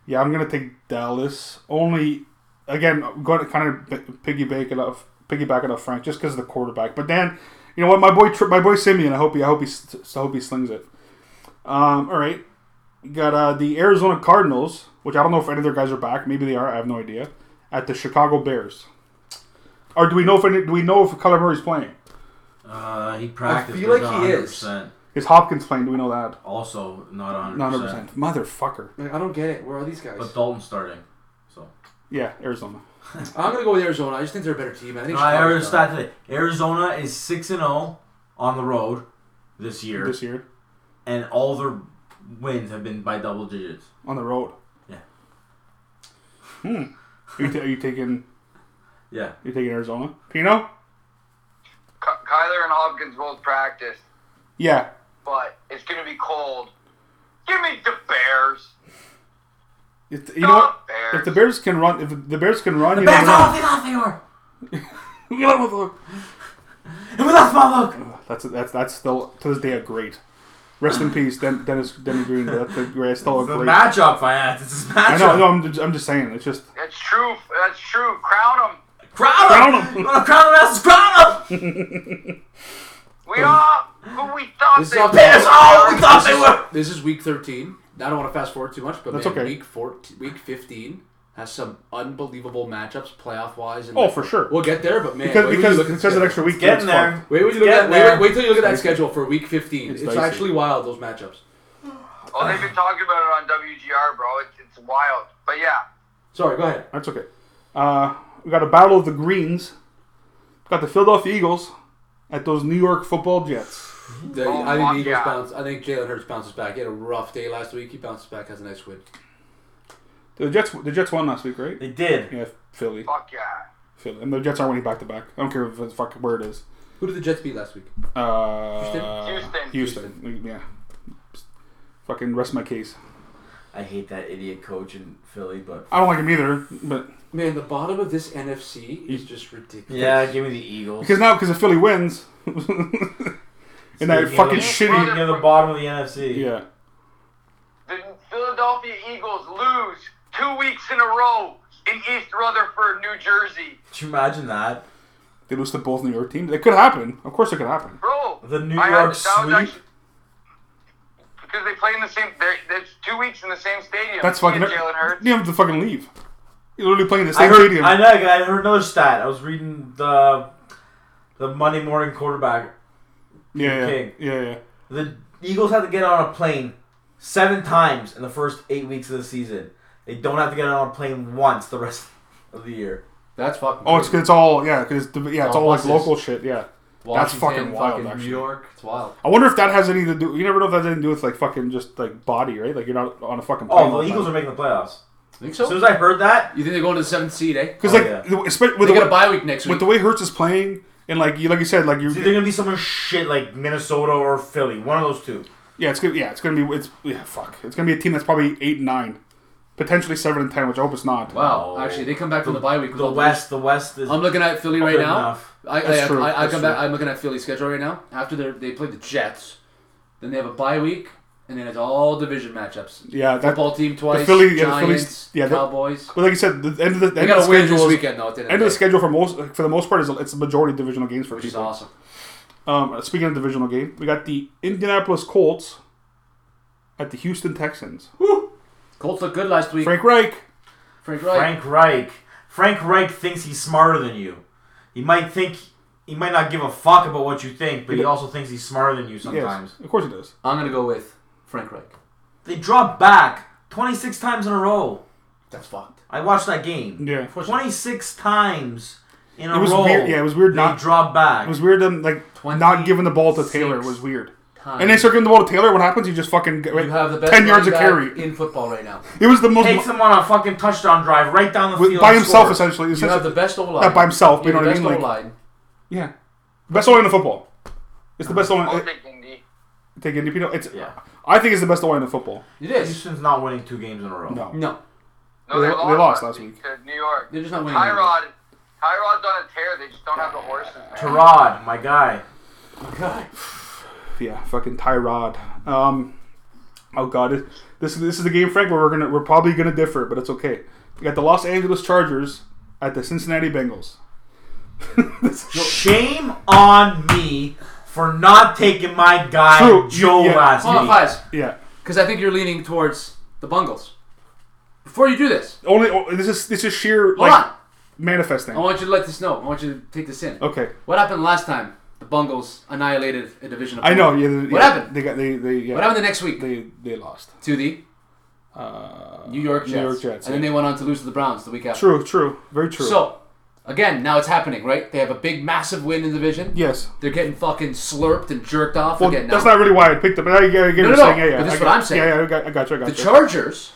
Speaker 2: Yeah, I'm gonna take Dallas. Only again, going to kind of bi- piggyback it off, piggyback it off Frank, just because of the quarterback. But then, you know what, my boy, Tri- my boy Simeon. I hope he, I hope he, s- I hope he slings it. Um, all right, you got uh, the Arizona Cardinals, which I don't know if any of their guys are back. Maybe they are. I have no idea. At the Chicago Bears, or do we know if any, do we know if Kyler Murray's playing?
Speaker 4: Uh, he practiced.
Speaker 5: feel like
Speaker 4: but
Speaker 5: he
Speaker 4: not
Speaker 5: is.
Speaker 4: 100%.
Speaker 2: Is Hopkins playing? Do we know that?
Speaker 4: Also, not 100%.
Speaker 2: Not 100%. Motherfucker.
Speaker 5: Like, I don't get it. Where are these guys?
Speaker 4: But Dalton's starting. So.
Speaker 2: Yeah, Arizona.
Speaker 5: I'm gonna go with Arizona. I just think they're a better team. I think
Speaker 4: No, I heard a
Speaker 5: Chicago's done.
Speaker 4: stat today. Uh, Arizona is 6 and 0 on the road this year,
Speaker 2: This year
Speaker 4: and all their wins have been by double digits.
Speaker 2: on the road.
Speaker 4: Yeah.
Speaker 2: Are you, ta- are you taking?
Speaker 4: Yeah.
Speaker 2: You taking Arizona? Pino?
Speaker 3: Ky- Kyler and Hopkins both practice,
Speaker 2: Yeah.
Speaker 3: but it's going to be cold. Give me the Bears.
Speaker 2: If, you know what?
Speaker 3: Stop Bears.
Speaker 2: If the Bears can run, if the Bears can run, you
Speaker 4: Back
Speaker 2: never
Speaker 4: off!
Speaker 2: know.
Speaker 4: They thought they were!
Speaker 2: Get up with Luke.
Speaker 4: And we lost my look!
Speaker 2: That's that's that's still to this day a great. Rest in peace, Den- Dennis Denny Green. but That's a great. It's still a
Speaker 4: The
Speaker 2: great.
Speaker 4: matchup, I asked. It's this matchup.
Speaker 2: I know. No, I'm just, I'm just saying. It's just
Speaker 3: That's true. That's true. Crown them.
Speaker 4: Crown
Speaker 2: Crown
Speaker 4: him!
Speaker 2: 'em.
Speaker 4: You want to crown him as crown him!
Speaker 3: We
Speaker 2: Um,
Speaker 3: are who we thought
Speaker 5: This is
Speaker 3: they
Speaker 5: off
Speaker 3: were.
Speaker 5: the-
Speaker 4: Yes! Oh, we thought they were!
Speaker 5: This is week 13. I don't want to fast forward too much, but
Speaker 2: That's
Speaker 5: man,
Speaker 2: okay.
Speaker 5: week 14, week 15 has some unbelievable matchups, playoff wise.
Speaker 2: oh for sure.
Speaker 5: We'll get there, but man,
Speaker 2: because
Speaker 5: wait, till
Speaker 2: because
Speaker 5: you look at
Speaker 2: because of
Speaker 5: the
Speaker 2: an
Speaker 5: schedule.
Speaker 2: extra week.
Speaker 4: Getting
Speaker 2: it's fun.
Speaker 4: there.
Speaker 5: Wait, wait, till you
Speaker 4: It's
Speaker 5: look at,
Speaker 4: getting
Speaker 5: wait,
Speaker 4: there.
Speaker 5: wait, wait till you look at that schedule for week 15.
Speaker 2: It's
Speaker 5: It's,
Speaker 2: dicey.
Speaker 5: actually wild those matchups.
Speaker 3: Oh, they've been talking about it on WGR, bro. It's, it's wild. But yeah,
Speaker 5: Sorry, go ahead.
Speaker 2: That's okay. Uh, we got a battle of the greens. Got the Philadelphia Eagles at those New York Football Jets.
Speaker 5: The-
Speaker 3: Oh,
Speaker 5: I think the Eagles
Speaker 3: yeah.
Speaker 5: bounce. I think Jalen Hurts bounces back. He had a rough day last week. He bounces back, has a nice win.
Speaker 2: The Jets the Jets won last week, right?
Speaker 4: They did.
Speaker 2: Yeah, Philly,
Speaker 3: fuck yeah.
Speaker 2: Philly, and the Jets aren't winning back to back. I don't care if it's fucking where it is.
Speaker 5: Who did the Jets beat last week?
Speaker 2: Uh,
Speaker 3: Houston?
Speaker 2: Houston. Yeah. Fucking rest my case.
Speaker 4: I hate that idiot coach in Philly, but.
Speaker 2: I don't like him either, but
Speaker 5: Man, the bottom of this NFC is just ridiculous.
Speaker 4: Yeah, give me the Eagles.
Speaker 2: because now because if Philly wins, and that
Speaker 4: Speaking
Speaker 2: fucking
Speaker 4: of-
Speaker 2: shitty,
Speaker 4: Speaking of the bottom of the NFC.
Speaker 2: yeah,
Speaker 3: The Philadelphia Eagles lose two weeks in a row in East Rutherford, New Jersey.
Speaker 4: Could you imagine that?
Speaker 2: they lose to both New York teams. It could happen. Of course, it could happen.
Speaker 3: Bro,
Speaker 4: The New
Speaker 3: I
Speaker 4: York
Speaker 3: had, that was
Speaker 4: sweep?
Speaker 3: actually- because they play in the same. they're- That's two weeks in the same stadium.
Speaker 2: That's fucking.
Speaker 3: Yeah, Jalen Hurts.
Speaker 2: You have to fucking leave. You're literally playing in the
Speaker 4: I
Speaker 2: same
Speaker 4: heard.
Speaker 2: stadium.
Speaker 4: I know. I heard another stat. I was reading the the Monday morning quarterback.
Speaker 2: yeah, yeah,
Speaker 4: King.
Speaker 2: yeah, yeah.
Speaker 4: The Eagles had to get on a plane seven times in the first eight weeks of the season. They don't have to get on a plane once the rest of the year.
Speaker 5: That's fucking.
Speaker 2: Oh, it's
Speaker 5: crazy.
Speaker 2: it's all yeah, because yeah, it's
Speaker 5: All
Speaker 2: all like
Speaker 5: buses.
Speaker 2: local shit. Yeah, that's
Speaker 5: Washington,
Speaker 2: fucking wild.
Speaker 5: fucking
Speaker 2: actually, Oh.
Speaker 5: New York. It's wild.
Speaker 2: I wonder if that has anything to do. You never know if that has anything to do with like fucking just like body, right? Like you're not on a fucking. plane all
Speaker 4: Oh,
Speaker 2: the
Speaker 4: the Eagles
Speaker 2: time.
Speaker 4: are making the playoffs.
Speaker 5: Think
Speaker 4: As soon
Speaker 5: so?
Speaker 4: as I heard that,
Speaker 5: You think they're going to the seventh seed, eh?
Speaker 2: Because
Speaker 4: Oh,
Speaker 2: like,
Speaker 4: yeah.
Speaker 2: the- especially with
Speaker 5: They
Speaker 2: the,
Speaker 5: got a
Speaker 2: way,
Speaker 5: bye week next
Speaker 2: with
Speaker 5: week.
Speaker 2: the way Hertz is playing, and like you, like you said, like you,
Speaker 4: it's either gonna be someone shit like Minnesota or Philly. One of those two.
Speaker 2: yeah, it's gonna, yeah, it's gonna be, it's yeah, fuck, it's gonna be a team that's probably eight and nine, potentially seven and ten, which I hope it's not.
Speaker 5: wow,
Speaker 4: No.
Speaker 5: actually, they come back from the bye week. with
Speaker 4: The
Speaker 5: all the-
Speaker 4: West. The West is.
Speaker 5: I'm looking at Philly right
Speaker 4: Good
Speaker 5: now.
Speaker 4: enough.
Speaker 5: I, I,
Speaker 2: That's true,
Speaker 5: I, I
Speaker 2: that's
Speaker 5: come back.
Speaker 2: true.
Speaker 5: I'm looking at Philly's schedule right now. After they they play the Jets, then they have a bye week, and then it's all division matchups.
Speaker 2: Yeah, that.
Speaker 5: Football team twice.
Speaker 2: Philly- yeah, the Phillies-
Speaker 5: Giants.
Speaker 2: yeah, the-
Speaker 5: Cowboys.
Speaker 2: But like you said, the end of the,
Speaker 5: They
Speaker 2: end of
Speaker 5: got
Speaker 2: the
Speaker 5: to win
Speaker 2: schedule
Speaker 5: this
Speaker 2: is,
Speaker 5: weekend though. At the end,
Speaker 2: end of the
Speaker 5: of the day,
Speaker 2: schedule for most for the most part is it's the majority divisional games for
Speaker 5: which is
Speaker 2: people.
Speaker 5: awesome.
Speaker 2: Um, speaking of divisional game, we got the Indianapolis Colts at the Houston Texans.
Speaker 5: Colts looked good last week. Frank,
Speaker 2: Frank Reich.
Speaker 5: Reich.
Speaker 4: Frank Reich. Frank Reich thinks he's smarter than you. He might think he might not give a fuck about what you think, but he also thinks he's smarter than you sometimes.
Speaker 2: Yes, of course he does.
Speaker 5: I'm gonna go with Frank Reich.
Speaker 4: They dropped back 26 times in a row.
Speaker 5: That's fucked.
Speaker 4: I watched that game.
Speaker 2: Yeah.
Speaker 4: 26 times in a
Speaker 2: It was
Speaker 4: row.
Speaker 2: weird- yeah, it was weird
Speaker 4: They
Speaker 2: not-
Speaker 4: dropped back.
Speaker 2: It was weird them like not giving the ball to Taylor
Speaker 4: 26
Speaker 2: was weird.
Speaker 5: Time.
Speaker 2: And they start giving the ball to Taylor. What happens? You just fucking get,
Speaker 5: you have the best
Speaker 2: ten yards of
Speaker 5: running
Speaker 2: carry.
Speaker 5: back in football right now.
Speaker 2: it was the most
Speaker 4: Takes him on a fucking touchdown drive right down the
Speaker 2: with,
Speaker 4: field.
Speaker 2: by
Speaker 4: and
Speaker 2: himself
Speaker 4: scores.
Speaker 2: essentially.
Speaker 5: You have the best O line.
Speaker 2: Not by himself, but you know
Speaker 5: the
Speaker 2: what I
Speaker 5: best
Speaker 2: mean, like-
Speaker 5: O-line.
Speaker 2: yeah, best O in the football. It's the best O.
Speaker 3: I'll
Speaker 2: line
Speaker 3: take Indy.
Speaker 2: Take Indy Pino. It's
Speaker 4: Yeah.
Speaker 2: I think it's the best O in the football.
Speaker 5: It is.
Speaker 4: Houston's not winning two games in a row.
Speaker 2: No.
Speaker 5: No,
Speaker 3: No,
Speaker 2: They
Speaker 3: they,
Speaker 2: lo-
Speaker 3: lost,
Speaker 2: they lost last week.
Speaker 3: to New York.
Speaker 5: they're just not winning.
Speaker 3: Tyrod, Tyrod's on a tear. They just don't have the horses. man.
Speaker 4: Tyrod, my guy.
Speaker 5: God.
Speaker 2: Yeah, fucking Tyrod. Um, Oh God, it- this is this is the game, Frank, where we're gonna we're probably gonna differ, but it's okay. We got the Los Angeles Chargers at the Cincinnati Bengals.
Speaker 4: Shame on me for not taking my guy
Speaker 2: True.
Speaker 4: Joe
Speaker 2: Yeah.
Speaker 4: last
Speaker 5: Hold on,
Speaker 4: week.
Speaker 5: Fives.
Speaker 2: Yeah,
Speaker 5: Because I think you're leaning towards the Bungles. Before you do this,
Speaker 2: only oh, this is this is sheer
Speaker 5: hold
Speaker 2: like
Speaker 5: on.
Speaker 2: manifesting.
Speaker 5: I want you to let this know. I want you to take this in.
Speaker 2: Okay,
Speaker 5: What happened last time? The Bungles annihilated a division.
Speaker 2: I know.
Speaker 5: opponent.
Speaker 2: Yeah, they-
Speaker 5: What
Speaker 2: yeah,
Speaker 5: happened?
Speaker 2: They got they they yeah,
Speaker 5: What happened the next week?
Speaker 2: they they lost.
Speaker 5: to the
Speaker 2: Uh,
Speaker 5: New York Jets.
Speaker 2: New York Jets.
Speaker 5: And then
Speaker 2: yeah.
Speaker 5: they went on to lose to the Browns the week after.
Speaker 2: true, true, very true.
Speaker 5: So, again, now it's happening, right? They have a big, massive win in the division.
Speaker 2: yes,
Speaker 5: They're getting fucking slurped and jerked off
Speaker 2: well,
Speaker 5: again
Speaker 2: that's
Speaker 5: now.
Speaker 2: not really why I picked up. I, I, I get
Speaker 5: No,
Speaker 2: what you're
Speaker 5: no, no,
Speaker 2: saying. Yeah, yeah.
Speaker 5: but this
Speaker 2: I
Speaker 5: is
Speaker 2: got-
Speaker 5: what I'm saying.
Speaker 2: Yeah, yeah, I got, I got you. I got
Speaker 5: the
Speaker 2: you.
Speaker 5: Chargers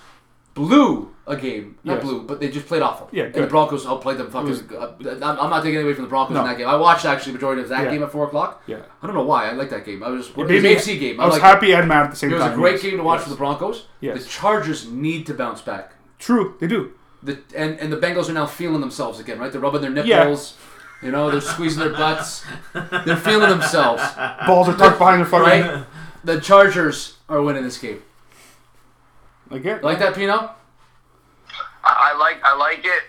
Speaker 5: blew a game. Not
Speaker 2: Yes.
Speaker 5: blew, but they just played awful.
Speaker 2: Yeah,
Speaker 5: and the
Speaker 2: good.
Speaker 5: Broncos outplayed them fucking.
Speaker 2: was-
Speaker 5: uh, I'm I'm not taking it away from the Broncos
Speaker 2: No.
Speaker 5: in that game. I watched actually majority of that
Speaker 2: Yeah.
Speaker 5: game at four o'clock.
Speaker 2: Yeah.
Speaker 5: I don't know why. I like that game. I was just it was
Speaker 2: Made
Speaker 5: an
Speaker 2: me-
Speaker 5: AFC game.
Speaker 2: I was
Speaker 5: liked It.
Speaker 2: happy and mad at the same
Speaker 5: It was
Speaker 2: time.
Speaker 5: a great
Speaker 2: yes.
Speaker 5: game to watch
Speaker 2: Yes.
Speaker 5: for the Broncos.
Speaker 2: Yes.
Speaker 5: The Chargers need to bounce back.
Speaker 2: True, they do.
Speaker 5: The and and the Bengals are now feeling themselves again, right? They're rubbing their
Speaker 2: Yeah.
Speaker 5: nipples. You know, they're squeezing their butts. They're feeling themselves,
Speaker 2: Balls are tucked behind their fucking.
Speaker 5: right? The Chargers are winning this game.
Speaker 2: I get.
Speaker 5: Like that, Pino?
Speaker 3: I, I like I like it.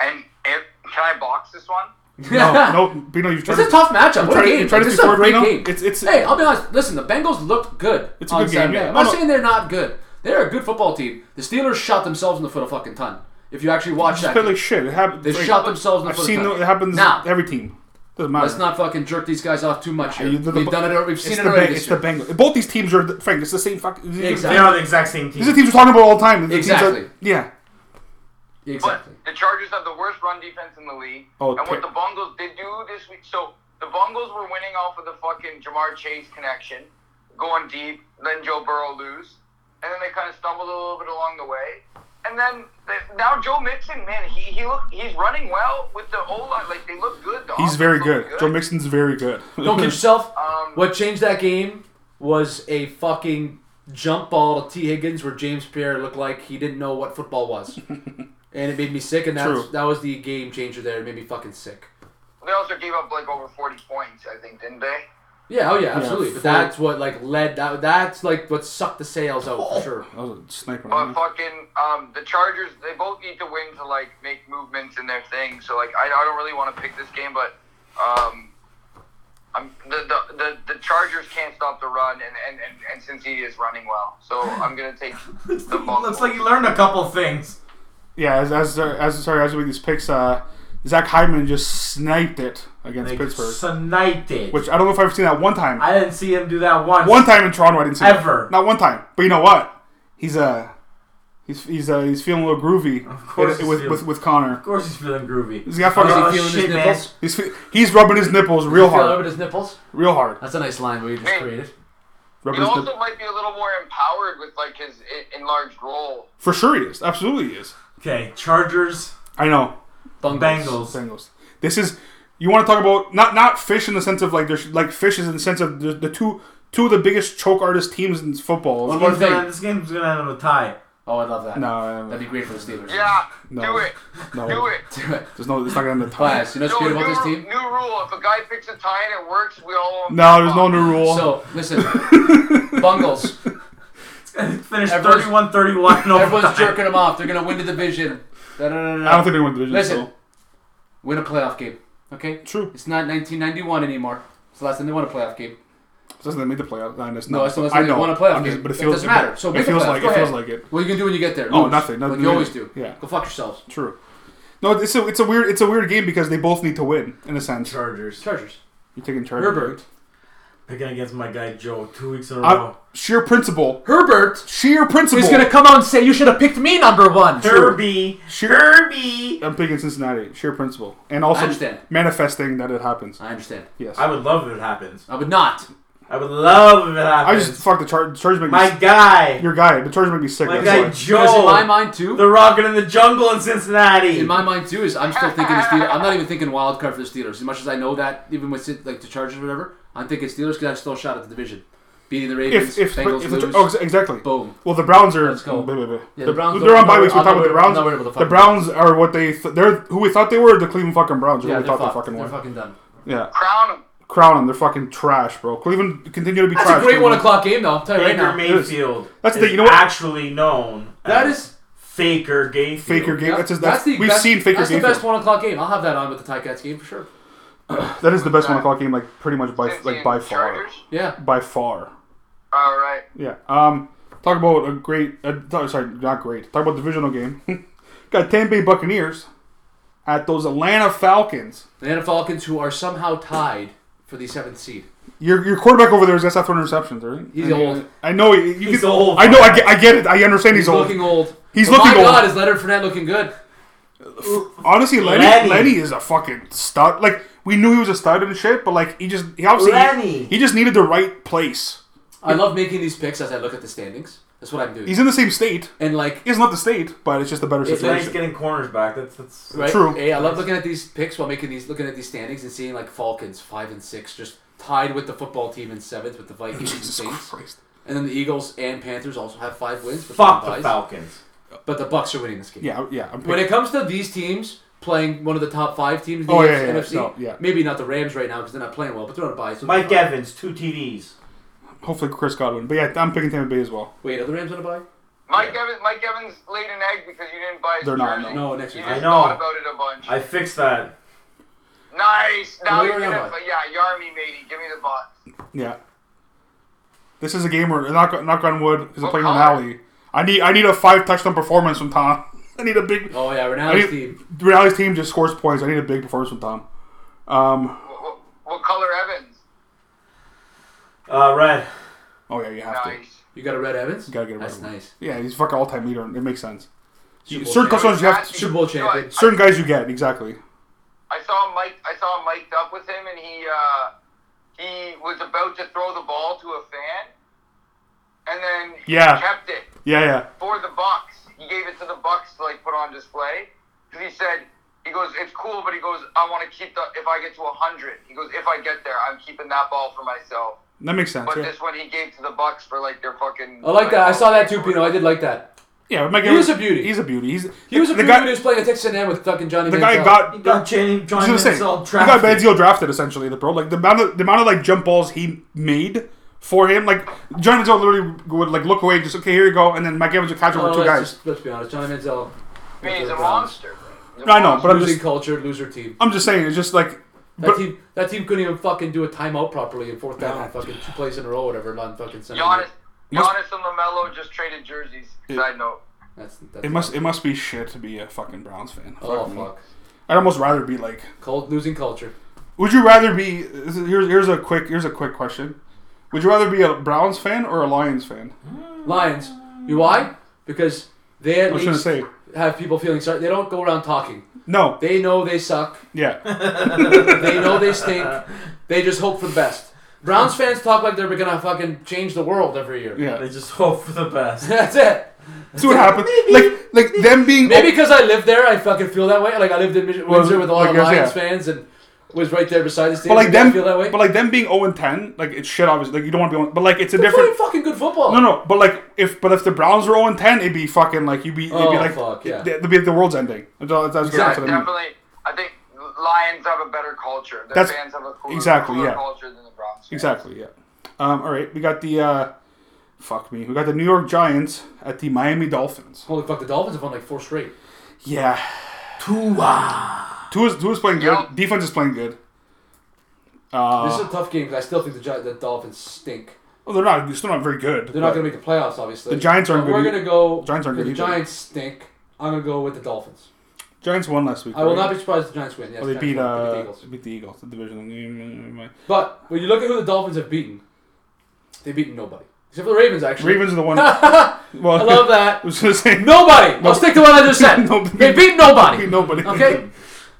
Speaker 3: And if, can I box this one?
Speaker 2: no, no, Pino, you've tried.
Speaker 5: It's a
Speaker 2: to-
Speaker 5: tough matchup.
Speaker 2: trying
Speaker 5: What a
Speaker 2: to-
Speaker 5: game!
Speaker 2: you're trying to
Speaker 5: this
Speaker 2: be
Speaker 5: is a
Speaker 2: smart,
Speaker 5: great
Speaker 2: Pino.
Speaker 5: game.
Speaker 2: It's- it's-
Speaker 5: hey, I'll be honest. Listen, the Bengals looked good
Speaker 2: It's a
Speaker 5: on
Speaker 2: good game,
Speaker 5: Saturday.
Speaker 2: yeah.
Speaker 5: I'm
Speaker 2: No,
Speaker 5: not
Speaker 2: no.
Speaker 5: saying they're not good. They're a good football team. The Steelers shot themselves in the foot a fucking ton. If you actually watch that,
Speaker 2: It's been
Speaker 5: game.
Speaker 2: like shit. It happened.
Speaker 5: they
Speaker 2: like,
Speaker 5: shot themselves in the
Speaker 2: I've
Speaker 5: foot. a
Speaker 2: seen
Speaker 5: ton.
Speaker 2: it happens.
Speaker 5: Now,
Speaker 2: every team doesn't matter.
Speaker 5: let's not fucking jerk these guys off too much. Here.
Speaker 2: You- the- the-
Speaker 5: we've done it. We've seen
Speaker 2: it's
Speaker 5: it
Speaker 2: the
Speaker 5: already.
Speaker 2: Beng- It's
Speaker 5: this
Speaker 2: the
Speaker 5: year.
Speaker 2: Bengals. Both these teams are Frank. It's the same fucking. These
Speaker 5: Exactly.
Speaker 4: They are the exact same
Speaker 2: are the
Speaker 4: team.
Speaker 2: teams we're talking about all the time. These are the teams that-
Speaker 5: Exactly.
Speaker 2: yeah.
Speaker 3: But
Speaker 5: Exactly.
Speaker 3: the Chargers have the worst run defense in the league.
Speaker 2: Oh,
Speaker 3: and what
Speaker 2: ter-
Speaker 3: the Bungles did do this week. So the Bungles were winning off of the fucking Jamar Chase connection, going deep, then Joe Burrow lose. And then they kind of stumbled a little bit along the way. And then they, now Joe Mixon, man, he he look, he's running well with the whole line. Like they look good. The
Speaker 2: He's
Speaker 3: offense
Speaker 2: very
Speaker 3: looked
Speaker 2: good. Joe Mixon's very good.
Speaker 5: Don't kid yourself.
Speaker 3: Um,
Speaker 5: what changed that game was a fucking jump ball to T. Higgins where James Pierre looked like he didn't know what football was. and it made me sick, and that's,
Speaker 2: True.
Speaker 5: that was the game changer there. It made me fucking sick.
Speaker 3: They also gave up like over forty points, I think, didn't they?
Speaker 5: Yeah, oh yeah, absolutely.
Speaker 2: full-
Speaker 5: but that's what like led that that's like what sucked the sales out for sure.
Speaker 2: That was a sniper.
Speaker 3: But fucking um, the Chargers, they both need to win to like make movements in their thing. So like, I, I don't really want to pick this game, but um, I'm the, the the the Chargers can't stop the run, and and and, and since he is running well, so I'm gonna take the Bungles.
Speaker 6: Looks like he learned a couple things.
Speaker 2: yeah, as as uh, as sorry as we make these picks, uh, Zach Hyman just sniped it against
Speaker 6: Like,
Speaker 2: Pittsburgh.
Speaker 6: Sniped it.
Speaker 2: Which I don't know if I've seen that one time.
Speaker 6: I didn't see him do that once.
Speaker 2: one time in Toronto, I didn't see that.
Speaker 6: Ever.
Speaker 2: Not one time. But you know what? He's uh, he's he's uh, he's feeling a little groovy. Of
Speaker 6: course he's
Speaker 2: with,
Speaker 6: feeling-
Speaker 2: with with Connor.
Speaker 6: Of course he's feeling groovy.
Speaker 2: He's got fucking.
Speaker 6: Oh,
Speaker 5: Is he feeling
Speaker 6: shit,
Speaker 5: his
Speaker 6: man.
Speaker 5: nipples?
Speaker 2: He's fe- he's rubbing his nipples real
Speaker 5: Feel
Speaker 2: hard,
Speaker 5: over his nipples.
Speaker 2: real hard.
Speaker 5: Oh. That's a nice line we just
Speaker 3: Hey.
Speaker 5: created.
Speaker 3: he
Speaker 2: Rubbing his
Speaker 3: also
Speaker 2: nip-
Speaker 3: might be a little more empowered with like his en- enlarged role.
Speaker 2: For sure he is. Absolutely he is.
Speaker 6: Okay, Chargers,
Speaker 2: I know.
Speaker 5: Bungles.
Speaker 6: Bengals.
Speaker 2: Bengals. This is you want to talk about not not fish in the sense of like there's like fish is in the sense of the, the two two of the biggest choke artist teams in football.
Speaker 5: One
Speaker 2: No,
Speaker 5: more
Speaker 6: This game's
Speaker 5: thing.
Speaker 6: This game's gonna end up a tie.
Speaker 5: Oh, I love that.
Speaker 2: no,
Speaker 5: That'd be great for the Steelers.
Speaker 3: Yeah,
Speaker 2: No. Oh.
Speaker 3: do it,
Speaker 2: no,
Speaker 3: do it.
Speaker 2: There's no. It's not gonna end the time.
Speaker 5: Bias, you know
Speaker 3: No,
Speaker 5: what's great
Speaker 3: new,
Speaker 5: about this
Speaker 3: ru-
Speaker 5: team?
Speaker 3: new rule: if a guy picks a tie and it works, we all
Speaker 2: No, there's no new rule.
Speaker 5: So listen, Bungles.
Speaker 6: Finish
Speaker 5: Everyone's-
Speaker 6: 31 31 in overtime.
Speaker 5: Everyone's jerking them off. They're gonna win the division. Da, da, da, da.
Speaker 2: I don't think they win the division.
Speaker 5: Listen,
Speaker 2: so.
Speaker 5: win a playoff game. Okay.
Speaker 2: True.
Speaker 5: It's not 1991 anymore. It's the last time they won a playoff game.
Speaker 2: Doesn't they made the playoffs? No, it's
Speaker 5: No,
Speaker 2: not.
Speaker 5: it's the last
Speaker 2: I
Speaker 5: time they
Speaker 2: know.
Speaker 5: won a playoff
Speaker 2: I'm
Speaker 5: game.
Speaker 2: But it
Speaker 5: It
Speaker 2: feels
Speaker 5: doesn't matter. So
Speaker 2: it
Speaker 5: make a
Speaker 2: feels
Speaker 5: playoff.
Speaker 2: like
Speaker 5: Go
Speaker 2: it feels
Speaker 5: ahead.
Speaker 2: like it.
Speaker 5: What are you gonna do when you get there?
Speaker 2: Oh,
Speaker 5: Lose,
Speaker 2: nothing, nothing
Speaker 5: Like you
Speaker 2: really.
Speaker 5: always do.
Speaker 2: Yeah.
Speaker 5: Go fuck yourselves.
Speaker 2: True. No, it's a it's a weird it's a weird game because they both need to win in a sense.
Speaker 6: Chargers.
Speaker 5: Chargers.
Speaker 2: You're taking charge.
Speaker 5: Herbert.
Speaker 6: Picking against my guy Joe two weeks in a
Speaker 2: I,
Speaker 6: row.
Speaker 2: sheer principle.
Speaker 5: Herbert
Speaker 2: Sheer principle.
Speaker 5: is gonna come out and say you should have picked me number one.
Speaker 6: Kirby.
Speaker 2: Sure.
Speaker 6: Kirby.
Speaker 2: I'm picking Cincinnati. Sheer principle, and also
Speaker 5: I understand.
Speaker 2: manifesting that it happens.
Speaker 5: I understand.
Speaker 2: Yes.
Speaker 6: I
Speaker 2: I,
Speaker 6: would love if it happens.
Speaker 5: I would not.
Speaker 6: I would love if it happens.
Speaker 2: just fuck the charge. The charge make
Speaker 6: my
Speaker 2: me,
Speaker 6: guy.
Speaker 2: your guy. The charge make me sick.
Speaker 6: My
Speaker 2: That's
Speaker 6: guy
Speaker 2: why.
Speaker 5: Because
Speaker 6: Joe.
Speaker 5: in my mind too,
Speaker 6: the Rocket in the Jungle in Cincinnati.
Speaker 5: in my mind too, is I'm still thinking the Steelers. I'm not even thinking wild card for the Steelers. As much as I know that, even with Sid- like the Chargers or whatever, I'm thinking Steelers because I still shot at the division, beating the Ravens,
Speaker 2: if if,
Speaker 5: Bengals
Speaker 2: if the,
Speaker 5: lose.
Speaker 2: oh ex- exactly.
Speaker 5: Boom.
Speaker 2: Well, the Browns are.
Speaker 5: Let's go.
Speaker 2: Blah, blah, blah.
Speaker 5: Yeah, the Browns
Speaker 2: They're
Speaker 5: don't-
Speaker 2: on bye
Speaker 5: I'm
Speaker 2: weeks.
Speaker 5: not
Speaker 2: We're talking about
Speaker 5: worried-
Speaker 2: the
Speaker 5: I'm
Speaker 2: Browns.
Speaker 5: not worried about the
Speaker 2: the
Speaker 5: fucking
Speaker 2: Browns are what they. Th- they're who we thought they were. The Cleveland fucking Browns. are
Speaker 5: Yeah,
Speaker 2: who
Speaker 5: they're
Speaker 2: we thought
Speaker 5: fucked.
Speaker 2: they fucking
Speaker 5: They're
Speaker 2: were.
Speaker 5: fucking done.
Speaker 2: Yeah.
Speaker 3: crown him.
Speaker 2: crown them. They're fucking trash, bro. Cleveland continue to be
Speaker 5: That's
Speaker 2: trash.
Speaker 5: a great one
Speaker 2: Cleveland.
Speaker 5: o'clock game, though. I'll tell you right
Speaker 4: Baker
Speaker 5: now.
Speaker 4: Mayfield
Speaker 2: That's the
Speaker 4: is
Speaker 2: thing, you know what?
Speaker 4: actually known
Speaker 5: That
Speaker 4: as
Speaker 5: is-
Speaker 4: Faker Gayfield.
Speaker 2: Faker game.
Speaker 5: Yeah,
Speaker 2: That's, his, that's, we've
Speaker 5: best-
Speaker 2: seen Faker
Speaker 5: That's
Speaker 2: game.
Speaker 5: the best one o'clock game. I'll have that on with the Ticats game for sure.
Speaker 2: That is the best one o'clock game, like pretty much by like
Speaker 3: Fifteen
Speaker 2: by far,
Speaker 3: Chargers?
Speaker 5: Yeah.
Speaker 2: by far.
Speaker 3: All right.
Speaker 2: Yeah. Um, talk about a great. Uh, th- sorry, not great. Talk about divisional game. Got Tampa Bay Buccaneers at those Atlanta Falcons.
Speaker 5: The Atlanta Falcons, who are somehow tied for the seventh seed.
Speaker 2: Your, your quarterback over there is that's after interceptions, right?
Speaker 5: He's old.
Speaker 2: I know you you
Speaker 4: He's
Speaker 2: can,
Speaker 4: old.
Speaker 2: I know. I get, I get it. I understand he's,
Speaker 5: He's
Speaker 2: old.
Speaker 5: looking old.
Speaker 2: He's
Speaker 5: But
Speaker 2: looking
Speaker 5: my
Speaker 2: old.
Speaker 5: God, is Leonard Fournette looking good?
Speaker 2: Honestly, Lenny,
Speaker 4: Lenny.
Speaker 2: Lenny is a fucking stud. Like we knew he was a stud and shit, but like he just he obviously
Speaker 4: Lenny.
Speaker 2: He, just needed the right place.
Speaker 5: I love making these picks as I look at the standings. That's what I'm doing.
Speaker 2: He's in the same state.
Speaker 5: and like,
Speaker 2: He hasn't left the state, but it's just a better
Speaker 5: It's
Speaker 2: situation.
Speaker 4: Nice getting corners back. That's that's.
Speaker 5: right?
Speaker 2: true.
Speaker 5: Hey, I love looking at these picks while making these, looking at these standings and seeing like Falcons five and six, just tied with the football team in seventh with the Vikings and
Speaker 2: Jesus
Speaker 5: Saints,
Speaker 2: Christ.
Speaker 5: and then the Eagles and Panthers also have five wins. But
Speaker 4: Fuck
Speaker 5: they're
Speaker 4: the
Speaker 5: buys.
Speaker 4: Falcons.
Speaker 5: But the Bucks are winning this game.
Speaker 2: Yeah, yeah. I'm
Speaker 5: When it comes to these teams playing one of the top five teams in the
Speaker 2: Oh, yeah,
Speaker 5: AFC,
Speaker 2: yeah,
Speaker 5: NFC,
Speaker 2: no, yeah.
Speaker 5: maybe not the Rams right now because they're not playing well, but they're on a bye. So
Speaker 4: Mike
Speaker 5: they're fine.
Speaker 4: Evans, two TDs.
Speaker 2: hopefully Chris Godwin. But yeah, I'm picking Tampa Bay as well.
Speaker 5: Wait, are the Rams on a bye?
Speaker 3: Mike Evans, Mike Evans laid an egg because you didn't buy his
Speaker 2: They're not,
Speaker 3: jersey.
Speaker 5: No, next
Speaker 3: You
Speaker 5: week.
Speaker 3: just
Speaker 4: I know.
Speaker 3: thought about it a bunch.
Speaker 4: I fixed that.
Speaker 3: nice. Now
Speaker 5: No,
Speaker 3: you're
Speaker 5: no, no,
Speaker 3: gonna,
Speaker 5: no.
Speaker 3: yeah, Yarmy, matey, give me the box.
Speaker 2: Yeah. This is a game where knock knock on wood because I'm
Speaker 3: What
Speaker 2: playing on
Speaker 3: color?
Speaker 2: Alley. I need I need a five touchdown performance from Tom. I need a big.
Speaker 5: Oh yeah,
Speaker 2: I need,
Speaker 5: Ronaldo's team.
Speaker 2: Really's team just scores points. I need a big performance from Tom. Um.
Speaker 3: What, what, what color Evans?
Speaker 4: Uh, red.
Speaker 2: Oh yeah, you have to.
Speaker 3: Nice.
Speaker 5: You got a Red Evans.
Speaker 2: You gotta get rid
Speaker 5: That's
Speaker 2: of him.
Speaker 5: nice.
Speaker 2: Yeah, he's fucking all time leader. It makes sense. You-
Speaker 5: Bowl
Speaker 2: certain touchdowns you have.
Speaker 3: Matthew,
Speaker 5: Super Bowl
Speaker 3: you know,
Speaker 5: champion.
Speaker 3: I,
Speaker 2: certain guys you get exactly.
Speaker 3: I saw him mic. I saw him mic'd up with him, and he uh, he was about to throw the ball to a fan, and then he
Speaker 2: Yeah.
Speaker 3: kept it
Speaker 2: Yeah, yeah.
Speaker 3: for the Bucks. He gave it to the Bucks to like put on display. 'Cause he said he goes, it's cool, but he goes, I want to keep the. If I get to hundred, he goes, if I get there, I'm keeping that ball for myself.
Speaker 2: That makes sense.
Speaker 3: But
Speaker 2: Yeah,
Speaker 3: this one he gave to the Bucks for like their fucking.
Speaker 5: I Oh, like that. I saw that too, Pino. I did like that.
Speaker 2: yeah but Mike
Speaker 5: He was
Speaker 2: Evans-
Speaker 5: a beauty.
Speaker 2: He's a beauty. He's
Speaker 5: He was a
Speaker 2: the
Speaker 5: the
Speaker 2: guy.
Speaker 5: guy who was playing at Texas A&M with fucking Johnny.
Speaker 2: the guy
Speaker 5: Manziel.
Speaker 4: You
Speaker 2: got.
Speaker 4: got Johnny
Speaker 2: I
Speaker 4: Johnny
Speaker 2: was gonna say,
Speaker 4: Manziel
Speaker 2: he got
Speaker 4: drafted.
Speaker 2: Manziel drafted essentially the pro. Like the amount of the amount of like jump balls he made for him, like Johnny Manziel literally would like look away, and just okay, here you go, and then Mike Evans would catch over
Speaker 5: Oh,
Speaker 2: two
Speaker 5: let's
Speaker 2: guys.
Speaker 5: just- let's be honest. Johnny Manziel.
Speaker 3: I mean, he's a
Speaker 5: Browns.
Speaker 3: monster. He's a
Speaker 2: I know, but I'm
Speaker 5: Losing
Speaker 2: just
Speaker 5: culture, loser team.
Speaker 2: I'm just saying, it's just like
Speaker 5: That
Speaker 2: but-
Speaker 5: team, that team couldn't even fucking do a timeout properly in fourth down, on fucking two plays in a row, or whatever. Not fucking Sunday.
Speaker 3: Giannis,
Speaker 2: Must-
Speaker 3: Giannis and Lamelo just traded jerseys. Side note.
Speaker 5: That's, that's
Speaker 2: it must it must be shit to be a fucking Browns fan. Fuck
Speaker 5: Oh
Speaker 2: me.
Speaker 5: fuck!
Speaker 2: I'd almost rather be like.
Speaker 5: Cold losing culture.
Speaker 2: Would you rather be this is- here's here's a quick here's a quick question. Would you rather be a Browns fan or a Lions fan?
Speaker 5: Lions. You why? Because they at
Speaker 2: I was gonna
Speaker 5: least
Speaker 2: say
Speaker 5: have people feeling sorry. They don't go around talking.
Speaker 2: no.
Speaker 5: They know they suck.
Speaker 2: Yeah,
Speaker 5: They know they stink. They just hope for the best. Browns fans talk like they're gonna fucking change the world every year.
Speaker 2: yeah.
Speaker 4: They just hope for the best.
Speaker 5: That's it.
Speaker 2: See what happens. Like like them being
Speaker 5: Maybe because I lived there, I fucking feel that way. Like I lived in Mich-
Speaker 2: Well,
Speaker 5: Windsor with a lot
Speaker 2: like,
Speaker 5: of
Speaker 2: yes, yeah.
Speaker 5: Lions fans and was right there beside the stadium.
Speaker 2: But like
Speaker 5: Did
Speaker 2: them,
Speaker 5: I feel that way.
Speaker 2: but like them being zero and ten, like it's shit. Obviously, like you don't want to be. On, but like it's a
Speaker 5: they're playing
Speaker 2: different.
Speaker 5: fucking good football.
Speaker 2: No, no. But like if, but if the Browns were zero and ten, it'd be fucking like you'd be, it'd
Speaker 5: Oh,
Speaker 2: be like,
Speaker 5: fuck, yeah.
Speaker 2: it'd, be like the world's ending. That's, all- that's,
Speaker 3: Yeah,
Speaker 2: that's what I mean.
Speaker 3: definitely. I think Lions have a better culture. Their
Speaker 2: That's-
Speaker 3: fans have a cooler,
Speaker 2: exactly,
Speaker 3: cooler
Speaker 2: yeah.
Speaker 3: culture than the Browns. fans.
Speaker 2: Exactly. Yeah. Um. All right. We got the. uh Fuck me. We got the New York Giants at the Miami Dolphins.
Speaker 5: Holy fuck! The Dolphins have won like four straight.
Speaker 2: Yeah. Tua's Tua's playing good.
Speaker 3: Yep.
Speaker 2: Defense is playing good. Uh,
Speaker 5: This is a tough game because I still think the, Gi- the Dolphins stink.
Speaker 2: Well, they're not. They're still not very good.
Speaker 5: They're not
Speaker 2: but-
Speaker 5: going to make the playoffs, obviously.
Speaker 2: The Giants aren't
Speaker 5: But We're
Speaker 2: good
Speaker 5: going to go.
Speaker 2: Giants aren't
Speaker 5: with
Speaker 2: good
Speaker 5: The
Speaker 2: either.
Speaker 5: Giants stink. I'm going to go with the Dolphins.
Speaker 2: Giants won last week.
Speaker 5: I will
Speaker 2: right?
Speaker 5: not be surprised if the Giants win. Yes,
Speaker 2: Oh, they
Speaker 5: Giants
Speaker 2: beat
Speaker 5: won. They
Speaker 2: uh
Speaker 5: beat the Eagles.
Speaker 2: beat the Eagles. The division.
Speaker 5: But when you look at who the Dolphins have beaten, they've beaten nobody except for the Ravens. Actually,
Speaker 2: Ravens are the one. well,
Speaker 5: I love that.
Speaker 2: I was gonna say
Speaker 5: Nobody. I'll stick to what I just said.
Speaker 2: Nobody.
Speaker 5: They beat nobody.
Speaker 2: Beat nobody.
Speaker 5: Okay.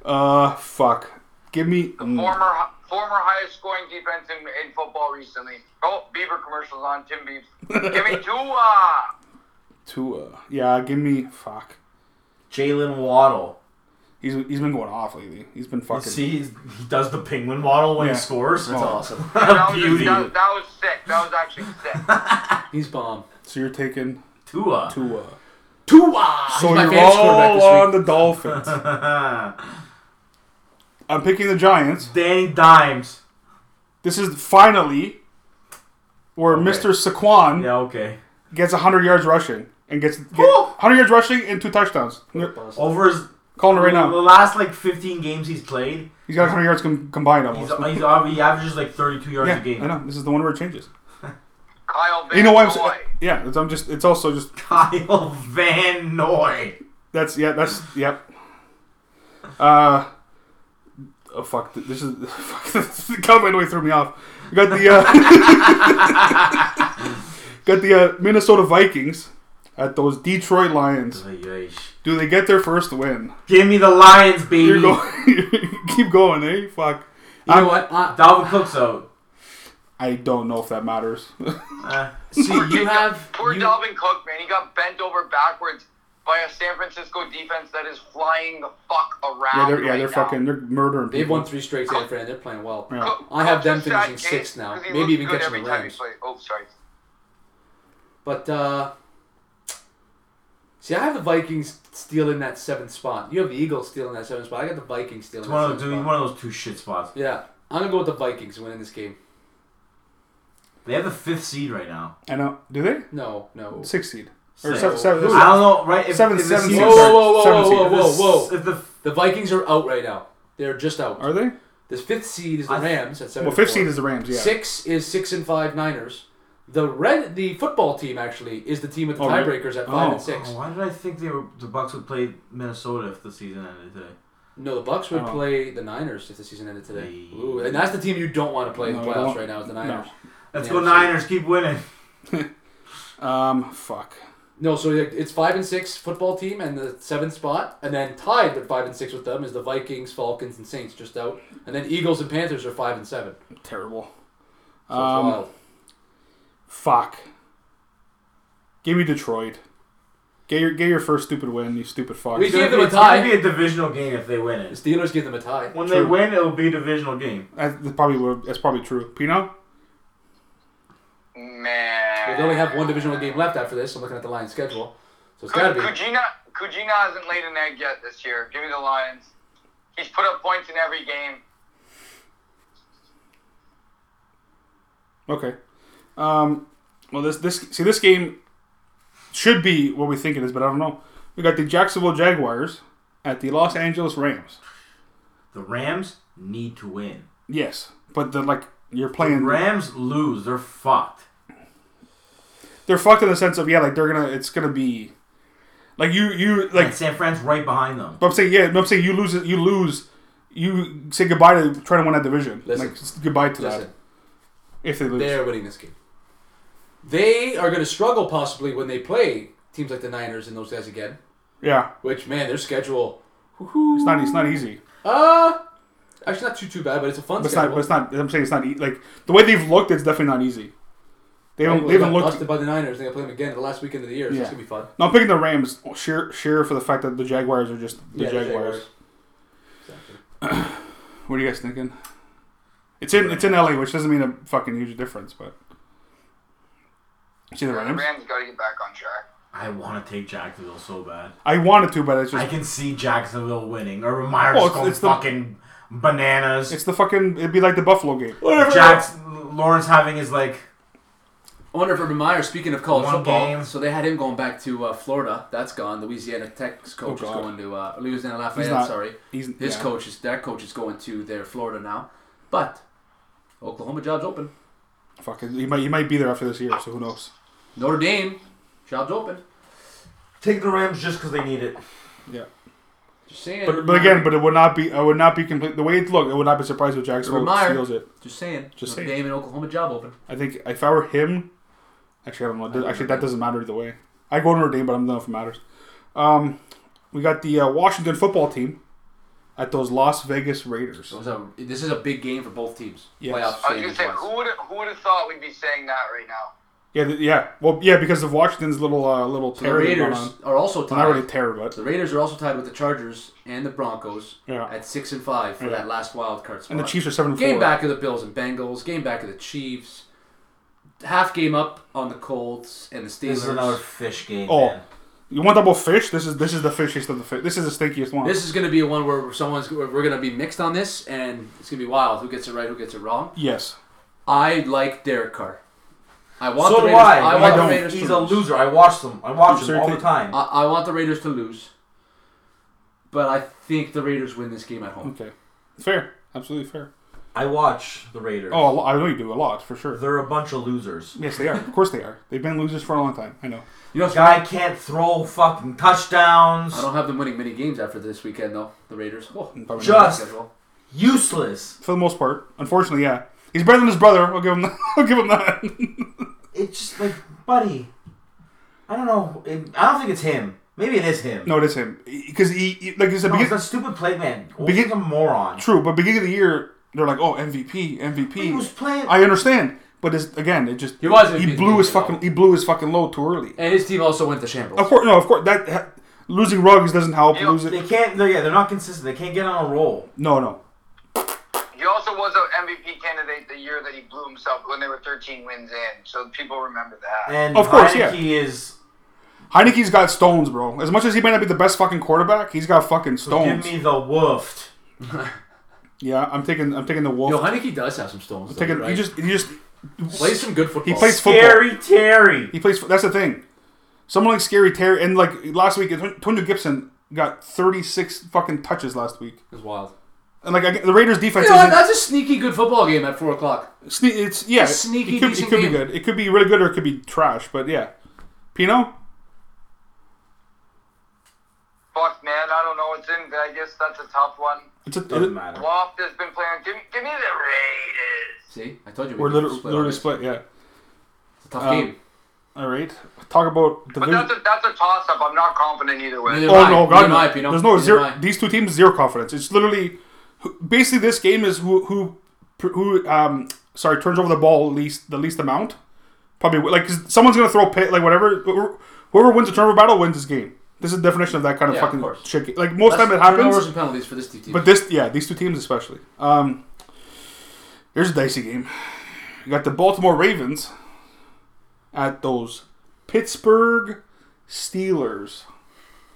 Speaker 2: Uh, fuck. Give me. mm,
Speaker 3: Former former highest scoring defense in, in football recently. Oh, Beaver commercials on Tim Beavs. Give me two. Uh,
Speaker 2: Tua. Yeah, give me. Fuck.
Speaker 4: Jalen Waddle.
Speaker 2: He's he's been going off lately. He's been
Speaker 4: You
Speaker 2: fucking.
Speaker 4: see, he does the penguin waddle when
Speaker 2: Yeah.
Speaker 4: he scores.
Speaker 2: That's Oh.
Speaker 5: Awesome.
Speaker 3: that, was,
Speaker 4: Beauty.
Speaker 3: that, that was sick. That was actually sick.
Speaker 5: He's bomb.
Speaker 2: So you're taking
Speaker 4: Tua.
Speaker 2: Tua.
Speaker 5: Tua.
Speaker 2: So
Speaker 5: He's my
Speaker 2: you're
Speaker 5: fantasy quarterback
Speaker 2: all
Speaker 5: this week.
Speaker 2: on the Dolphins. I'm picking the Giants.
Speaker 4: Danny Dimes.
Speaker 2: This is finally where Mr. Saquon
Speaker 6: Yeah, okay.
Speaker 2: gets 100 yards rushing and gets get
Speaker 6: Woo!
Speaker 2: 100 yards rushing and two touchdowns. We're
Speaker 6: Over his
Speaker 2: calling it right
Speaker 6: the
Speaker 2: now.
Speaker 6: last like 15 games he's played,
Speaker 2: He's got 100 yards com- combined
Speaker 6: he's,
Speaker 2: almost.
Speaker 6: he's ob- he averages like 32 yards
Speaker 2: Yeah,
Speaker 6: a
Speaker 2: I
Speaker 6: game.
Speaker 2: know. This is the one where it changes.
Speaker 3: Kyle Van
Speaker 2: You know why I'm
Speaker 3: Noy.
Speaker 2: saying? Yeah, it's, I'm just. It's also just.
Speaker 6: Kyle Van Noy.
Speaker 2: That's yeah. That's yep. Uh, oh fuck! th- This is fuck. this- Cowboy way threw me off. You got the uh, got the uh, Minnesota Vikings at those Detroit Lions. Do they get their first win?
Speaker 6: Give me the Lions, baby.
Speaker 2: You're going, keep going, eh? Fuck.
Speaker 5: You know what? I,
Speaker 6: Dalvin Cook's out.
Speaker 2: I don't know if that matters.
Speaker 6: Eh.
Speaker 5: see, you have
Speaker 3: Poor
Speaker 5: you,
Speaker 3: Dalvin Cook, man. He got bent over backwards by a San Francisco defense that is flying the fuck
Speaker 2: yeah,
Speaker 3: around.
Speaker 2: they're yeah,
Speaker 3: right
Speaker 2: they're
Speaker 3: now.
Speaker 2: fucking they're murdering
Speaker 5: they've
Speaker 2: people.
Speaker 5: won three straight, San Fran. They're playing well.
Speaker 2: Yeah.
Speaker 3: Cook-
Speaker 5: I have
Speaker 3: Cook's
Speaker 5: them
Speaker 3: a sad
Speaker 5: finishing
Speaker 3: case
Speaker 5: sixth now,
Speaker 3: 'cause he
Speaker 5: maybe
Speaker 3: looked
Speaker 5: even
Speaker 3: good
Speaker 5: catching
Speaker 3: every
Speaker 5: the
Speaker 3: time he
Speaker 5: Rams.
Speaker 3: played. Oh, sorry.
Speaker 5: But uh, see, I have the Vikings stealing that seventh spot. You have the Eagles stealing that seventh spot. I got the Vikings stealing
Speaker 6: It's
Speaker 5: that
Speaker 6: one of
Speaker 5: seventh
Speaker 6: those,
Speaker 5: spot.
Speaker 6: one of those two shit spots.
Speaker 5: yeah, I'm gonna go with the Vikings winning this game.
Speaker 6: They have the fifth seed right now.
Speaker 2: I know. uh, Do they?
Speaker 5: No, no.
Speaker 2: Six seed or
Speaker 6: Six.
Speaker 2: seven? seven,
Speaker 6: I don't know, right? If,
Speaker 2: Seven-
Speaker 6: if the
Speaker 2: seven
Speaker 6: season-
Speaker 2: seed.
Speaker 5: Whoa, whoa, whoa,
Speaker 2: Seven
Speaker 5: whoa,
Speaker 2: seed.
Speaker 5: whoa, whoa, whoa!
Speaker 6: If the
Speaker 5: The Vikings are out right now. They're just out.
Speaker 2: Are they?
Speaker 5: The fifth seed is the
Speaker 6: I-
Speaker 5: Rams at seven.
Speaker 2: Well,
Speaker 5: and
Speaker 2: fifth
Speaker 5: four.
Speaker 2: seed is the Rams. Yeah.
Speaker 5: Six is six and five Niners. The red, the football team actually is the team with the
Speaker 2: Oh, really?
Speaker 5: tiebreakers at five
Speaker 2: Oh.
Speaker 5: and six.
Speaker 6: Oh, why did I think they were the Bucks would play Minnesota if the season ended today?
Speaker 5: No, the Bucks would
Speaker 2: Oh.
Speaker 5: play the Niners if the season ended today.
Speaker 6: Hey.
Speaker 5: Ooh, and that's the team you don't want to play in
Speaker 2: No,
Speaker 5: the
Speaker 2: I
Speaker 5: playoffs
Speaker 2: don't-
Speaker 5: right now is the
Speaker 2: no.
Speaker 5: Niners.
Speaker 6: Let's
Speaker 5: Yeah,
Speaker 6: go
Speaker 5: so-
Speaker 6: Niners, keep winning.
Speaker 2: Um. Fuck.
Speaker 5: No, so like, it's five and six football team and the seventh spot, and then tied at five and six with them is the Vikings, Falcons, and Saints just out, and then Eagles and Panthers are five and seven. So
Speaker 2: Terrible.
Speaker 5: it's
Speaker 2: Um,
Speaker 5: wild.
Speaker 2: Fuck. Give me Detroit. Get your get your first stupid win, you stupid fuck.
Speaker 5: We gave them a
Speaker 6: It's gonna be
Speaker 5: tie.
Speaker 6: a divisional game if they win
Speaker 5: The
Speaker 6: it.
Speaker 5: Steelers gave them a tie.
Speaker 6: When they
Speaker 2: True.
Speaker 6: win, it'll be a divisional game.
Speaker 2: That's that's probably what- that's probably true. Pino,
Speaker 3: Man.
Speaker 5: Well, they only have one divisional game left after this. I'm looking at the Lions' schedule, so it's got
Speaker 3: Could,
Speaker 5: to be.
Speaker 3: Kujina, Kujina hasn't laid an egg yet this year. Give me the Lions. He's put up points in every game.
Speaker 2: okay. Um, well, this this see this game should be what we think it is, but I don't know. We got the Jacksonville Jaguars at the Los Angeles Rams.
Speaker 6: The Rams need to win.
Speaker 2: Yes, but the like you're playing.
Speaker 6: Rams lose, they're fucked.
Speaker 2: They're fucked in the sense of yeah, like they're gonna it's gonna be like you you like
Speaker 6: And San Fran's right behind them.
Speaker 2: But I'm saying, yeah, but I'm saying you lose, you lose, you say goodbye to trying to win that division.
Speaker 5: Listen.
Speaker 2: like s- goodbye to
Speaker 5: Listen,
Speaker 2: that if they lose.
Speaker 5: They're winning this game. They are going to struggle possibly when they play teams like the Niners and those guys again.
Speaker 2: Yeah,
Speaker 5: Which man, their schedule.
Speaker 2: it's not, it's not easy.
Speaker 5: Uh actually not too too bad, but it's a fun
Speaker 2: But it's not,
Speaker 5: schedule.
Speaker 2: but it's not. I'm saying it's not e- like the way they've looked. It's definitely not easy. They
Speaker 5: Well,
Speaker 2: haven't,
Speaker 5: they
Speaker 2: they haven't
Speaker 5: got
Speaker 2: looked.
Speaker 5: busted by the Niners. They're gonna play them again the last weekend of the year. So
Speaker 2: Yeah.
Speaker 5: it's gonna be fun.
Speaker 2: No, I'm picking the Rams. Share, share for the fact that the Jaguars are just the
Speaker 5: Yeah, the
Speaker 2: Jaguars.
Speaker 5: Jaguars. Exactly.
Speaker 2: What are you guys thinking? It's in, it's in LA, which doesn't mean a fucking huge difference, but. See the
Speaker 3: The
Speaker 2: Rams.
Speaker 3: Rams got to get back on track.
Speaker 6: I want to take Jacksonville so bad.
Speaker 2: I wanted to, but it's
Speaker 6: I
Speaker 2: just
Speaker 6: can see Jacksonville winning. Or Myers
Speaker 2: Well, it's-
Speaker 6: going
Speaker 2: it's the-
Speaker 6: fucking bananas.
Speaker 2: it's the fucking. It'd be like the Buffalo game.
Speaker 5: Oh,
Speaker 6: Jackson Lawrence having his like
Speaker 5: I wonder if Urban Meyer, speaking of college
Speaker 6: One
Speaker 5: football,
Speaker 6: game.
Speaker 5: so they had him going back to uh, Florida. That's gone. Louisiana Tech's coach is
Speaker 2: Oh, God.
Speaker 5: going to uh, Louisiana Lafayette.
Speaker 2: not-
Speaker 5: sorry,
Speaker 2: he's-
Speaker 5: his
Speaker 2: yeah.
Speaker 5: coach is that coach is going to their Florida now, but Oklahoma job's open.
Speaker 2: Fucking, he might, he might be there after this year, so who knows?
Speaker 5: Notre Dame job's open.
Speaker 6: take the Rams just because they need it.
Speaker 2: Yeah.
Speaker 5: Just saying.
Speaker 2: But, but again, but it would not be. I would not be complete. The way it looked, it would not be surprised if Jacksonville
Speaker 5: Urban Meyer.
Speaker 2: steals it.
Speaker 5: just saying.
Speaker 2: Just
Speaker 5: Notre
Speaker 2: saying.
Speaker 5: Dame and Oklahoma job open.
Speaker 2: I think if I were him, actually, I don't know. Actually, that doesn't matter either way. I go to Notre Dame, but I don't know if it matters. Um, we got the uh, Washington football team at those Las Vegas Raiders.
Speaker 5: So it's a- this is a big game for both teams.
Speaker 2: Yes.
Speaker 5: Playoff
Speaker 3: I was gonna
Speaker 5: standings
Speaker 3: say,
Speaker 5: wise.
Speaker 3: who would who would have thought we'd be saying that right now?
Speaker 2: Yeah, th- yeah. Well, yeah, because of Washington's little uh, little
Speaker 5: The
Speaker 2: terror.
Speaker 5: Raiders are also
Speaker 2: Well, not
Speaker 5: tied.
Speaker 2: really terror, but
Speaker 5: the Raiders are also tied with the Chargers and the Broncos
Speaker 2: Yeah.
Speaker 5: at six and five for
Speaker 2: Yeah.
Speaker 5: that last wild card spot.
Speaker 2: and the Chiefs are seven and
Speaker 5: Game
Speaker 2: four.
Speaker 5: back of the Bills and Bengals. Game back of the Chiefs. Half game up on the Colts and the Steelers.
Speaker 6: This is another fish game.
Speaker 2: Oh.
Speaker 6: man.
Speaker 2: You want double fish? This is this is the fishiest of the fish. This is the stinkiest one.
Speaker 5: This is going to be one where someone's we're going to be mixed on this, and it's going to be wild. Who gets it right? Who gets it wrong?
Speaker 2: yes.
Speaker 5: I like Derek Carr. I want
Speaker 6: so
Speaker 5: the
Speaker 6: do
Speaker 5: Raiders.
Speaker 6: I.
Speaker 5: I
Speaker 6: He's
Speaker 5: want the
Speaker 6: a-
Speaker 5: Raiders
Speaker 6: He's
Speaker 5: to
Speaker 6: a
Speaker 5: lose.
Speaker 6: loser. I watch them. I watch
Speaker 2: Dude,
Speaker 6: them all the
Speaker 2: seriously.
Speaker 6: time.
Speaker 5: I, I want the Raiders to lose, but I think the Raiders win this game at home.
Speaker 2: Okay, fair, absolutely fair.
Speaker 6: I watch the Raiders.
Speaker 2: Oh, a lo- I know you do a lot for sure.
Speaker 6: They're a bunch of losers.
Speaker 2: Yes, they are. Of course, they are. They've been losers for a long time. I know.
Speaker 5: You know,
Speaker 6: Guy can't throw fucking touchdowns.
Speaker 5: I don't have them winning many games after this weekend though. The Raiders. Oh,
Speaker 2: Probably not.
Speaker 6: Just
Speaker 5: schedule.
Speaker 6: useless.
Speaker 2: for the most part, unfortunately, yeah. He's better than his brother. I'll give him. That. I'll give him that.
Speaker 6: It's just like, buddy. I don't know. It- I don't think it's him. Maybe it is him.
Speaker 2: no, it is him because he, he like it's the
Speaker 6: No, it's
Speaker 2: beginning.
Speaker 6: that stupid play man.
Speaker 2: Begin-
Speaker 6: He's a moron.
Speaker 2: True, but beginning of the year they're like, oh MVP, MVP.
Speaker 6: He was playing.
Speaker 2: I understand, but it's, again, it just
Speaker 5: He was
Speaker 2: he
Speaker 5: MVP,
Speaker 2: blew his
Speaker 5: though.
Speaker 2: fucking he blew his fucking load too early.
Speaker 5: And his team also went to shambles.
Speaker 2: Of course, no, of course that ha- losing rugs doesn't help.
Speaker 3: You-
Speaker 2: Losing
Speaker 6: they can't. They're, yeah, they're not consistent. They can't get on a roll.
Speaker 2: no, no,
Speaker 3: He also was an MVP candidate the year that he blew himself when they were 13 wins in, so people remember that.
Speaker 6: And
Speaker 2: Of course, yeah.
Speaker 6: Heineke is.
Speaker 2: Heineke's got stones, bro. As much as he might not be the best fucking quarterback, he's got fucking stones.
Speaker 6: Give me the woofed.
Speaker 2: yeah, I'm taking I'm taking the wolf.
Speaker 5: Yo, Heineke does have some stones. Though,
Speaker 2: taking,
Speaker 5: right?
Speaker 2: He just he just
Speaker 5: plays some good
Speaker 2: he
Speaker 5: football.
Speaker 2: plays football.
Speaker 6: Scary Terry.
Speaker 2: He plays. That's the thing. Someone like Scary Terry, and like last week, Antonio Gibson got 36 fucking touches last week.
Speaker 5: It's wild.
Speaker 2: And like I- the Raiders' defense,
Speaker 5: You know what?
Speaker 2: isn't,
Speaker 5: That's a sneaky good football game at four o'clock.
Speaker 2: sne- it's yeah,
Speaker 5: a sneaky,
Speaker 2: It could, it
Speaker 5: decent
Speaker 2: could be
Speaker 5: game.
Speaker 2: good. It could be really good, or it could be trash. But yeah, Pino.
Speaker 3: Fuck, man, I don't know what's in Vegas. That's a tough one.
Speaker 2: It's a,
Speaker 6: Doesn't matter.
Speaker 3: Loft has been playing. Give me, give me the Raiders.
Speaker 5: See, I told you. we
Speaker 2: We're
Speaker 5: could
Speaker 2: literally,
Speaker 5: split on
Speaker 2: literally
Speaker 5: this.
Speaker 2: split. Yeah.
Speaker 5: It's a tough
Speaker 2: Um,
Speaker 5: game.
Speaker 2: All right. Talk about
Speaker 3: But
Speaker 2: division.
Speaker 3: that's a, that's a toss up. I'm not confident either way.
Speaker 5: Neither
Speaker 2: Oh
Speaker 5: am I.
Speaker 2: no,
Speaker 5: Neither
Speaker 2: God!
Speaker 5: am I,
Speaker 2: No.
Speaker 5: Pino.
Speaker 2: There's no
Speaker 5: Neither
Speaker 2: zero.
Speaker 5: am I.
Speaker 2: These two teams zero confidence. It's literally who- basically this game is who who who um sorry turns over the ball least the least amount. Probably like 'cause someone's gonna throw pit like whatever whoever- whoever wins the turnover battle wins this game. This is the definition of that kind of
Speaker 5: Yeah, of
Speaker 2: fucking
Speaker 5: course.
Speaker 2: shit. game. Like most
Speaker 5: That's
Speaker 2: time it
Speaker 5: Turnovers
Speaker 2: happens,
Speaker 5: and penalties for this team.
Speaker 2: but this yeah these two teams especially. Um, here's a dicey game. You got the Baltimore Ravens at those Pittsburgh Steelers.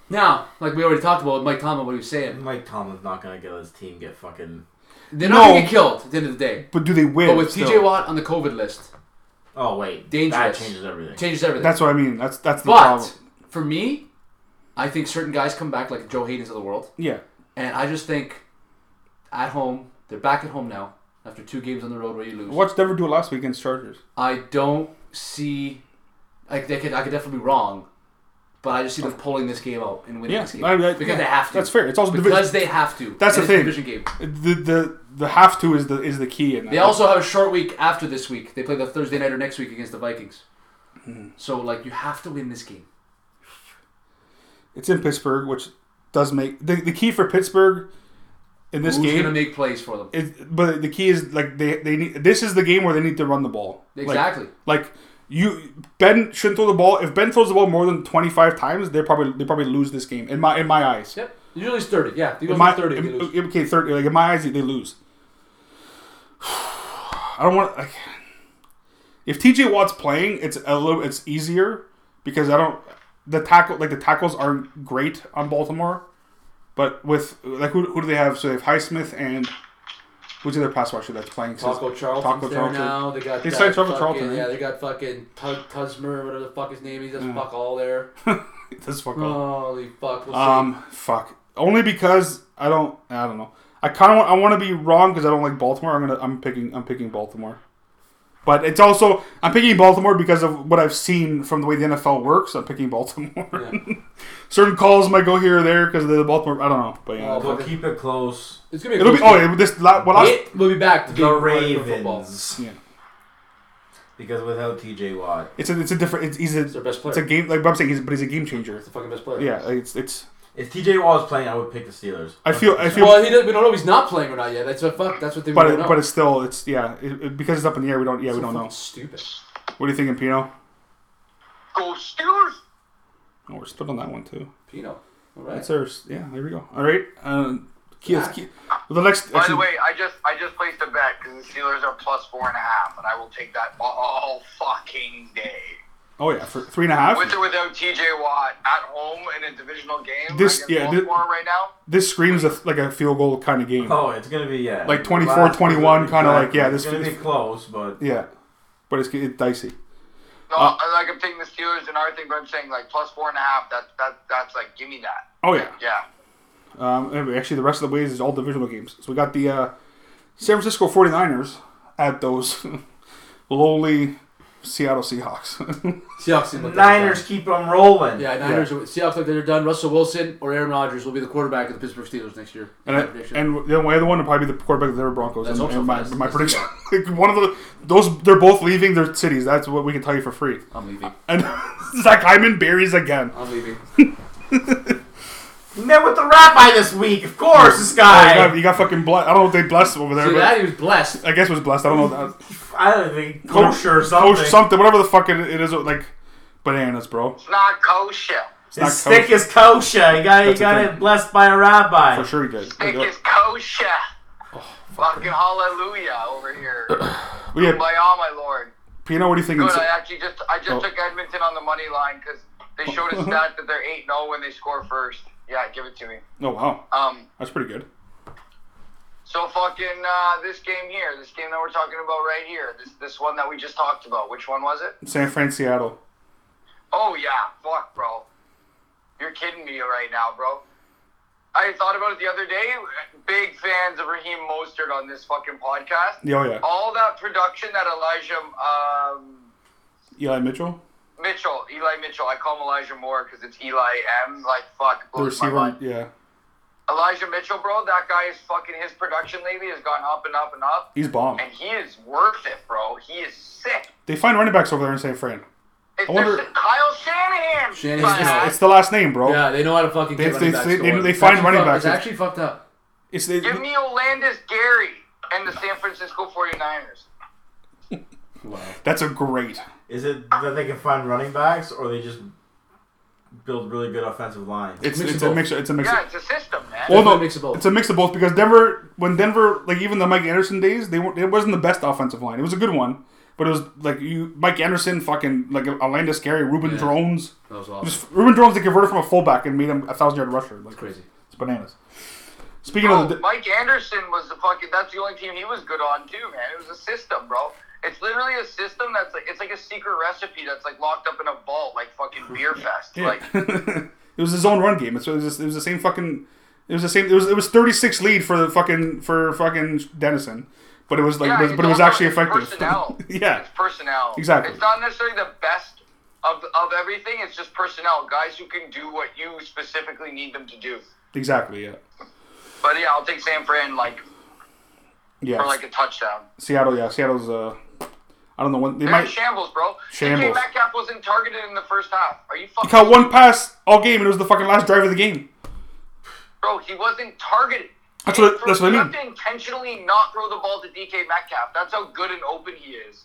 Speaker 5: now, like we already talked about with Mike Tomlin, what he was saying,
Speaker 6: Mike Tomlin's not gonna get his team get fucking.
Speaker 5: they're not
Speaker 2: No.
Speaker 5: going to get killed at the end of the day.
Speaker 2: But do they win?
Speaker 5: But with
Speaker 2: still?
Speaker 5: TJ Watt on the COVID list,
Speaker 6: Oh wait,
Speaker 5: Dangerous.
Speaker 6: That changes everything.
Speaker 5: changes everything.
Speaker 2: That's what I mean. That's that's the problem.
Speaker 5: but for me, I think certain guys come back like Joe Hayden's of the world,
Speaker 2: Yeah.
Speaker 5: and I just think at home they're back at home now after two games on the road where you lose.
Speaker 2: What's Denver do last weekend's Chargers?
Speaker 5: I don't see like they could I could definitely be wrong, but I just see them pulling this game out and winning
Speaker 2: Yeah,
Speaker 5: this game
Speaker 2: I- I-
Speaker 5: because
Speaker 2: yeah,
Speaker 5: they have to.
Speaker 2: that's fair. It's also
Speaker 5: because
Speaker 2: division-
Speaker 5: they have
Speaker 2: That's
Speaker 5: to. And
Speaker 2: the
Speaker 5: it's a
Speaker 2: thing.
Speaker 5: Division game.
Speaker 2: The the the have to is the is the key in that.
Speaker 5: They also have a short week after this week. They play the Thursday night or next week against the Vikings.
Speaker 2: Hmm.
Speaker 5: So like you have to win this game.
Speaker 2: it's in Pittsburgh, which does make the, the key for Pittsburgh in this
Speaker 5: Who's
Speaker 2: game.
Speaker 5: gonna make plays for them?
Speaker 2: is, but the key is like they they need this is the game where they need to run the ball Like-
Speaker 5: Exactly.
Speaker 2: Like, you Ben shouldn't throw the ball. If Ben throws the ball more than twenty five times, they probably they probably lose this game in my in my eyes.
Speaker 5: Yep. Usually it's thirty. Yeah. They go
Speaker 2: In my,
Speaker 5: for thirty. they
Speaker 2: in-
Speaker 5: lose.
Speaker 2: Okay, thirty. Like in my eyes, they lose. I don't want. Like, if TJ Watt's playing, it's a little. It's easier because I don't. The tackle, like the tackles, aren't great on Baltimore, but with like who, who do they have? So they have Highsmith and who's the other pass rusher that's playing?
Speaker 5: Taco Charlton's
Speaker 2: Taco
Speaker 5: there
Speaker 2: Charlton.
Speaker 5: now. They got
Speaker 2: They
Speaker 5: that
Speaker 2: signed Taco
Speaker 5: fucking-
Speaker 2: Charlton, right?
Speaker 5: Yeah, they got fucking Tug Tuzmer, whatever the fuck his name is. That's fuck all there.
Speaker 2: This fuck off.
Speaker 5: Holy fuck. We'll see.
Speaker 2: Um, fuck. Only because I don't. I don't know. I kind of want. I want to be wrong because I don't like Baltimore. I'm gonna. I'm picking. I'm picking Baltimore. But it's also I'm picking Baltimore because of what I've seen from the way the NFL works. I'm picking Baltimore.
Speaker 5: Yeah.
Speaker 2: Certain calls might go here or there because of the Baltimore. I don't know. But yeah,
Speaker 5: Oh,
Speaker 6: They'll keep it close.
Speaker 5: It's gonna be. A
Speaker 2: it'll
Speaker 5: close
Speaker 2: be. Oh,
Speaker 5: game.
Speaker 2: yeah, this. la- Well, last,
Speaker 5: It will be back to be
Speaker 6: The
Speaker 5: regular football.
Speaker 6: Ravens.
Speaker 2: Yeah.
Speaker 6: Because without TJ Watt,
Speaker 2: it's a. It's a different. It's, he's
Speaker 5: It's their
Speaker 2: a.
Speaker 5: best player.
Speaker 2: It's a game. Like but I'm saying, he's, but he's a game changer.
Speaker 5: It's the fucking best player.
Speaker 2: Yeah. It's. It's.
Speaker 6: if TJ Watt was playing, I would pick the Steelers.
Speaker 2: I feel. I feel.
Speaker 5: Well, he doesn't, we don't know if he's not playing or not yet. That's a fuck. That's what they.
Speaker 2: but
Speaker 5: don't
Speaker 2: it,
Speaker 5: know.
Speaker 2: but it's still. It's yeah. It, it- because it's up in the air. We don't. Yeah. We don't know.
Speaker 5: Stupid.
Speaker 2: What do you think, Pino?
Speaker 3: Go Steelers.
Speaker 2: Oh, we're split on that one too.
Speaker 5: Pino. All right.
Speaker 2: That's ours. Yeah, there we go. All right. Um, key,
Speaker 5: Yeah.
Speaker 2: key. The next.
Speaker 3: By the
Speaker 2: actually-
Speaker 3: way, I just I just placed a bet because the Steelers are plus four and a half, and I will take that all fucking day.
Speaker 2: Oh yeah, for three and a half.
Speaker 3: With or without TJ Watt at home in a divisional game
Speaker 2: This-
Speaker 3: against
Speaker 2: yeah, this-
Speaker 3: Baltimore right now.
Speaker 2: This screams a, like a field goal kind of game.
Speaker 6: Oh, it's gonna be yeah.
Speaker 2: Like 24-21, kinda like, yeah, this
Speaker 6: It's gonna be
Speaker 2: feels-
Speaker 6: close, but
Speaker 2: Yeah, but it's, it's dicey.
Speaker 3: No,
Speaker 2: Uh,
Speaker 3: I like I'm taking the Steelers and everything, but I'm saying like plus four and a half. That that that's like give me that.
Speaker 2: Oh yeah.
Speaker 3: Yeah.
Speaker 2: Um, anyway, actually, the rest of the ways is all divisional games. So we got the uh, San Francisco 49ers at those lowly Seattle Seahawks.
Speaker 5: Seahawks seem like they're
Speaker 6: Niners
Speaker 5: done.
Speaker 6: keep them rolling.
Speaker 5: Yeah, Niners. Are, Seahawks like they're done. Russell Wilson or Aaron Rodgers will be the quarterback of the Pittsburgh Steelers next year.
Speaker 2: and,
Speaker 5: My
Speaker 2: I,
Speaker 5: prediction.
Speaker 2: and the other one would probably be the quarterback of the Denver Broncos.
Speaker 5: That's
Speaker 2: and,
Speaker 5: also
Speaker 2: and my,
Speaker 5: fast.
Speaker 2: my prediction, like, one of the those they're both leaving their cities. That's what we can tell you for free.
Speaker 5: I'm leaving.
Speaker 2: And Zach Hyman buries again.
Speaker 5: I'm leaving.
Speaker 6: He met with the rabbi this week, of course. This
Speaker 2: Oh, you, got,
Speaker 6: guy.
Speaker 2: you got fucking blessed. I don't know if they blessed over there,
Speaker 5: See
Speaker 2: but
Speaker 5: that he was blessed.
Speaker 2: I guess it was blessed. I don't know that.
Speaker 6: I don't think kosher or something.
Speaker 2: Coach something, whatever the fuck it, it is, like bananas, bro.
Speaker 3: It's not kosher.
Speaker 2: It's
Speaker 6: His
Speaker 2: not
Speaker 6: stick is kosher. He got, he
Speaker 2: That's a
Speaker 6: got
Speaker 2: thing.
Speaker 6: it blessed by a rabbi.
Speaker 2: for sure he did.
Speaker 3: Think it's kosher.
Speaker 2: Oh,
Speaker 3: Fucking hallelujah over here.
Speaker 2: We had
Speaker 3: By all my lord.
Speaker 2: Pino. What do you think?
Speaker 3: Good.
Speaker 2: it's-
Speaker 3: I actually just I just
Speaker 2: Oh.
Speaker 3: took Edmonton on the money line because they showed a stat that they're eight 0 when they score first. Yeah, give it to me.
Speaker 2: Oh wow,
Speaker 3: Um.
Speaker 2: that's pretty good.
Speaker 3: So fucking uh, this game here, this game that we're talking about right here, this this one that we just talked about. Which one was it?
Speaker 2: San Fran, Seattle.
Speaker 3: Oh yeah, fuck, bro. You're kidding me right now, bro. I thought about it the other day. Big fans of Raheem Mostert on this fucking podcast.
Speaker 2: Yeah, oh yeah.
Speaker 3: All that production that Elijah um,
Speaker 2: Eli Mitchell,
Speaker 3: Mitchell, Eli Mitchell. I call him Elijah Moore because it's Eli M. Like fuck,
Speaker 2: the
Speaker 3: blows my
Speaker 2: receiver.
Speaker 3: mind.
Speaker 2: Yeah,
Speaker 3: Elijah Mitchell, bro. That guy is fucking. His production lately has gone up and up and up,
Speaker 2: he's bomb.
Speaker 3: and he is worth it, bro. He is sick.
Speaker 2: They find running backs over there in San Fran.
Speaker 3: It's
Speaker 2: I wonder-
Speaker 3: there's Kyle Shanahan.
Speaker 5: Shanahan's
Speaker 3: Fuck.
Speaker 2: It's, it's the last name, bro.
Speaker 5: Yeah, they know how to fucking
Speaker 2: Oh. They-
Speaker 5: get running
Speaker 2: they-
Speaker 5: backs
Speaker 2: they-
Speaker 5: going.
Speaker 2: they
Speaker 5: It's
Speaker 2: find
Speaker 5: actually
Speaker 2: running
Speaker 5: fucked-
Speaker 2: backs.
Speaker 5: It's actually fucked up.
Speaker 2: It's the,
Speaker 3: Give me Olandis Gary and the San Francisco 49ers.
Speaker 2: that's a great.
Speaker 6: Is it that they can find running backs, or they just build really good offensive lines?
Speaker 2: It's
Speaker 5: mix
Speaker 2: it's,
Speaker 5: of
Speaker 2: a
Speaker 5: both.
Speaker 2: mix. It's a mix.
Speaker 3: Yeah, it's a system, man.
Speaker 2: Well, no,
Speaker 5: Definitely a mix of both.
Speaker 2: it's a mix of both because Denver, when Denver, like even the Mike Anderson days, they were it wasn't the best offensive line. It was a good one, but it was like you Mike Anderson, fucking like Orlando Scary, Ruben
Speaker 5: Yeah.
Speaker 2: Drones.
Speaker 5: That was
Speaker 2: It
Speaker 5: awesome.
Speaker 2: was- Ruben Drones they converted from a fullback and made him a thousand yard rusher. Like
Speaker 5: Crazy.
Speaker 2: it's bananas. Speaking
Speaker 3: Bro,
Speaker 2: of the,
Speaker 3: Oh, Mike Anderson was the fucking. That's the only team he was good on too, man. It was a system, bro. It's literally a system that's like it's like a secret recipe that's like locked up in a vault, like fucking beer fest.
Speaker 2: Yeah.
Speaker 3: Like
Speaker 2: it was his own run game. It's- It was, it was the same fucking. It was the same. It was it was thirty six lead for the fucking for fucking Dennison, but it was like,
Speaker 3: Yeah,
Speaker 2: but-
Speaker 3: it's
Speaker 2: but it was
Speaker 3: also-
Speaker 2: actually
Speaker 3: it's
Speaker 2: effective.
Speaker 3: personnel.
Speaker 2: yeah,
Speaker 3: It's personnel.
Speaker 2: Exactly.
Speaker 3: It's not necessarily the best of of everything. It's just personnel, guys who can do what you specifically need them to do.
Speaker 2: exactly. Yeah,
Speaker 3: But yeah, I'll take San Fran like
Speaker 2: yeah.
Speaker 3: for like a touchdown.
Speaker 2: Seattle. Yeah, Seattle's. Uh, I don't know when they
Speaker 3: They're in
Speaker 2: might.
Speaker 3: shambles, bro.
Speaker 2: Shambles.
Speaker 3: DK Metcalf wasn't targeted in the first half. Are you fucking?
Speaker 2: Caught one pass all game, and it was the fucking last drive of the game.
Speaker 3: Bro, he wasn't targeted.
Speaker 2: That's
Speaker 3: They
Speaker 2: what-
Speaker 3: throw-
Speaker 2: that's what I
Speaker 3: you
Speaker 2: mean.
Speaker 3: have to intentionally not throw the ball to DK Metcalf. That's how good and open he is.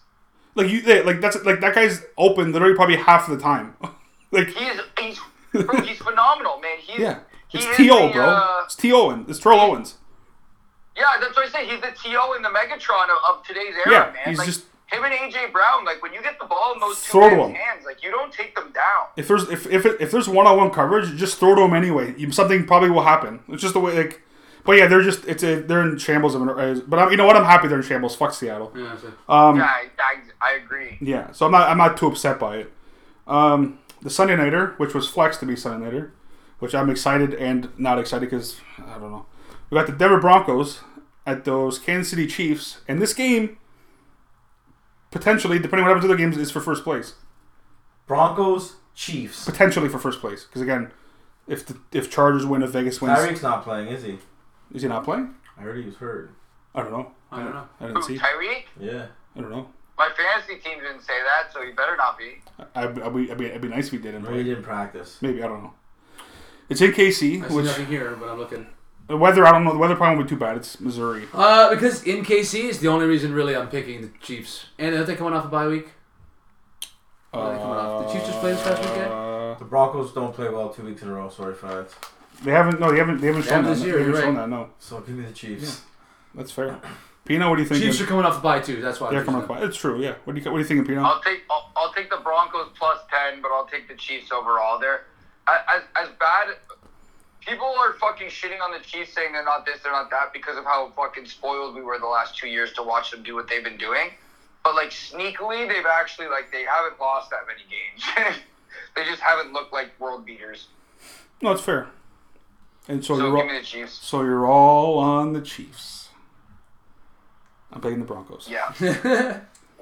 Speaker 2: Like you, yeah, like that's like that guy's open literally probably half of the time. like
Speaker 3: He is. He's. bro, he's phenomenal, man. He's.
Speaker 2: yeah,
Speaker 3: he
Speaker 2: it's
Speaker 3: is
Speaker 2: T O
Speaker 3: the,
Speaker 2: bro.
Speaker 3: uh,
Speaker 2: it's T Owen. It's Terrell Owens.
Speaker 3: yeah, that's what I say. He's the T.O. in the Megatron of, of today's
Speaker 2: Yeah,
Speaker 3: era, man.
Speaker 2: he's
Speaker 3: like,
Speaker 2: just-
Speaker 3: Him and A.J. Brown, like, when you get the ball in those two
Speaker 2: Throw to
Speaker 3: men's
Speaker 2: him.
Speaker 3: hands, like, you don't take them down.
Speaker 2: if there's if if, if there's one on one coverage, just throw to him anyway. You- Something probably will happen. It's just the way like. But yeah, they're just it's a they're in shambles of an. uh, But I, you know what? I'm happy they're in shambles. Fuck Seattle. Yeah.
Speaker 5: Yeah, so-
Speaker 2: Um,
Speaker 3: yeah, I, I, I agree.
Speaker 2: so I'm not I'm not too upset by it. Um, the Sunday nighter, which was flexed to be Sunday nighter, which I'm excited and not excited because I don't know. We got the Denver Broncos at those Kansas City Chiefs, and this game potentially, depending on what happens to the games, is for first place.
Speaker 6: Broncos, Chiefs.
Speaker 2: Potentially for first place because again, if the if Chargers win, if Vegas wins,
Speaker 6: Tyreek's not playing, is he?
Speaker 2: Is he not playing?
Speaker 6: I heard he was hurt.
Speaker 2: I don't know.
Speaker 5: I don't know.
Speaker 2: I
Speaker 3: Who,
Speaker 2: didn't see.
Speaker 3: Tyreek?
Speaker 6: Yeah.
Speaker 2: I don't know.
Speaker 3: My fantasy team didn't say that, so he better not be.
Speaker 2: I, I, I, would- I'd, be, it'd be nice if he did.
Speaker 6: Maybe he
Speaker 2: Maybe,
Speaker 6: didn't practice.
Speaker 2: maybe I don't know. It's in KC,
Speaker 5: I see
Speaker 2: which
Speaker 5: nothing here, but I'm looking.
Speaker 2: the weather I don't know. The weather probably won't be too bad. It's Missouri.
Speaker 5: Uh, because in KC is the only reason really I'm picking the Chiefs. And aren't they coming off a bye week? What are they coming off? The Chiefs just played this past weekend.
Speaker 2: Uh,
Speaker 6: The Broncos don't play well two weeks in a row. Sorry, Fats.
Speaker 2: they haven't. No, they haven't. They haven't shown
Speaker 5: haven't
Speaker 2: that.
Speaker 5: this
Speaker 2: They
Speaker 5: year,
Speaker 2: haven't
Speaker 5: you're
Speaker 2: shown
Speaker 5: right.
Speaker 2: that. No,
Speaker 6: So give me the Chiefs.
Speaker 2: that's fair. Pino, what do you think?
Speaker 5: Chiefs are coming off the bye too. That's why.
Speaker 2: They're coming up. It's true, yeah. What do you what do you think, Pino?
Speaker 3: I'll take I'll, I'll take the Broncos plus ten, but I'll take the Chiefs overall. They're as as bad. People are fucking shitting on the Chiefs, saying they're not this, they're not that, because of how fucking spoiled we were the last two years to watch them do what they've been doing. But like sneakily, they've actually like they haven't lost that many games. they just haven't looked like world beaters.
Speaker 2: No, it's fair. And so,
Speaker 3: So
Speaker 2: you're
Speaker 3: give
Speaker 2: all,
Speaker 3: me the Chiefs.
Speaker 2: so you're all on the Chiefs. I'm picking the Broncos.
Speaker 3: Yeah.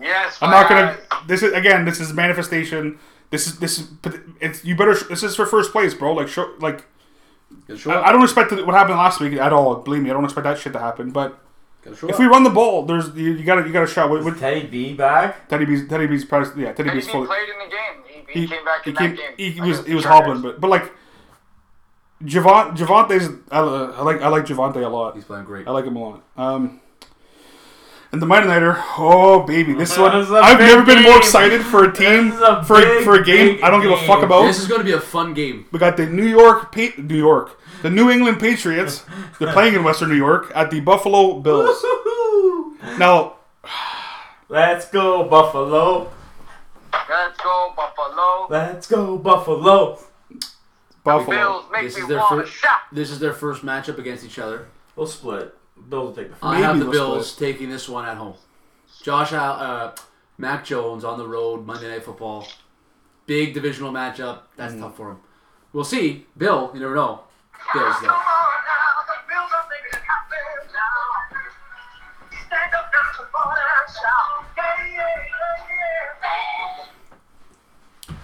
Speaker 3: yes.
Speaker 2: I'm not gonna. This is again. This is manifestation. This is this is. It's you better. This is for first place, bro. Like show like.
Speaker 5: Get a
Speaker 2: I,
Speaker 5: short.
Speaker 2: I don't expect what happened last week at all. Believe me, I don't expect that shit to happen. But
Speaker 5: Get a short.
Speaker 2: if we run the ball, there's you, you got to you got to shot. What, what,
Speaker 6: Teddy B back.
Speaker 2: Teddy B's Teddy B's press. Yeah, Teddy
Speaker 3: He
Speaker 2: B's fully.
Speaker 3: played in the game. He, he, came back in
Speaker 2: he
Speaker 3: that game.
Speaker 2: He, he
Speaker 3: I
Speaker 2: was
Speaker 3: guess
Speaker 2: he was
Speaker 3: the Chargers.
Speaker 2: hobbling, but but like Javon Javante's. I, uh, I like I like Javante a lot.
Speaker 5: He's playing great.
Speaker 2: I like him a lot. Um, and the Mighty Nighter, oh baby, this one
Speaker 6: This is a
Speaker 2: I've
Speaker 6: big
Speaker 2: never been more
Speaker 6: game.
Speaker 2: excited for a team
Speaker 6: This is a
Speaker 2: for
Speaker 6: big,
Speaker 2: for a game
Speaker 6: big
Speaker 2: I don't give a fuck
Speaker 6: game.
Speaker 2: about.
Speaker 5: This is going to be a fun game.
Speaker 2: We got the New York pa- New York, the New England Patriots. They're playing in Western New York at the Buffalo Bills. Now,
Speaker 6: Let's go Buffalo.
Speaker 3: Let's go Buffalo.
Speaker 6: Let's go Buffalo.
Speaker 2: Buffalo.
Speaker 3: Bills make
Speaker 5: This
Speaker 3: me
Speaker 5: is their
Speaker 3: want a
Speaker 5: first-
Speaker 3: shot.
Speaker 5: This is their first matchup against each other.
Speaker 6: We'll split. Bills will take the first.
Speaker 5: I have
Speaker 2: Maybe
Speaker 5: the
Speaker 2: we'll
Speaker 5: Bills taking this one at home. Josh, Al- uh, Mac Jones on the road Monday Night Football. Big divisional matchup. That's tough for him. We'll see. Bill, you never know. Bills
Speaker 3: Come
Speaker 5: though.
Speaker 3: on now, the Bills are making it happen now. Stand up and support us now. Yeah, yeah,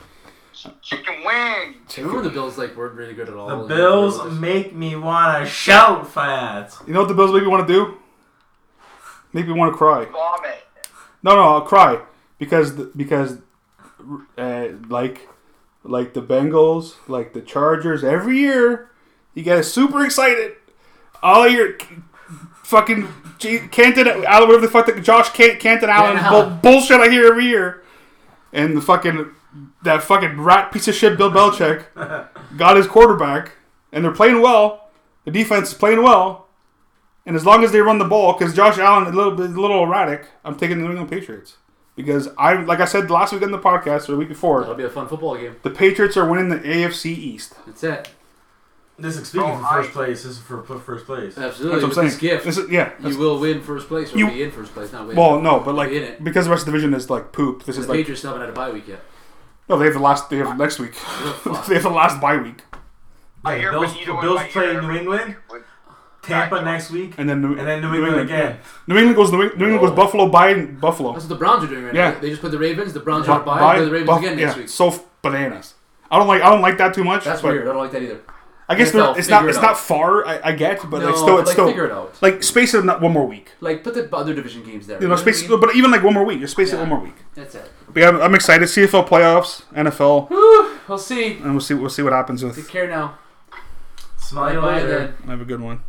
Speaker 3: yeah, yeah. Chicken wing.
Speaker 5: Remember when the Bills like weren't really good at all?
Speaker 6: The
Speaker 5: Like,
Speaker 6: Bills
Speaker 5: they were just-
Speaker 6: make me wanna shout fans.
Speaker 2: You know what the Bills make me want to do? Make me want to cry.
Speaker 3: Vomit.
Speaker 2: No, no, I'll cry because the, because uh, like like the Bengals, like the Chargers, every year you get super excited. All your fucking G- Canton Allen, whatever the fuck, that Josh Can- Canton Allen
Speaker 5: Canton
Speaker 2: bull,
Speaker 5: Allen.
Speaker 2: bullshit I hear every year, and the fucking that fucking rat piece of shit Bill Belichick got his quarterback, and they're playing well. The defense is playing well. And as long as they run the ball, because Josh Allen is a little bit a little erratic, I'm taking the New England Patriots because I like I said last week on the podcast or the week
Speaker 5: That'll
Speaker 2: before,
Speaker 5: be a fun football game.
Speaker 2: the Patriots are winning the AFC East.
Speaker 5: That's it.
Speaker 6: This is speaking
Speaker 3: Oh,
Speaker 6: for first
Speaker 3: I-
Speaker 6: place. This is for for first place.
Speaker 5: Absolutely.
Speaker 2: That's what I'm
Speaker 5: With
Speaker 2: saying.
Speaker 5: this gift,
Speaker 2: This is- yeah.
Speaker 5: you will win first place or
Speaker 2: You-
Speaker 5: be in first place. Not win.
Speaker 2: Well, no, but like
Speaker 5: Be in it.
Speaker 2: because the rest of the division is like poop. This
Speaker 5: the
Speaker 2: is like
Speaker 5: Patriots haven't had a bye week yet.
Speaker 2: no, they have the last. They have next week.
Speaker 5: fuck.
Speaker 2: they have the last bye week,
Speaker 3: I
Speaker 6: The
Speaker 3: hear
Speaker 6: Bills,
Speaker 3: what you
Speaker 6: the
Speaker 3: doing
Speaker 6: Bills
Speaker 3: right
Speaker 6: play
Speaker 3: here.
Speaker 6: New England,
Speaker 3: With-
Speaker 6: Tampa
Speaker 3: Back.
Speaker 6: next week,
Speaker 2: and then New,
Speaker 6: and then New England again.
Speaker 2: New England goes. New, Eng- New England goes
Speaker 5: Whoa.
Speaker 2: Buffalo by and Buffalo.
Speaker 5: Oh. That's what the Browns are doing right
Speaker 2: Yeah.
Speaker 5: now. They just played the Ravens. The Browns
Speaker 2: Bu-
Speaker 5: are bye.
Speaker 2: by-
Speaker 5: play the Ravens
Speaker 2: Buff-
Speaker 5: again
Speaker 2: yeah,
Speaker 5: next week.
Speaker 2: So f- bananas. I don't like. I don't like that too much.
Speaker 5: That's
Speaker 2: but
Speaker 5: weird. I don't like that either.
Speaker 2: I guess
Speaker 5: NFL,
Speaker 2: they're- it's not.
Speaker 5: figure it
Speaker 2: It's not
Speaker 5: out.
Speaker 2: far. I, I get, but
Speaker 5: No,
Speaker 2: like still, it's
Speaker 5: like,
Speaker 2: still
Speaker 5: figure it out.
Speaker 2: like space it not one more week.
Speaker 5: Like put the other division games there.
Speaker 2: You know,
Speaker 5: what I
Speaker 2: space,
Speaker 5: mean?
Speaker 2: but even like one more week. Just space it
Speaker 5: Yeah.
Speaker 2: one more week.
Speaker 5: That's it.
Speaker 2: But yeah, I'm, I'm excited. CFL playoffs, NFL,
Speaker 5: We'll see.
Speaker 2: and we'll see. We'll see what happens
Speaker 5: Take
Speaker 2: with.
Speaker 5: care now.
Speaker 6: Smell
Speaker 5: Bye
Speaker 6: you
Speaker 5: bye
Speaker 6: later.
Speaker 5: then.
Speaker 2: Have a good one.